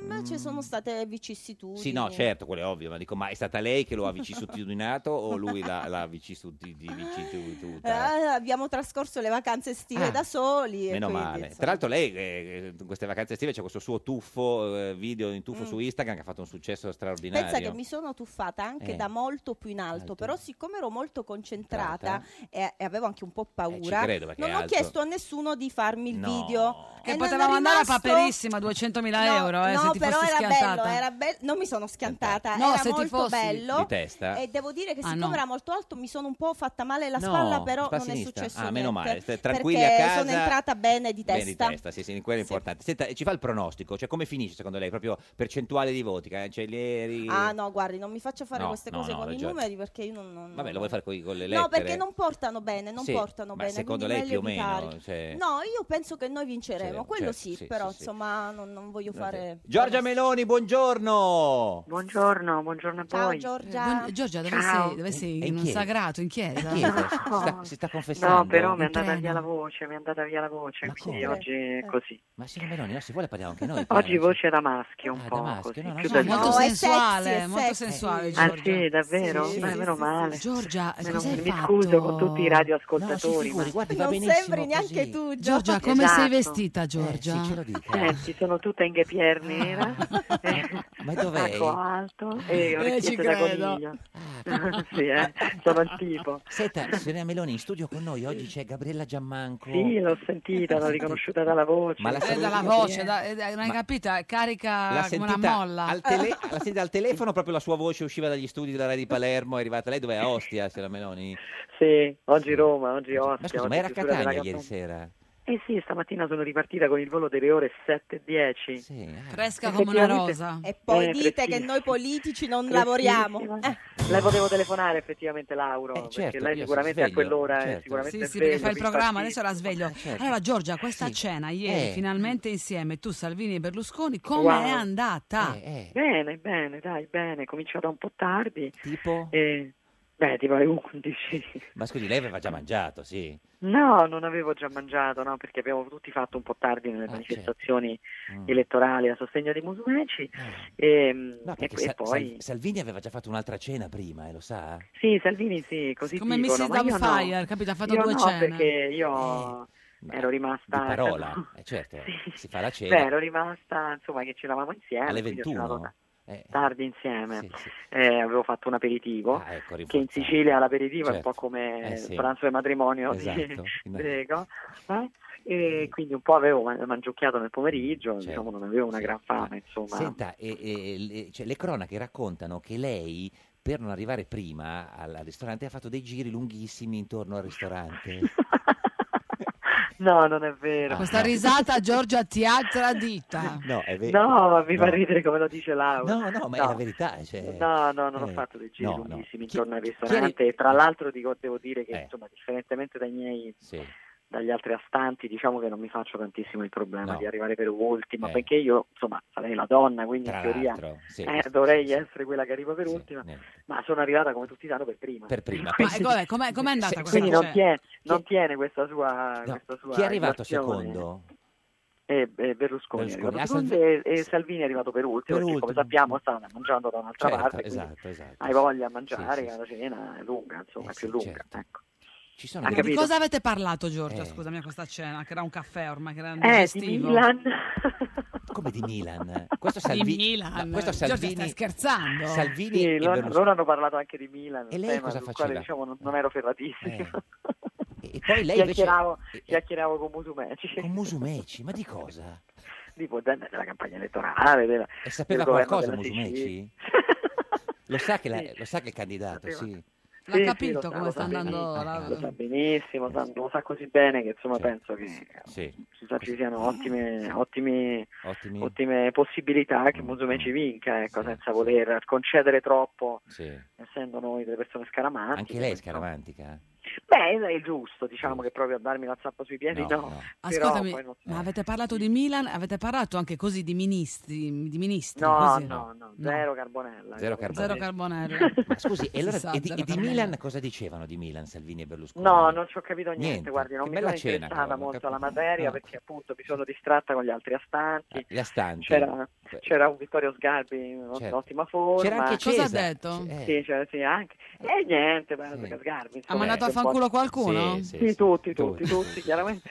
S12: Ma Mm, ci sono state diciamo. vicissitudini.
S2: Sì, no, certo, quello è ovvio, ma dico, ma è stata lei che lo ha vicissitudinato o lui l'ha, l'ha vicissitudi-
S12: Eh,
S2: vicissitudinata?
S12: abbiamo trascorso le vacanze estive
S2: certo, Ah,
S12: da soli. e
S2: Meno
S12: quindi,
S2: male.
S12: insomma.
S2: Tra l'altro lei eh, in queste vacanze estive c'è questo suo tuffo, eh, video in tuffo
S12: Mm.
S2: su Instagram che ha fatto un successo straordinario.
S12: Pensa che mi sono tuffata anche
S2: Eh.
S12: da molto più in alto, però siccome ero molto concentrata e, e avevo anche un po' paura,
S2: Eh, ci credo, perché
S12: non
S2: è
S12: ho
S2: alto.
S12: chiesto a nessuno di farmi il
S2: No.
S12: video.
S1: Che
S12: E Eh, non è
S1: potevamo andare a
S12: rimasto-
S1: paperissima 200.000 euro, eh,
S12: no,
S1: se ti
S12: però
S1: fossi
S12: era
S1: schiantata.
S12: bello, era bello, non mi sono schiantata,
S1: No,
S12: era
S1: se ti
S12: molto
S1: fossi-
S12: bello.
S2: Di testa?
S12: E devo dire che
S2: Ah,
S12: siccome
S2: no.
S12: era molto alto mi sono un po' fatta male la
S2: No,
S12: spalla, però
S2: spalla
S12: non è
S2: sinistra.
S12: successo
S2: Ah, meno
S12: niente,
S2: male, stai tranquilli
S12: perché
S2: a casa.
S12: sono entrata bene di
S2: Bene
S12: testa.
S2: di testa, sì, sì, quello è importante. Senta, ci fa il pronostico, cioè come finisce secondo lei? Proprio percentuale di voti, cancellieri?
S12: Ah no, guardi, non mi faccia fare
S2: No,
S12: queste
S2: no,
S12: cose
S2: no,
S12: con i
S2: ragione.
S12: numeri perché io non... non-
S2: Vabbè, lo vuoi fare coi- con, le lettere?
S12: No, perché non portano bene, non
S2: Sì,
S12: portano
S2: ma
S12: bene.
S2: secondo
S12: quindi
S2: lei più o
S12: meglio
S2: meno,
S12: evitare.
S2: cioè-
S12: No, io penso che noi vinceremo,
S2: Vinceremo,
S12: quello
S2: certo,
S12: sì,
S2: sì,
S12: però
S2: sì, sì.
S12: insomma non, non voglio fare...
S2: Giorgia Meloni, buongiorno!
S13: Buongiorno, buongiorno a
S12: Ciao
S13: voi.
S12: Giorgia.
S1: Giorgia, dove
S13: Ciao.
S1: sei? Dove sei?
S2: È
S1: In
S2: in
S1: un
S2: chiesa.
S1: sagrato, in chiesa?
S12: Oh,
S2: Chi è? Si sta, si sta confessando?
S13: No, però No, mi è
S2: in
S13: andata
S2: treno?
S13: via la voce, mi è andata via la voce, quindi
S2: come?
S13: oggi è così.
S2: Ma signora Meloni, no, si vuole parliamo anche noi.
S13: Oggi
S2: parla.
S13: voce da maschio un
S2: Ah, da
S13: po'
S2: maschio,
S13: così.
S2: no, no,
S13: più
S2: no,
S13: da
S1: molto
S13: giovane.
S1: sensuale,
S13: Eh,
S1: molto sensuale.
S13: Ah
S1: Giorgia.
S13: sì, davveno?
S1: Sì,
S13: Beh,
S1: sì,
S13: meno
S1: sì,
S13: male.
S1: sì. Giorgia,
S13: Meno-
S1: cosa hai
S13: mi
S1: fatto?
S13: scuso con tutti i radioascoltatori.
S1: No, si figuri,
S13: ma-
S1: guardi,
S12: va Non benissimo sembri neanche così. tu, Giorgia.
S1: Giorgia, come
S13: Esatto.
S1: sei vestita, Giorgia?
S13: Senti, Eh, sono tutta in ghepier nera,
S2: Ah, Ma
S1: dov'è?
S13: tacco alto
S2: Eh,
S13: e
S2: ci
S13: orecchiette da
S2: credo.
S13: coniglio. [laughs] sì, eh, sono il tipo.
S2: Senta, signora Meloni, in studio con noi oggi c'è Gabriella Giammanco.
S13: Sì, l'ho sentita, l'ho riconosciuta dalla voce.
S2: Ma la
S1: Eh, dalla voce, da- eh, non hai
S2: Ma-
S1: capito? È Carica
S2: L'ha
S1: come una
S2: sentita,
S1: molla.
S2: al
S1: [laughs]
S2: tele- l'ha sentita al telefono, proprio la sua voce usciva dagli studi della Rai di Palermo, è arrivata lei dov'è? A Ostia, signora Meloni?
S13: Sì, oggi Roma, oggi Ostia.
S2: Ma scusi,
S13: oggi
S2: ma era a
S13: chiusura della
S2: Catania
S13: campagna.
S2: ieri sera?
S13: Eh sì, stamattina sono ripartita con il volo delle ore 7.10.
S12: eh.
S1: Fresca come una rosa.
S12: E poi
S13: Eh,
S12: dite che
S13: preciso.
S12: noi politici non
S13: Preciso.
S12: lavoriamo. Eh,
S13: Le potevo telefonare effettivamente Lauro, perché
S2: certo, io
S13: lei
S2: sono
S13: sicuramente a
S2: sveglio,
S13: quell'ora è
S2: certo.
S13: sicuramente
S1: Eh, Sì, sì,
S13: sveglio,
S1: perché fa il programma,
S13: infatti-
S1: adesso la sveglio. Allora, Giorgia, questa cena ieri,
S13: Eh.
S1: finalmente insieme, tu, Salvini e Berlusconi, come
S13: Wow.
S1: è
S2: Eh,
S1: andata?
S13: Bene, bene, dai, bene, cominciata un po' tardi.
S2: Tipo?
S13: beh, tipo alle 11.
S2: Ma scusi, lei aveva già mangiato, sì.
S13: No, non avevo già mangiato, no, perché abbiamo tutti fatto un po' tardi nelle manifestazioni
S2: Ah, Mm. Eh.
S13: elettorali a sostegno di Musumeci Ehm, e,
S2: No,
S13: e-
S2: perché
S13: e
S2: Sa-
S13: poi...
S2: Sal- Salvini aveva già fatto un'altra cena prima, eh, lo sa?
S13: Sì, Salvini sì, così
S1: Come
S13: dicono,
S1: Mrs.
S13: ma io no.
S1: Doubtfire, capito? Ha fatto
S13: Io
S1: due
S13: no,
S1: cene.
S13: perché io ero rimasta...
S2: Eh, Di parola, eh,
S13: [laughs]
S2: certo, si fa la cena.
S13: Beh, ero rimasta, insomma, che c'eravamo insieme.
S2: Alle
S13: Eh, quindi
S2: 21?
S13: c'eravamo Tardi insieme. Eh, avevo fatto un aperitivo, che in
S2: rinforzante.
S13: Sicilia l'aperitivo è un
S2: Ah, ecco, Certo.
S13: po' come
S2: Eh, sì.
S13: il pranzo di matrimonio di-
S2: Esatto.
S13: greco. eh? E quindi un po' avevo man- mangiucchiato nel pomeriggio,
S2: Certo.
S13: diciamo, non avevo una gran
S2: eh,
S13: fame, insomma.
S2: Senta, e- e- le, cioè, le cronache raccontano che lei, per non arrivare prima al, al ristorante, ha fatto dei giri lunghissimi intorno al ristorante.
S13: [laughs]
S2: Ah,
S13: No, non è vero.
S2: [laughs]
S1: Questa risata, Giorgia, ti ha tradita.
S2: No, è vero.
S13: No, ma mi fa
S2: No.
S13: ridere come lo dice Laura.
S2: No, no, ma è la verità. cioè-
S13: No, no, non ho
S2: eh,
S13: fatto dei giri
S2: no, no.
S13: lunghissimi
S2: Chi-
S13: intorno al
S2: chi eri-
S13: ristorante. e Tra l'altro dico- devo dire che,
S2: Eh.
S13: insomma, differentemente dai miei,
S2: Sì.
S13: dagli altri astanti, diciamo che non mi faccio tantissimo il problema
S2: No.
S13: di arrivare per ultima,
S2: Eh.
S13: perché io, insomma, sarei la donna, quindi
S2: Tra
S13: in teoria
S2: l'altro, sì,
S13: eh,
S2: sì,
S13: dovrei
S2: sì, sì.
S13: essere quella che arriva per ultima,
S2: niente.
S13: ma sono arrivata, come tutti sanno, per prima.
S2: Per
S13: [laughs]
S2: prima.
S1: Ma eh, com'è, com'è- com'è andata
S13: Sì,
S1: questa Cioè,
S13: quindi non
S1: cena?
S13: tiene, non tiene questa sua,
S2: No,
S13: questa sua
S2: Chi è arrivato
S13: relazione.
S2: secondo?
S13: Eh, eh, Berlusconi, è
S2: Berlusconi.
S13: arrivato
S2: Ah,
S13: secondo
S2: Salvi-
S13: e, e Salvini è arrivato per ultimo,
S2: Per
S13: perché
S2: ultimo.
S13: come sappiamo sta mangiando da un'altra
S2: Certo,
S13: parte, quindi
S2: esatto, esatto.
S13: hai voglia a mangiare,
S2: Sì, sì,
S13: la cena è lunga, insomma,
S2: Eh,
S13: è più
S2: sì,
S13: lunga.
S2: certo.
S13: ecco.
S2: Ci sono
S13: Ha
S2: dei-
S1: Di
S13: capito.
S1: cosa avete parlato, Giorgia?
S2: Eh.
S1: Scusami, a questa cena, che era un caffè ormai, che era un
S13: Eh, di
S1: digestivo.
S13: Milan.
S2: Come di
S13: [laughs]
S2: Milan? Questo
S1: Di
S2: Salvi-
S1: Milan.
S2: Ma questo
S1: Giorgia,
S2: Salvini...
S1: stai scherzando?
S2: Salvini
S13: Sì,
S2: e
S13: loro,
S2: Berlusconi.
S13: loro hanno parlato anche di Milan,
S2: E
S13: un
S2: lei
S13: tema
S2: cosa
S13: sul
S2: faceva? Eh.
S13: quale diciamo non, non ero ferratissimo.
S2: E poi lei invece...
S13: chiacchieravo, chiacchieravo con Musumeci
S2: Con Musumeci, ma di cosa?
S13: tipo della della campagna elettorale della,
S2: E sapeva
S13: Ah, del governo
S2: qualcosa
S13: della Sicilia.
S2: Musumeci? [laughs] Lo sa che, la- lo sa che è candidato,
S13: Sapeva.
S2: sì.
S1: L'ha
S13: Sì, sì,
S1: capito
S13: lo sa,
S1: come
S13: lo
S1: sta
S13: sa
S1: andando
S13: benissimo,
S1: la-
S13: lo sa benissimo sa- lo sa così bene che insomma penso che
S2: Sì. Mm.
S13: ci, sa- ci siano ottime, ottime,
S2: Ottimi.
S13: ottime possibilità
S2: Mm.
S13: che Musumeci vinca ecco, senza voler concedere troppo
S2: Sì.
S13: essendo noi delle persone scaramantiche
S2: Anche lei è scaramantica?
S13: beh è giusto diciamo che proprio a darmi la zappa sui piedi
S2: No,
S13: no,
S2: no.
S13: Però
S1: Ascoltami,
S13: poi non-
S1: ma avete parlato di Milan, avete parlato anche così di ministri, di ministri
S13: no,
S1: così?
S13: no, no, zero carbonella
S2: Zero carbonello.
S1: Zero Carbonello.
S2: [laughs] Ma scusi,
S1: [laughs] Si
S2: e, allora,
S1: sa,
S2: e di,
S1: zero
S2: e di
S1: Carbonello.
S2: Milan cosa dicevano di Milan Salvini e Berlusconi?
S13: No, non ci ho capito niente,
S2: Niente.
S13: guardi, non
S2: Che
S13: mi
S2: bella
S13: sono
S2: cena,
S13: interessata
S2: allora, non
S13: molto alla
S2: capisco.
S13: materia
S2: Ah. Eh,
S13: perché appunto mi sono distratta con gli altri astanti,
S2: La stanti.
S13: c'era,
S2: Beh,
S13: c'era un Vittorio Sgarbi in ot-
S2: Certo.
S13: ottima forma.
S2: C'era anche Cosa Cesa. ha detto? Eh.
S13: Sì, c'era, sì, anche. E niente, ma Sgarbi. insomma,
S1: mandato a
S13: un po'
S1: fanculo
S13: di-
S1: qualcuno?
S13: Sì, tutti, tutti, tutti,
S2: [laughs]
S13: chiaramente,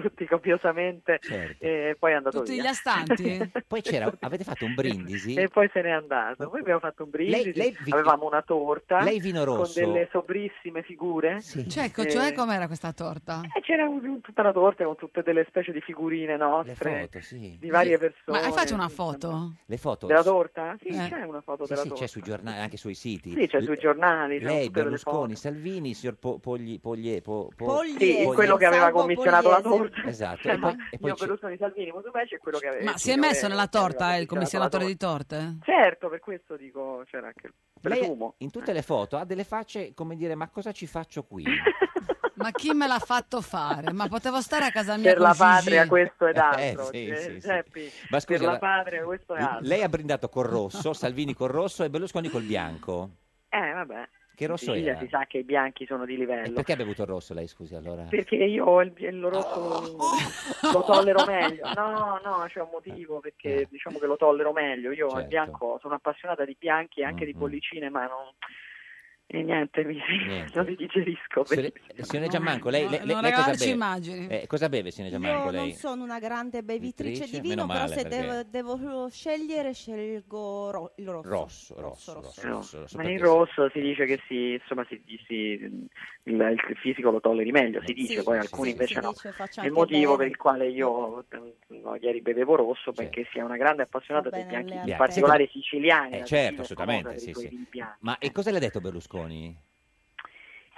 S13: tutti copiosamente. E poi è andato
S1: Tutti
S13: via. [laughs]
S1: gli astanti?
S2: Certo. Poi c'era, avete fatto un brindisi?
S13: E poi se n'è andato. Poi abbiamo fatto un brindisi,
S2: Lei- lei vi-
S13: avevamo una torta
S2: Lei vino
S13: con
S2: rosso?
S13: delle sobrissime figure.
S1: Cioè, ecco,
S13: Eh,
S1: cioè com'era questa torta?
S13: eh, c'era un- tutta la torta con tutte delle specie di figurine nostre
S2: foto, sì.
S13: di varie
S2: Sì.
S13: persone.
S1: Ma hai fatto una foto?
S2: Le foto?
S13: della torta? Sì,
S2: Eh.
S13: c'è una foto
S2: Sì,
S13: della
S2: sì,
S13: torta.
S2: c'è sui giornali, anche sui siti.
S13: Sì, c'è
S2: Le-
S13: sui giornali, sono
S2: Lei,
S13: tutte delle
S2: Berlusconi, Salvini, signor Po- Pogli, Poglie, Po- Po-
S13: Sì, quello che aveva
S12: Salvo
S13: commissionato la
S12: Pugliese.
S13: torta.
S2: Esatto.
S13: Cioè,
S2: E
S13: ma
S2: poi, e poi
S13: io
S2: c'è-
S13: Berlusconi Salvini, Musumeci è quello che aveva.
S1: Ma
S13: eh,
S1: si è
S13: che
S1: messo
S13: aveva-
S1: nella
S13: aveva
S1: torta il
S13: commissionato
S1: commissionatore
S13: la
S1: di torte?
S13: torta. Certo, per questo dico c'era anche il
S2: lei
S13: profumo.
S2: in tutte le foto ha delle facce come dire ma cosa ci faccio qui?
S1: Ma chi me l'ha fatto fare? Ma potevo stare a casa mia
S13: Per la
S1: con Gigi.
S13: patria questo ed
S2: Eh,
S13: altro.
S2: sì,
S13: Ge-
S2: sì, sì.
S13: Geppi,
S2: Ma scusi,
S13: per la
S2: allora-
S13: patria questo è altro.
S2: Lei ha brindato col rosso, Salvini col rosso e Berlusconi col bianco.
S13: Eh, vabbè.
S2: Che rosso
S13: Sicilia
S2: era?
S13: si sa che i bianchi sono di livello.
S2: Perché ha bevuto il rosso lei, scusi allora?
S13: Perché io il, il
S2: [laughs]
S13: rosso lo tollero meglio. No, no, c'è un motivo perché diciamo che lo tollero meglio. Io al
S2: Eh, Certo. Mm,
S13: bianco sono appassionata di bianchi e anche di bollicine, ma non... E Eh, niente, mi,
S2: Niente.
S13: non li digerisco.
S2: Signore,
S13: benissimo.
S2: signore Giammanco, lei,
S13: No,
S2: lei-
S13: non
S2: lei cosa
S13: regalarci
S2: beve?
S13: immagini.
S2: Eh, cosa beve, signore Giammanco,
S12: Io
S2: lei?
S12: non sono una grande bevitrice di
S2: Bevitrice?
S12: vino,
S2: Meno
S12: però
S2: male,
S12: se
S2: perché-
S12: devo, devo scegliere scelgo ro- il rosso.
S2: Rosso, rosso, rosso, rosso, rosso,
S13: Ma
S2: perché
S13: in rosso si dice che si, insomma, si, si- il, il fisico lo tolleri meglio,
S2: Eh,
S13: si dice,
S12: Sì,
S13: poi
S12: sì,
S13: alcuni
S12: sì,
S13: invece
S12: si
S13: no.
S12: dice, faccia
S13: È il
S12: anche
S13: motivo
S12: bene.
S13: per il quale io eh, no, ieri bevevo rosso, perché sia una grande appassionata dei bianchi, in particolare siciliani.
S2: Eh,
S13: la
S2: certo,
S13: Sicilia è
S2: assolutamente,
S13: famosa per i
S2: sì,
S13: suoi
S2: sì.
S13: vini bianchi.
S2: Ma e cosa le ha detto Berlusconi?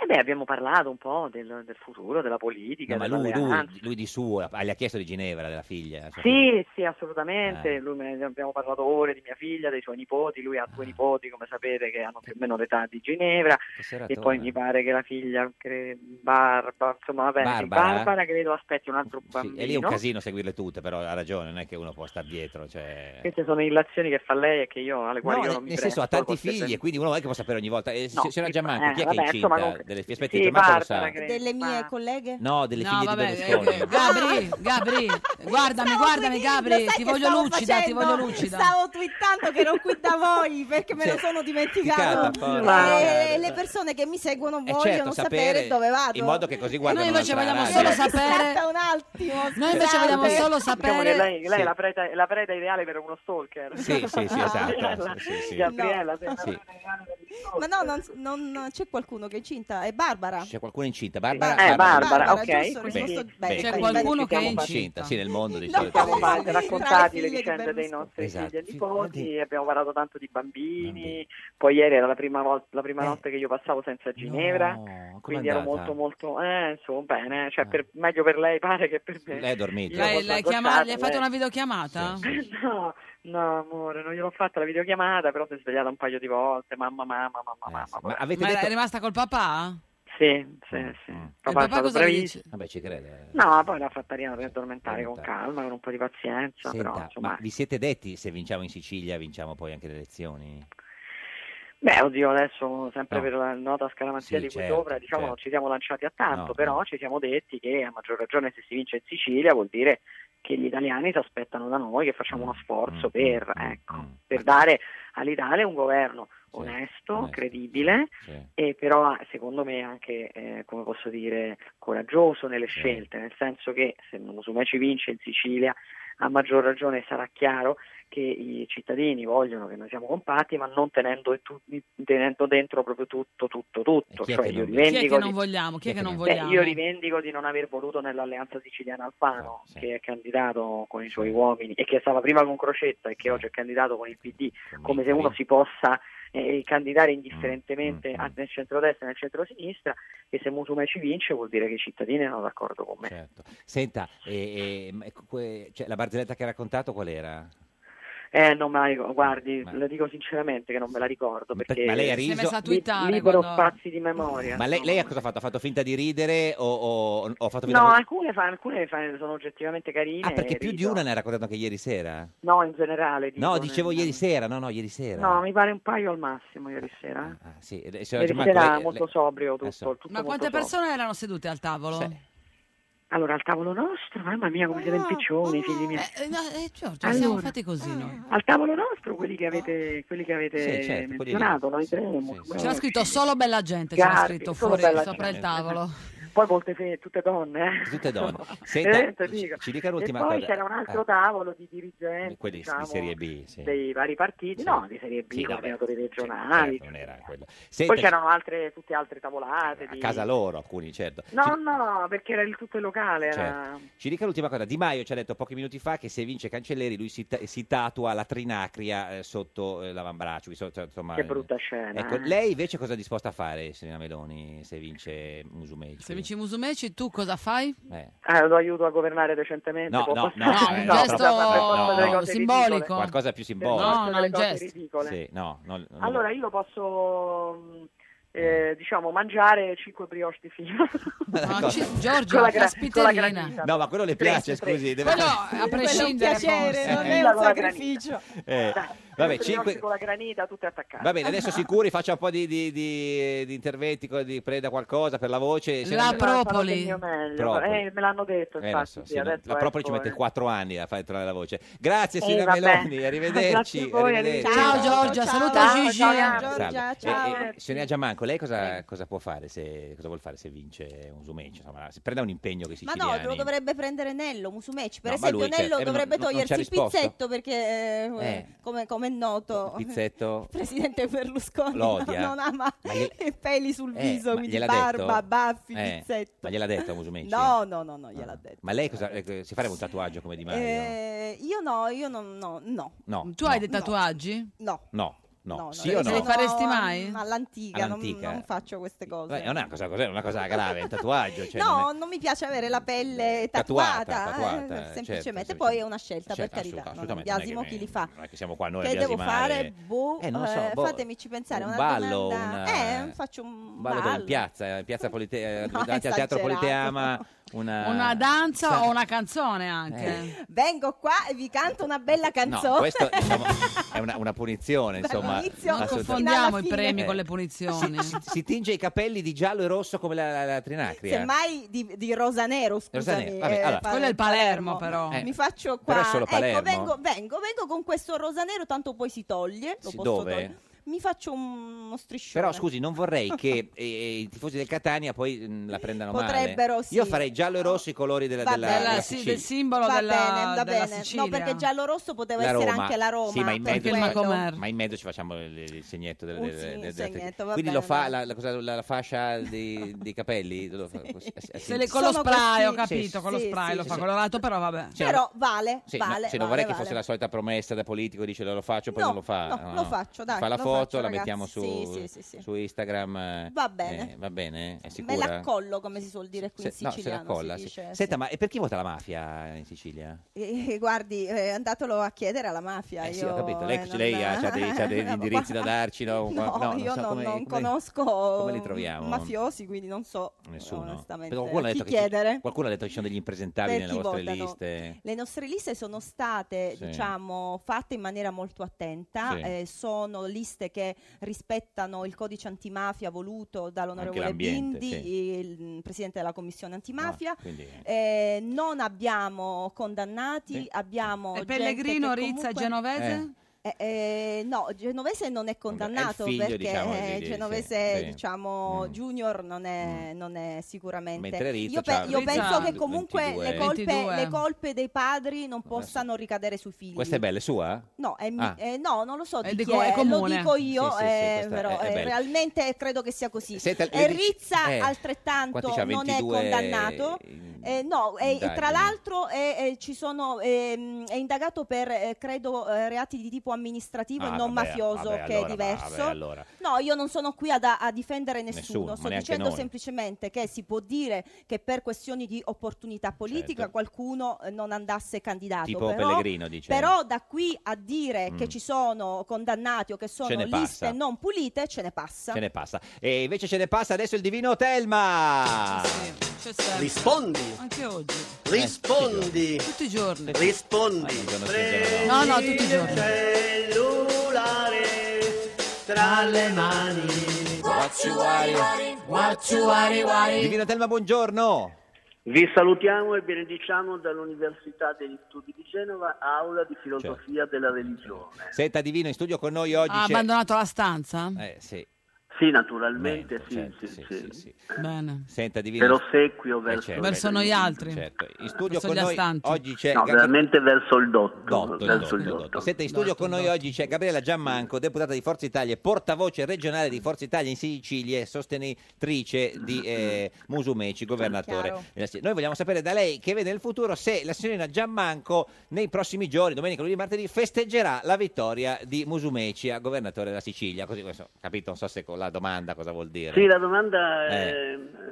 S13: E beh, abbiamo parlato un po' del, del futuro, della politica,
S2: No, ma lui, Cioè,
S13: dell'alleanza.
S2: lui, lui di suo, ah, le ha chiesto di Ginevra, della figlia. sua figlia.
S13: Sì, sì, assolutamente.
S2: Eh.
S13: Lui me- ne abbiamo parlato ore di mia figlia, dei suoi nipoti. Lui ha due
S2: Eh.
S13: nipoti, come sapete, che hanno più o meno l'età di Ginevra.
S2: Che seratona.
S13: E poi mi pare che la figlia, cre- Barba, insomma, vabbè, sì,
S2: Barbara? eh?
S13: Barbara, credo aspetti un altro
S2: Sì,
S13: bambino.
S2: e lì è un casino seguirle tutte, però ha ragione, non è che uno può star dietro. Cioè...
S13: Queste sono illazioni che fa lei e che io, alle
S2: No,
S13: quali io
S2: nel-
S13: non mi
S2: nel senso ha
S13: presto,
S2: tanti
S13: col-
S2: figli, e quindi uno non è che può sapere ogni volta. Eh,
S13: No,
S2: si- signora
S13: sì,
S2: Giammanco, chi
S13: eh,
S2: è che
S13: vabbè,
S2: è
S13: insomma,
S2: incinta
S13: comunque-
S2: delle figlie?
S13: sì,
S2: Aspetti, Giammanco lo sa.
S13: Barbara, credo.
S12: Delle mie colleghe? Ah.
S2: No, delle
S1: No,
S2: figlie
S1: vabbè,
S2: di Berlusconi.
S1: eh, Gabri,
S12: [laughs]
S1: Gabri, guardami, guardami, Gabri,
S12: Lo sai che
S1: ti voglio
S12: stavo
S1: lucida,
S12: facendo?
S1: ti voglio lucida.
S12: Stavo twittando che ero qui da voi perché me lo
S2: Cioè,
S12: sono
S2: cata,
S12: dimenticato.
S2: porca
S12: E
S2: merda.
S12: le persone che mi seguono
S2: Eh,
S12: vogliono
S2: certo,
S12: sapere, dove vado.
S2: In modo che così guardano
S1: Noi invece
S2: un'altra
S1: vogliamo
S2: radio.
S1: solo sapere.
S12: Aspetta un attimo.
S1: Noi invece
S12: scusate.
S1: vogliamo solo
S13: Diciamo che
S1: sapere.
S13: lei, lei
S2: Sì.
S13: è la preda, la preda ideale per uno stalker.
S2: Sì, sì, sì,
S13: [laughs]
S2: esatto. Sì, sì, sì.
S13: Gabriella, sei una
S2: Sì.
S13: preda ideale per uno
S12: Ma no, non, non- c'è qualcuno che è incinta, è Barbara.
S2: C'è qualcuno incinta? Barbara?
S13: Eh, Barbara,
S12: Barbara,
S13: ok.
S12: giusto,
S2: Beh,
S12: risposto-
S2: beh,
S12: beh,
S2: beh,
S12: beh,
S1: qualcuno
S2: beh,
S1: che è
S2: incinta. Sì, nel mondo di
S13: Ci
S2: solito.
S13: siamo
S2: sì.
S13: fatti raccontati le
S12: figlie di
S13: vicende dei
S12: Berlusconi.
S13: nostri
S2: Esatto.
S13: figli e nipoti, abbiamo parlato tanto di bambini, poi ieri era la prima, vol- la prima notte che io passavo senza Ginevra, quindi
S2: è
S13: ero
S2: Eh. andata?
S13: molto molto, eh, insomma, bene, cioè per- meglio per lei pare che per me.
S2: Lei ha dormito?
S13: Io
S1: Lei,
S13: sono
S1: l'hai
S13: aggocciata,
S1: chiama- gli hai fatto
S13: lei-
S1: una videochiamata?
S13: [laughs] No, no amore, non gliel'ho fatta la videochiamata, però si è svegliata un paio di volte, mamma, mamma, mamma, mamma.
S2: Eh, Ma avete
S1: Ma è
S2: detto...
S1: rimasta col papà?
S13: Sì, sì, sì. Papà è
S1: papà
S13: stato
S1: cosa gli
S13: bravissimo.
S2: Vabbè, ci crede.
S13: No, poi la fattarina per addormentare con calma, con un po' di pazienza, però
S2: Senta,
S13: insomma...
S2: ma vi siete detti se vinciamo in Sicilia vinciamo poi anche le elezioni?
S13: Beh, oddio, adesso sempre
S2: No.
S13: per la nota scaramanzia
S2: Sì,
S13: di cui
S2: certo,
S13: sopra, diciamo
S2: certo.
S13: non ci siamo lanciati a tanto,
S2: No,
S13: però ci siamo detti che a maggior ragione se si vince in Sicilia vuol dire che gli italiani si aspettano da noi che facciamo
S2: Mm,
S13: uno sforzo per, ecco, per dare all'Italia un governo onesto, credibile e però ah, secondo me anche, eh, come posso dire, coraggioso nelle
S1: Mm.
S13: scelte, nel senso che se Musume ci vince in Sicilia a maggior ragione sarà chiaro che i cittadini vogliono che noi siamo compatti, ma non tenendo, in tu- tenendo dentro proprio tutto, tutto, tutto.
S1: chi è
S13: Cioè,
S1: che
S13: io
S1: non- Chi è che
S13: rivendico
S1: non
S13: di-
S1: vogliamo? Chi è che non
S13: Beh,
S1: vogliamo?
S13: io rivendico di non aver voluto nell'alleanza siciliana Alfano, che è candidato con i suoi uomini e che stava prima con Crocetta e che oggi è candidato con il PD, come se uno si possa eh, candidare indifferentemente
S2: Mm,
S13: a- nel centrodestra e nel centrosinistra e se Musume ci vince vuol dire che i cittadini erano d'accordo con me.
S2: Certo. Senta, e- e- ma- ecco, que- cioè, la barzelletta che ha raccontato qual era?
S13: Eh, non me la ricordo, guardi, lo dico sinceramente che non me la ricordo perché
S2: ma lei ha Si è riso? messa a
S13: Li-
S1: twittare
S13: libero
S1: quando-
S13: spazi di memoria.
S2: Ma lei, lei ha cosa ha fatto? Ha fatto finta di ridere o, o, o ha fatto finta
S13: No,
S2: di...
S13: alcune, fa- alcune fa- sono oggettivamente carine.
S2: Ah, perché
S13: e
S2: più di
S13: rido.
S2: una ne ha raccontato anche ieri sera?
S13: No, in generale. dico,
S2: No, dicevo
S13: nel-
S2: ieri sera, no, no, ieri sera.
S13: No, mi pare un paio al massimo ieri sera.
S2: Ah, sì, eh, signora
S13: Ieri
S2: Giammanco,
S13: sera
S2: lei- Eh,
S13: molto
S2: lei-
S13: sobrio tutto.
S2: Adesso-
S13: tutto
S1: Ma
S13: molto
S1: quante
S13: sobrio.
S1: persone erano sedute al tavolo?
S13: Allora, al tavolo nostro, mamma mia, come siete
S1: Ah,
S13: impiccioni, figli miei.
S1: Eh, no, eh, Giorgio, siamo
S13: Allora.
S1: fatti così noi.
S13: Al tavolo nostro, quelli
S1: Eh.
S13: che avete, quelli che avete
S1: Sì, certo, quelli lì.
S13: menzionato, noi tre.
S1: C'era scritto solo bella gente, c'era
S13: Garbi,
S1: scritto
S13: Ah. solo
S1: fuori
S13: bella
S1: sopra il
S13: gente.
S1: tavolo.
S13: [laughs] Poi molte fe- tutte donne. eh.
S2: Tutte
S13: [laughs]
S2: donne.
S13: Eh,
S2: Senta,
S13: te dico.
S2: ci dica
S13: E
S2: l'ultima
S13: poi
S2: cosa.
S13: c'era un altro
S2: Ah,
S13: tavolo di dirigenti
S2: quelli di
S13: diciamo,
S2: Serie B, sì.
S13: dei vari partiti,
S2: Sì.
S13: no, di Serie B,
S2: Sì, vabbè,
S13: coordinatori
S2: certo,
S13: regionali.
S2: non era quello.
S13: Poi
S2: Senta,
S13: c'erano altre, tutte altre tavolate.
S2: a
S13: di-
S2: casa loro alcuni, certo.
S13: No, no, perché era il tutto il locale. Era...
S2: Certo. Ci dica l'ultima cosa. Di Maio ci ha detto pochi minuti fa che se vince Cancelleri lui si, ta- si tatua la trinacria eh, sotto eh, l'avambraccio. quindi sotto- insomma,
S13: Che
S2: eh,
S13: brutta scena.
S2: Ecco,
S13: eh.
S2: lei invece cosa è disposta a fare, Serena Meloni, se vince Musumeci?
S1: Se vinci Musumeci, tu cosa fai?
S2: Eh.
S13: Eh, lo aiuto a governare decentemente.
S2: No,
S13: può
S2: no, no,
S13: passare?
S2: eh,
S1: un
S2: no,
S1: gesto
S2: troppo-
S1: no,
S2: no,
S1: no,
S2: no.
S1: simbolico.
S2: Qualcosa più simbolico.
S1: No, no,
S13: delle
S1: il
S13: cose
S1: gesto.
S13: ridicole.
S2: Sì, no, no, no. [laughs]
S13: Allora io posso mh, eh, diciamo mangiare 5 brioche di filo.
S2: cosa?
S1: ci-
S13: [laughs]
S1: Giorgio,
S13: Con la
S1: che
S13: gra-
S1: aspiterina.
S13: con la granita.
S2: No, ma quello le piace, scusi. deve-
S1: Quello a prescindere
S12: piacere,
S1: forse. Eh,
S12: non è
S13: Quello
S12: un
S13: con la granita.
S12: sacrificio.
S2: Eh, Vabbè,
S13: Tutti gli
S2: cinque-
S13: orsi con la granita, tutte attaccate.
S2: Va bene, adesso sicuri faccia un po' di, di, di- di interventi, co- di preda qualcosa per la voce. Se
S13: Io
S2: no-
S13: farò del mio meglio.
S2: Eh, Propoli.
S13: Eh, me l'hanno detto,
S2: Eh,
S13: Eh, infatti.
S2: lo so,
S13: sì,
S2: sì, no,
S13: adesso
S2: la propria ci
S13: ecco,
S2: mette
S13: eh.
S2: 4 anni a far entrare la voce. Grazie
S13: Eh,
S2: signora
S13: vabbè.
S2: Meloni, arrivederci.
S13: Grazie a voi,
S2: arrivederci.
S1: Ciao Giorgia, saluta Gigi.
S2: Salve.
S1: ciao.
S2: Eh, eh, signora Giamanco, lei cosa, cosa può fare se, cosa vuol fare se vince un Zumeci? Insomma, se prende un impegno che si
S12: Ma no, lo dovrebbe prendere Nello Musumeci. Per
S2: No, ma
S12: esempio,
S2: lui,
S12: Nello
S2: certo, eh, non-
S12: dovrebbe
S2: non- non ci ha
S12: togliersi il
S2: risposto.
S12: pizzetto perché, eh,
S2: Eh.
S12: come, come è noto,
S2: Il pizzetto.
S12: [laughs] presidente Berlusconi
S2: Lo odia.
S12: non ama
S2: Ma gliel-
S12: i [laughs] peli sul
S2: Eh,
S12: viso,
S2: ma
S12: quindi
S2: gliel'ha
S12: barba,
S2: detto?
S12: baffi,
S2: Eh, Ah.
S12: pizzetto.
S2: Ma gliel'ha detto
S12: [laughs]
S2: a Musumeci?
S12: No, no, no, no, gliel'ha detto.
S2: Ma lei cosa, eh, si farebbe un tatuaggio come Di Maio?
S12: Eh, io no, io no, no, no.
S2: No.
S1: Tu hai dei tatuaggi?
S12: No.
S2: No, no,
S12: No, no,
S2: sì
S12: io
S2: o
S12: sono
S2: no?
S12: mm, All'antica, non-
S2: All'antica.
S12: Non, faccio queste cose.
S2: Vabbè, è una cosa, cos'è?
S12: [laughs]
S2: Una cosa grave, un tatuaggio. Cioè
S12: no,
S2: non
S12: non, mi piace avere la pelle
S2: Tatuata,
S12: tatuata, eh,
S2: tatuata, eh, certo,
S12: semplicemente.
S2: semplicemente.
S12: Poi è una scelta,
S2: Certo,
S12: per carità.
S2: assolut-
S12: non
S2: assolutamente, non è
S12: biasimo
S2: che-
S12: chi li fa.
S2: è, non è che siamo qua noi a
S12: che devo
S2: biasimare.
S12: fare? Boh,
S2: Eh, non so,
S12: eh,
S2: boh,
S12: fatemi ci pensare.
S2: un
S12: una
S2: ballo,
S12: domanda.
S2: una-
S12: Eh, faccio un
S2: Un ballo, dove? in piazza, in piazza
S12: [laughs]
S2: Polite- eh, davanti al
S12: esagerato.
S2: teatro Politeama.
S12: [laughs]
S2: Una,
S1: Una danza
S2: eh, Sa- Eh.
S1: o una canzone anche?
S12: Vengo qua e vi canto una bella
S2: No,
S12: canzone. [laughs]
S2: questo diciamo, è una, una punizione, insomma.
S12: Dall'inizio
S1: Non
S2: assolutamente.
S1: confondiamo i
S12: fine.
S1: premi con
S2: Eh,
S1: le punizioni.
S2: Si, si tinge i capelli di giallo e rosso come la, la, la Trinacria.
S12: Semmai di, di rosa nero, scusami. eh,
S2: Rosanero, vabbè, allora.
S1: Quello è il Palermo, però.
S2: Eh.
S12: Mi faccio qua.
S2: Però è solo Palermo.
S12: Ecco, vengo, vengo, vengo con questo rosa nero, tanto poi si toglie. Lo
S2: Sì,
S12: posso
S2: dove?
S12: togliere. Mi faccio un- uno striscione.
S2: Però scusi, non vorrei
S12: [laughs]
S2: che eh, i tifosi del Catania poi mh, la prendano
S12: Potrebbero,
S2: male.
S12: sì.
S2: Io farei giallo e rosso i colori della,
S12: Va
S2: della,
S12: bene.
S2: della
S12: Della- sì,
S2: Sicilia.
S1: del simbolo
S12: va
S1: della-
S12: bene, va
S1: della
S12: bene.
S1: Sicilia.
S12: No, perché giallo-rosso poteva
S2: La
S12: essere
S2: Roma.
S12: anche la Roma.
S2: Sì, ma in
S12: per
S2: mezzo, ci
S12: quello.
S2: facciamo, ma in mezzo ci facciamo il, il segnetto delle,
S12: Un
S2: delle-
S12: sì, un
S2: delle-
S12: segnetto, va
S2: Quindi
S12: bene,
S2: lo fa
S12: dai.
S2: la, la cosa- la- la fascia di- dei capelli? Lo fa- eh,
S1: Se le con lo
S12: Sono
S1: spray, ho
S12: così.
S1: capito, con lo
S12: Sì,
S1: spray
S12: sì,
S1: lo
S12: sì,
S1: fa
S2: sì.
S1: colorato, però vabbè.
S2: Sì,
S12: Però vale,
S2: Cioè, Sì, no,
S12: vale.
S2: se
S12: vale,
S2: non vorrei che
S12: vale.
S2: fosse la solita promessa da politico, dice lo faccio, poi
S12: No,
S2: non lo fa.
S12: no, lo faccio, dai,
S2: Fa la
S12: lo
S2: foto,
S12: faccio,
S2: la
S12: ragazzi.
S2: mettiamo su,
S12: Sì, sì, sì, sì.
S2: su Instagram. eh,
S12: Va bene.
S2: eh, va bene? È sicura?
S12: Me l'accollo, come si suol dire qui
S2: Se-
S12: in
S2: no, se
S12: siciliano.
S2: la colla,
S12: si
S2: sì.
S12: dice,
S2: Senta, ma e per chi vota la mafia in Sicilia?
S12: Eh, [laughs] guardi, eh, andatelo a chiedere alla mafia.
S2: Eh sì,
S12: io,
S2: ho capito. Lei,
S12: eh, non-
S2: lei
S12: [laughs]
S2: ha c'ha dei, c'ha dei
S12: No,
S2: indirizzi da darci? No,
S12: No,
S2: non
S12: io
S2: so
S12: non,
S2: come-
S12: non
S2: come-
S12: conosco
S2: come li troviamo?
S12: mafiosi, quindi non so
S2: Nessuno.
S12: onestamente
S2: Però qualcuno ha
S12: chi
S2: detto che ci-
S12: chiedere.
S2: qualcuno ha detto che ci sono degli impresentabili
S12: Per
S2: nelle
S12: chi
S2: vostre
S12: votano.
S2: liste.
S12: Le nostre liste sono state,
S2: Sì.
S12: diciamo, fatte in maniera molto attenta,
S2: Sì.
S12: eh, sono liste che rispettano il codice antimafia voluto dall'onorevole
S2: l'ambiente,
S12: Bindi,
S2: sì.
S12: il mm, presidente della commissione antimafia.
S2: Ah, quindi, eh.
S12: Eh, non abbiamo condannati,
S2: Sì.
S12: abbiamo...
S1: E
S12: gente
S1: Pellegrino,
S12: che
S1: Rizza
S12: comunque-
S1: e Genovese?
S12: Eh, eh, no, Genovese non è condannato
S2: figlio,
S12: perché
S2: diciamo,
S12: eh,
S2: di- di-
S12: Genovese,
S2: sì, sì.
S12: diciamo, Junior non è, non è sicuramente.
S2: Mentre Rizzo
S12: io pe-
S2: c'ha
S12: io penso
S2: 22,
S12: che comunque le
S2: 22.
S12: colpe, le
S1: 22.
S12: colpe dei padri non possano ricadere sui figli.
S2: Questa è bella, è sua?
S12: No, è mi-
S2: Ah.
S12: eh, no, non lo so di
S1: È di
S12: chi
S1: co-
S12: è,
S1: è
S12: lo
S1: comune.
S12: dico io,
S2: Sì, sì, sì,
S12: eh,
S2: questa
S12: però,
S2: è- è
S12: eh,
S2: bella.
S12: realmente credo che sia così.
S2: Senta,
S12: e
S2: le dici-
S12: Rizza
S2: eh,
S12: altrettanto
S2: quanti c'ha?
S12: non è
S2: 22
S12: condannato. Eh, no, e- e tra
S2: indagini.
S12: l'altro eh, eh, ci sono, ehm, è indagato per, eh, credo, eh, reati di tipo amministrativo
S2: Ah,
S12: e non
S2: vabbè,
S12: mafioso,
S2: vabbè,
S12: che
S2: allora,
S12: è diverso.
S2: vabbè, allora.
S12: No, io non sono qui ad- a, difendere
S2: Nessuno, ma
S12: nessuno, sto
S2: neanche
S12: dicendo
S2: noi.
S12: semplicemente che si può dire che per questioni di opportunità politica
S2: Certo.
S12: qualcuno eh, non andasse candidato.
S2: Tipo
S12: però,
S2: Pellegrino, dice.
S12: Però da qui a dire
S2: Mm.
S12: che ci sono condannati o che
S2: Ce
S12: sono
S2: ne
S12: liste
S2: passa.
S12: non pulite, ce ne passa.
S2: Ce ne passa. E invece ce ne passa adesso il divino Telma. Eh,
S14: Rispondi.
S1: Anche oggi.
S14: Rispondi.
S1: Tutti i giorni.
S14: Rispondi.
S1: No, no, tutti i giorni.
S14: Cellulare tra le mani.
S2: Divino Telma, buongiorno.
S14: Vi salutiamo e benediciamo dall'Università degli Studi di Genova, aula di filosofia
S2: Certo.
S14: della religione.
S2: Senta, Divino, in studio con noi oggi
S1: Ha
S2: c'è...
S1: abbandonato la stanza?
S2: Eh, sì. certo,
S14: Sì, naturalmente, sì, sì, sì.
S2: Eh,
S1: Bene.
S2: Senta, Divino...
S14: Per ossequio
S2: Eh,
S14: verso-
S2: certo.
S1: Verso noi altri.
S2: Certo. In studio
S1: Verso
S2: con
S1: gli
S2: noi
S1: astanti.
S2: oggi c'è...
S14: No,
S2: Gabri-
S14: veramente verso il dotto.
S2: Dotto, il
S14: verso
S2: dotto, il dotto. Senta, in studio con noi oggi c'è Gabriella Giammanco, deputata di Forza Italia, e portavoce regionale di Forza Italia in Sicilia e sostenitrice di eh, Musumeci, governatore.
S15: Chiaro.
S2: della Sicilia. Noi vogliamo sapere da lei, che vede nel futuro, se la signorina Giammanco nei prossimi giorni, domenica, lunedì, martedì, festeggerà la vittoria di Musumeci a governatore della Sicilia. Così, questo, capito? Non so se con la domanda cosa vuol dire.
S14: Sì, la domanda
S2: Eh.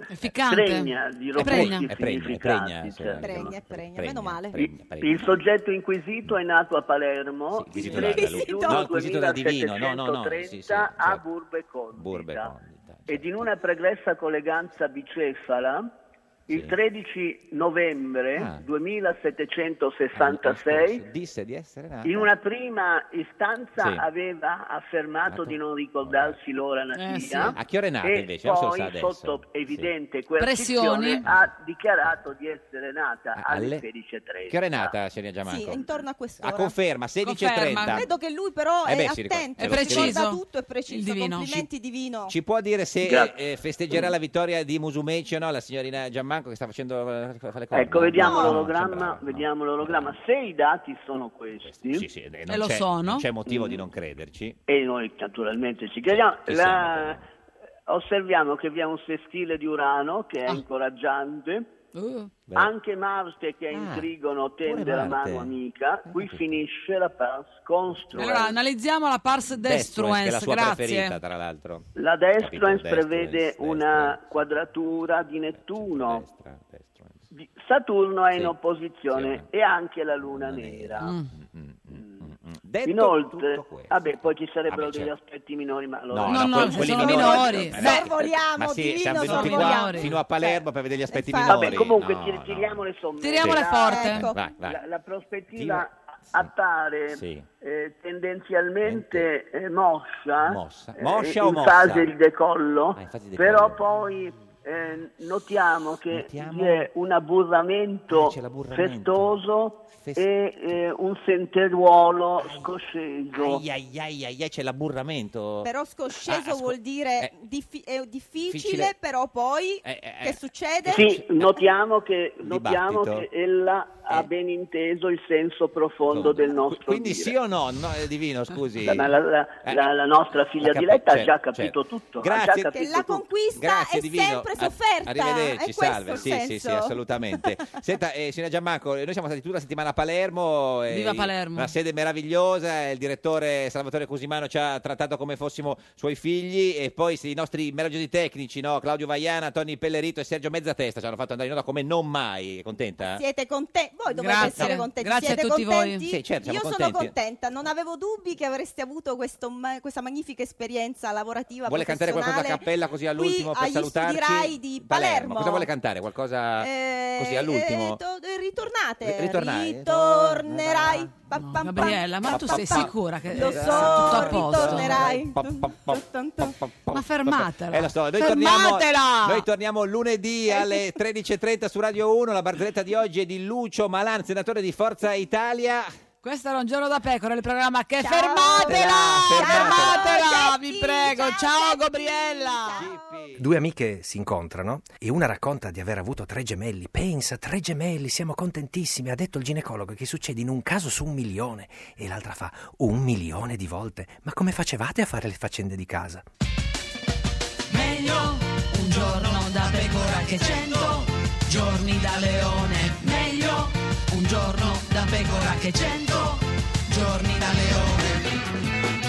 S14: è
S1: Ficcante.
S14: pregna di
S2: È
S14: robusti
S2: pregna. È eh, cioè, pregna, è
S14: significati,
S2: pregna, sì.
S14: certo.
S12: Pregna, pregna, meno male.
S14: Il soggetto inquisito è nato a Palermo il
S2: Inquisito da-
S14: 13
S2: da lui.
S14: giugno
S2: No, inquisito da Divino, no, no, no,
S14: 2730
S2: sì, Certo. sì,
S14: a Burbe Condita.
S2: Burbe Condita,
S14: Ed in una pregressa colleganza bicefala Il 13 novembre
S2: Ah.
S14: 2766
S2: Disse di essere nata.
S14: in una prima istanza
S2: Eh. Sì.
S14: aveva affermato di non ricordarsi l'ora
S12: Eh,
S14: nativa.
S2: sì. A che ore è nata,
S14: e
S2: invece? Non se lo
S14: Poi,
S2: sa adesso.
S14: sotto
S2: Sì.
S14: evidente coercizione,
S2: Pressioni.
S14: ha dichiarato di essere nata alle
S2: Eh, Alle-
S14: 16.30.
S2: Che ora è nata, Serena
S12: Sì,
S2: Giamanco?
S12: intorno a quest'ora.
S2: A conferma, 16.30.
S12: Credo che lui però
S2: Eh
S12: è
S2: beh, si ricorda-
S12: attento,
S2: È
S12: si ricorda
S2: preciso.
S12: tutto, è preciso. Complimenti divino.
S2: Ci può dire se
S14: Grazie.
S2: eh, festeggerà la vittoria di Musumeci o no la signorina Giammanco che sta facendo eh, fa le cose?
S14: Ecco, vediamo
S2: No, non
S14: l'ologramma, vediamo l'ologramma. Se i dati sono questi,
S2: c'è-
S14: Eh,
S2: non c'è- Non c'è motivo di non crederci.
S14: Mm. e noi naturalmente ci crediamo,
S2: Ci
S14: la- osserviamo che vi è un sestile di Urano che
S2: Ah.
S14: è incoraggiante.
S2: Uh.
S14: Anche Marte che è in
S1: Ah,
S14: trigono tende
S1: pure
S14: la
S1: Marte.
S14: mano amica, qui finisce la pars
S2: Cioè,
S14: construens.
S2: eh.
S1: Allora, analizziamo la pars
S2: Destruens, che è la
S1: destruens,
S2: sua preferita,
S1: grazie.
S2: tra l'altro.
S14: La destruens
S2: Capito, destruens,
S14: prevede una quadratura di Nettuno,
S2: Ah,
S14: Di- Saturno è in opposizione e anche la Luna nera.
S2: Mm.
S14: Mm. Inoltre, vabbè, poi ci sarebbero
S2: Vabbè,
S14: degli
S2: certo.
S14: aspetti minori, ma allora...
S2: No,
S1: No, no,
S2: quelli-
S1: sono
S2: quelli
S1: minori.
S2: Eh,
S12: Sorvoliamo,
S2: ma sì,
S12: divino,
S2: siamo venuti qua
S12: sorvoliamo.
S2: fino a Palermo per vedere gli aspetti
S12: infatti.
S2: minori.
S14: Vabbè, comunque
S2: No,
S14: ti-
S2: no.
S14: tiriamo le somme.
S2: Tiriamole
S14: La-
S2: forte. Ecco. Vai, vai.
S14: La, la prospettiva appare
S2: Sì.
S14: eh, tendenzialmente eh, mossa,
S2: Mossa.
S14: eh,
S2: Mossa o
S14: in
S2: mossa?
S14: fase di decollo,
S2: Ah, in fase di
S14: però poi eh, notiamo che
S2: Notiamo-
S14: vi è un aburramento,
S2: Ah, c'è l'aburramento.
S14: festoso
S2: Fest-
S14: e eh, un senteruolo scosceso.
S2: Ai, ai, ai, ai, ai, c'è l'aburramento.
S12: Però
S2: Ah,
S12: scosceso
S2: asco-
S12: vuol dire
S2: eh,
S12: diffi- è difficile,
S2: difficile.
S12: però poi
S2: Eh, eh, eh.
S12: che succede?
S14: Sì, notiamo che, notiamo
S2: Dibattito. Eh.
S14: che ella ha ben inteso il senso profondo del nostro
S2: Quindi
S14: dire.
S2: sì o no, no,
S14: [laughs]
S2: eh, Divino, scusi.
S14: La, la- la-
S2: Eh,
S14: la- la nostra figlia
S2: ha capi-
S14: diletta ha
S2: certo,
S14: già capito
S2: certo.
S14: tutto. ha
S2: Grazie,
S14: già
S12: Che
S14: capito
S12: la
S14: tutto.
S12: conquista
S2: Grazie
S12: è
S2: Divino.
S12: sempre
S2: A-
S12: sofferta.
S2: Arrivederci,
S12: è questo
S2: salve.
S12: il
S2: Sì,
S12: senso.
S2: sì,
S12: [laughs]
S2: sì, assolutamente. Senta, eh, signora Gianmarco, noi siamo stati tutta la settimana a Palermo. eh,
S1: Viva
S2: in-
S1: Palermo.
S2: Una sede meravigliosa, eh, il direttore Salvatore Cusimano ci ha trattato come fossimo suoi figli e poi sì, i nostri meravigliosi tecnici, no? Claudio Vaiana, Tony Pellerito e Sergio Mezzatesta ci hanno fatto andare in onda come non mai. Contenta?
S12: Siete contenti? Voi dovete
S2: Grazie.
S12: essere contenti.
S2: Grazie a
S12: Siete
S2: tutti voi.
S12: contenti?
S2: Sì, certo, siamo
S12: Io sono
S2: contenti.
S12: contenta. Non avevo dubbi che avreste avuto questo ma- questa magnifica esperienza lavorativa.
S2: Vuole cantare qualcosa a
S12: professionale
S2: cappella così all'ultimo
S12: qui
S2: per
S12: agli
S2: salutarci?
S12: studi Rai di Palermo.
S2: Cosa vuole cantare? Qualcosa
S12: Eh,
S2: così all'ultimo?
S12: eh, to- eh, ritornate.
S2: Ri- ritornai.
S12: Ritornerai. Pa- pam, pam.
S1: Gabriella, ma tu
S12: Pa-
S1: sei
S12: pam, pam.
S1: sicura che
S12: Lo so,
S1: sia tutto a posto?
S12: ritornerai.
S1: Ma fermatela.
S2: Eh, lo so, noi torniamo,
S1: Fermatela!
S2: noi torniamo lunedì alle 13.30 su Radio 1. La barzelletta di oggi è di Lucio Malan, senatore di Forza Italia.
S1: Questo era un giorno da pecora, il programma che
S12: Ciao.
S1: fermatela!
S2: Fermatela!
S1: Fermatela, vi prego. Ciao Gabriella.
S15: Due amiche si incontrano e una racconta di aver avuto tre gemelli. Pensa, tre gemelli, siamo contentissimi. Ha detto il ginecologo che succede in un caso su un milione. E l'altra fa un milione di volte. Ma come facevate a fare le faccende di casa?
S1: Meglio un giorno da pecora che cento giorni da leone. Meglio un giorno da pecora che cento giorni da leone.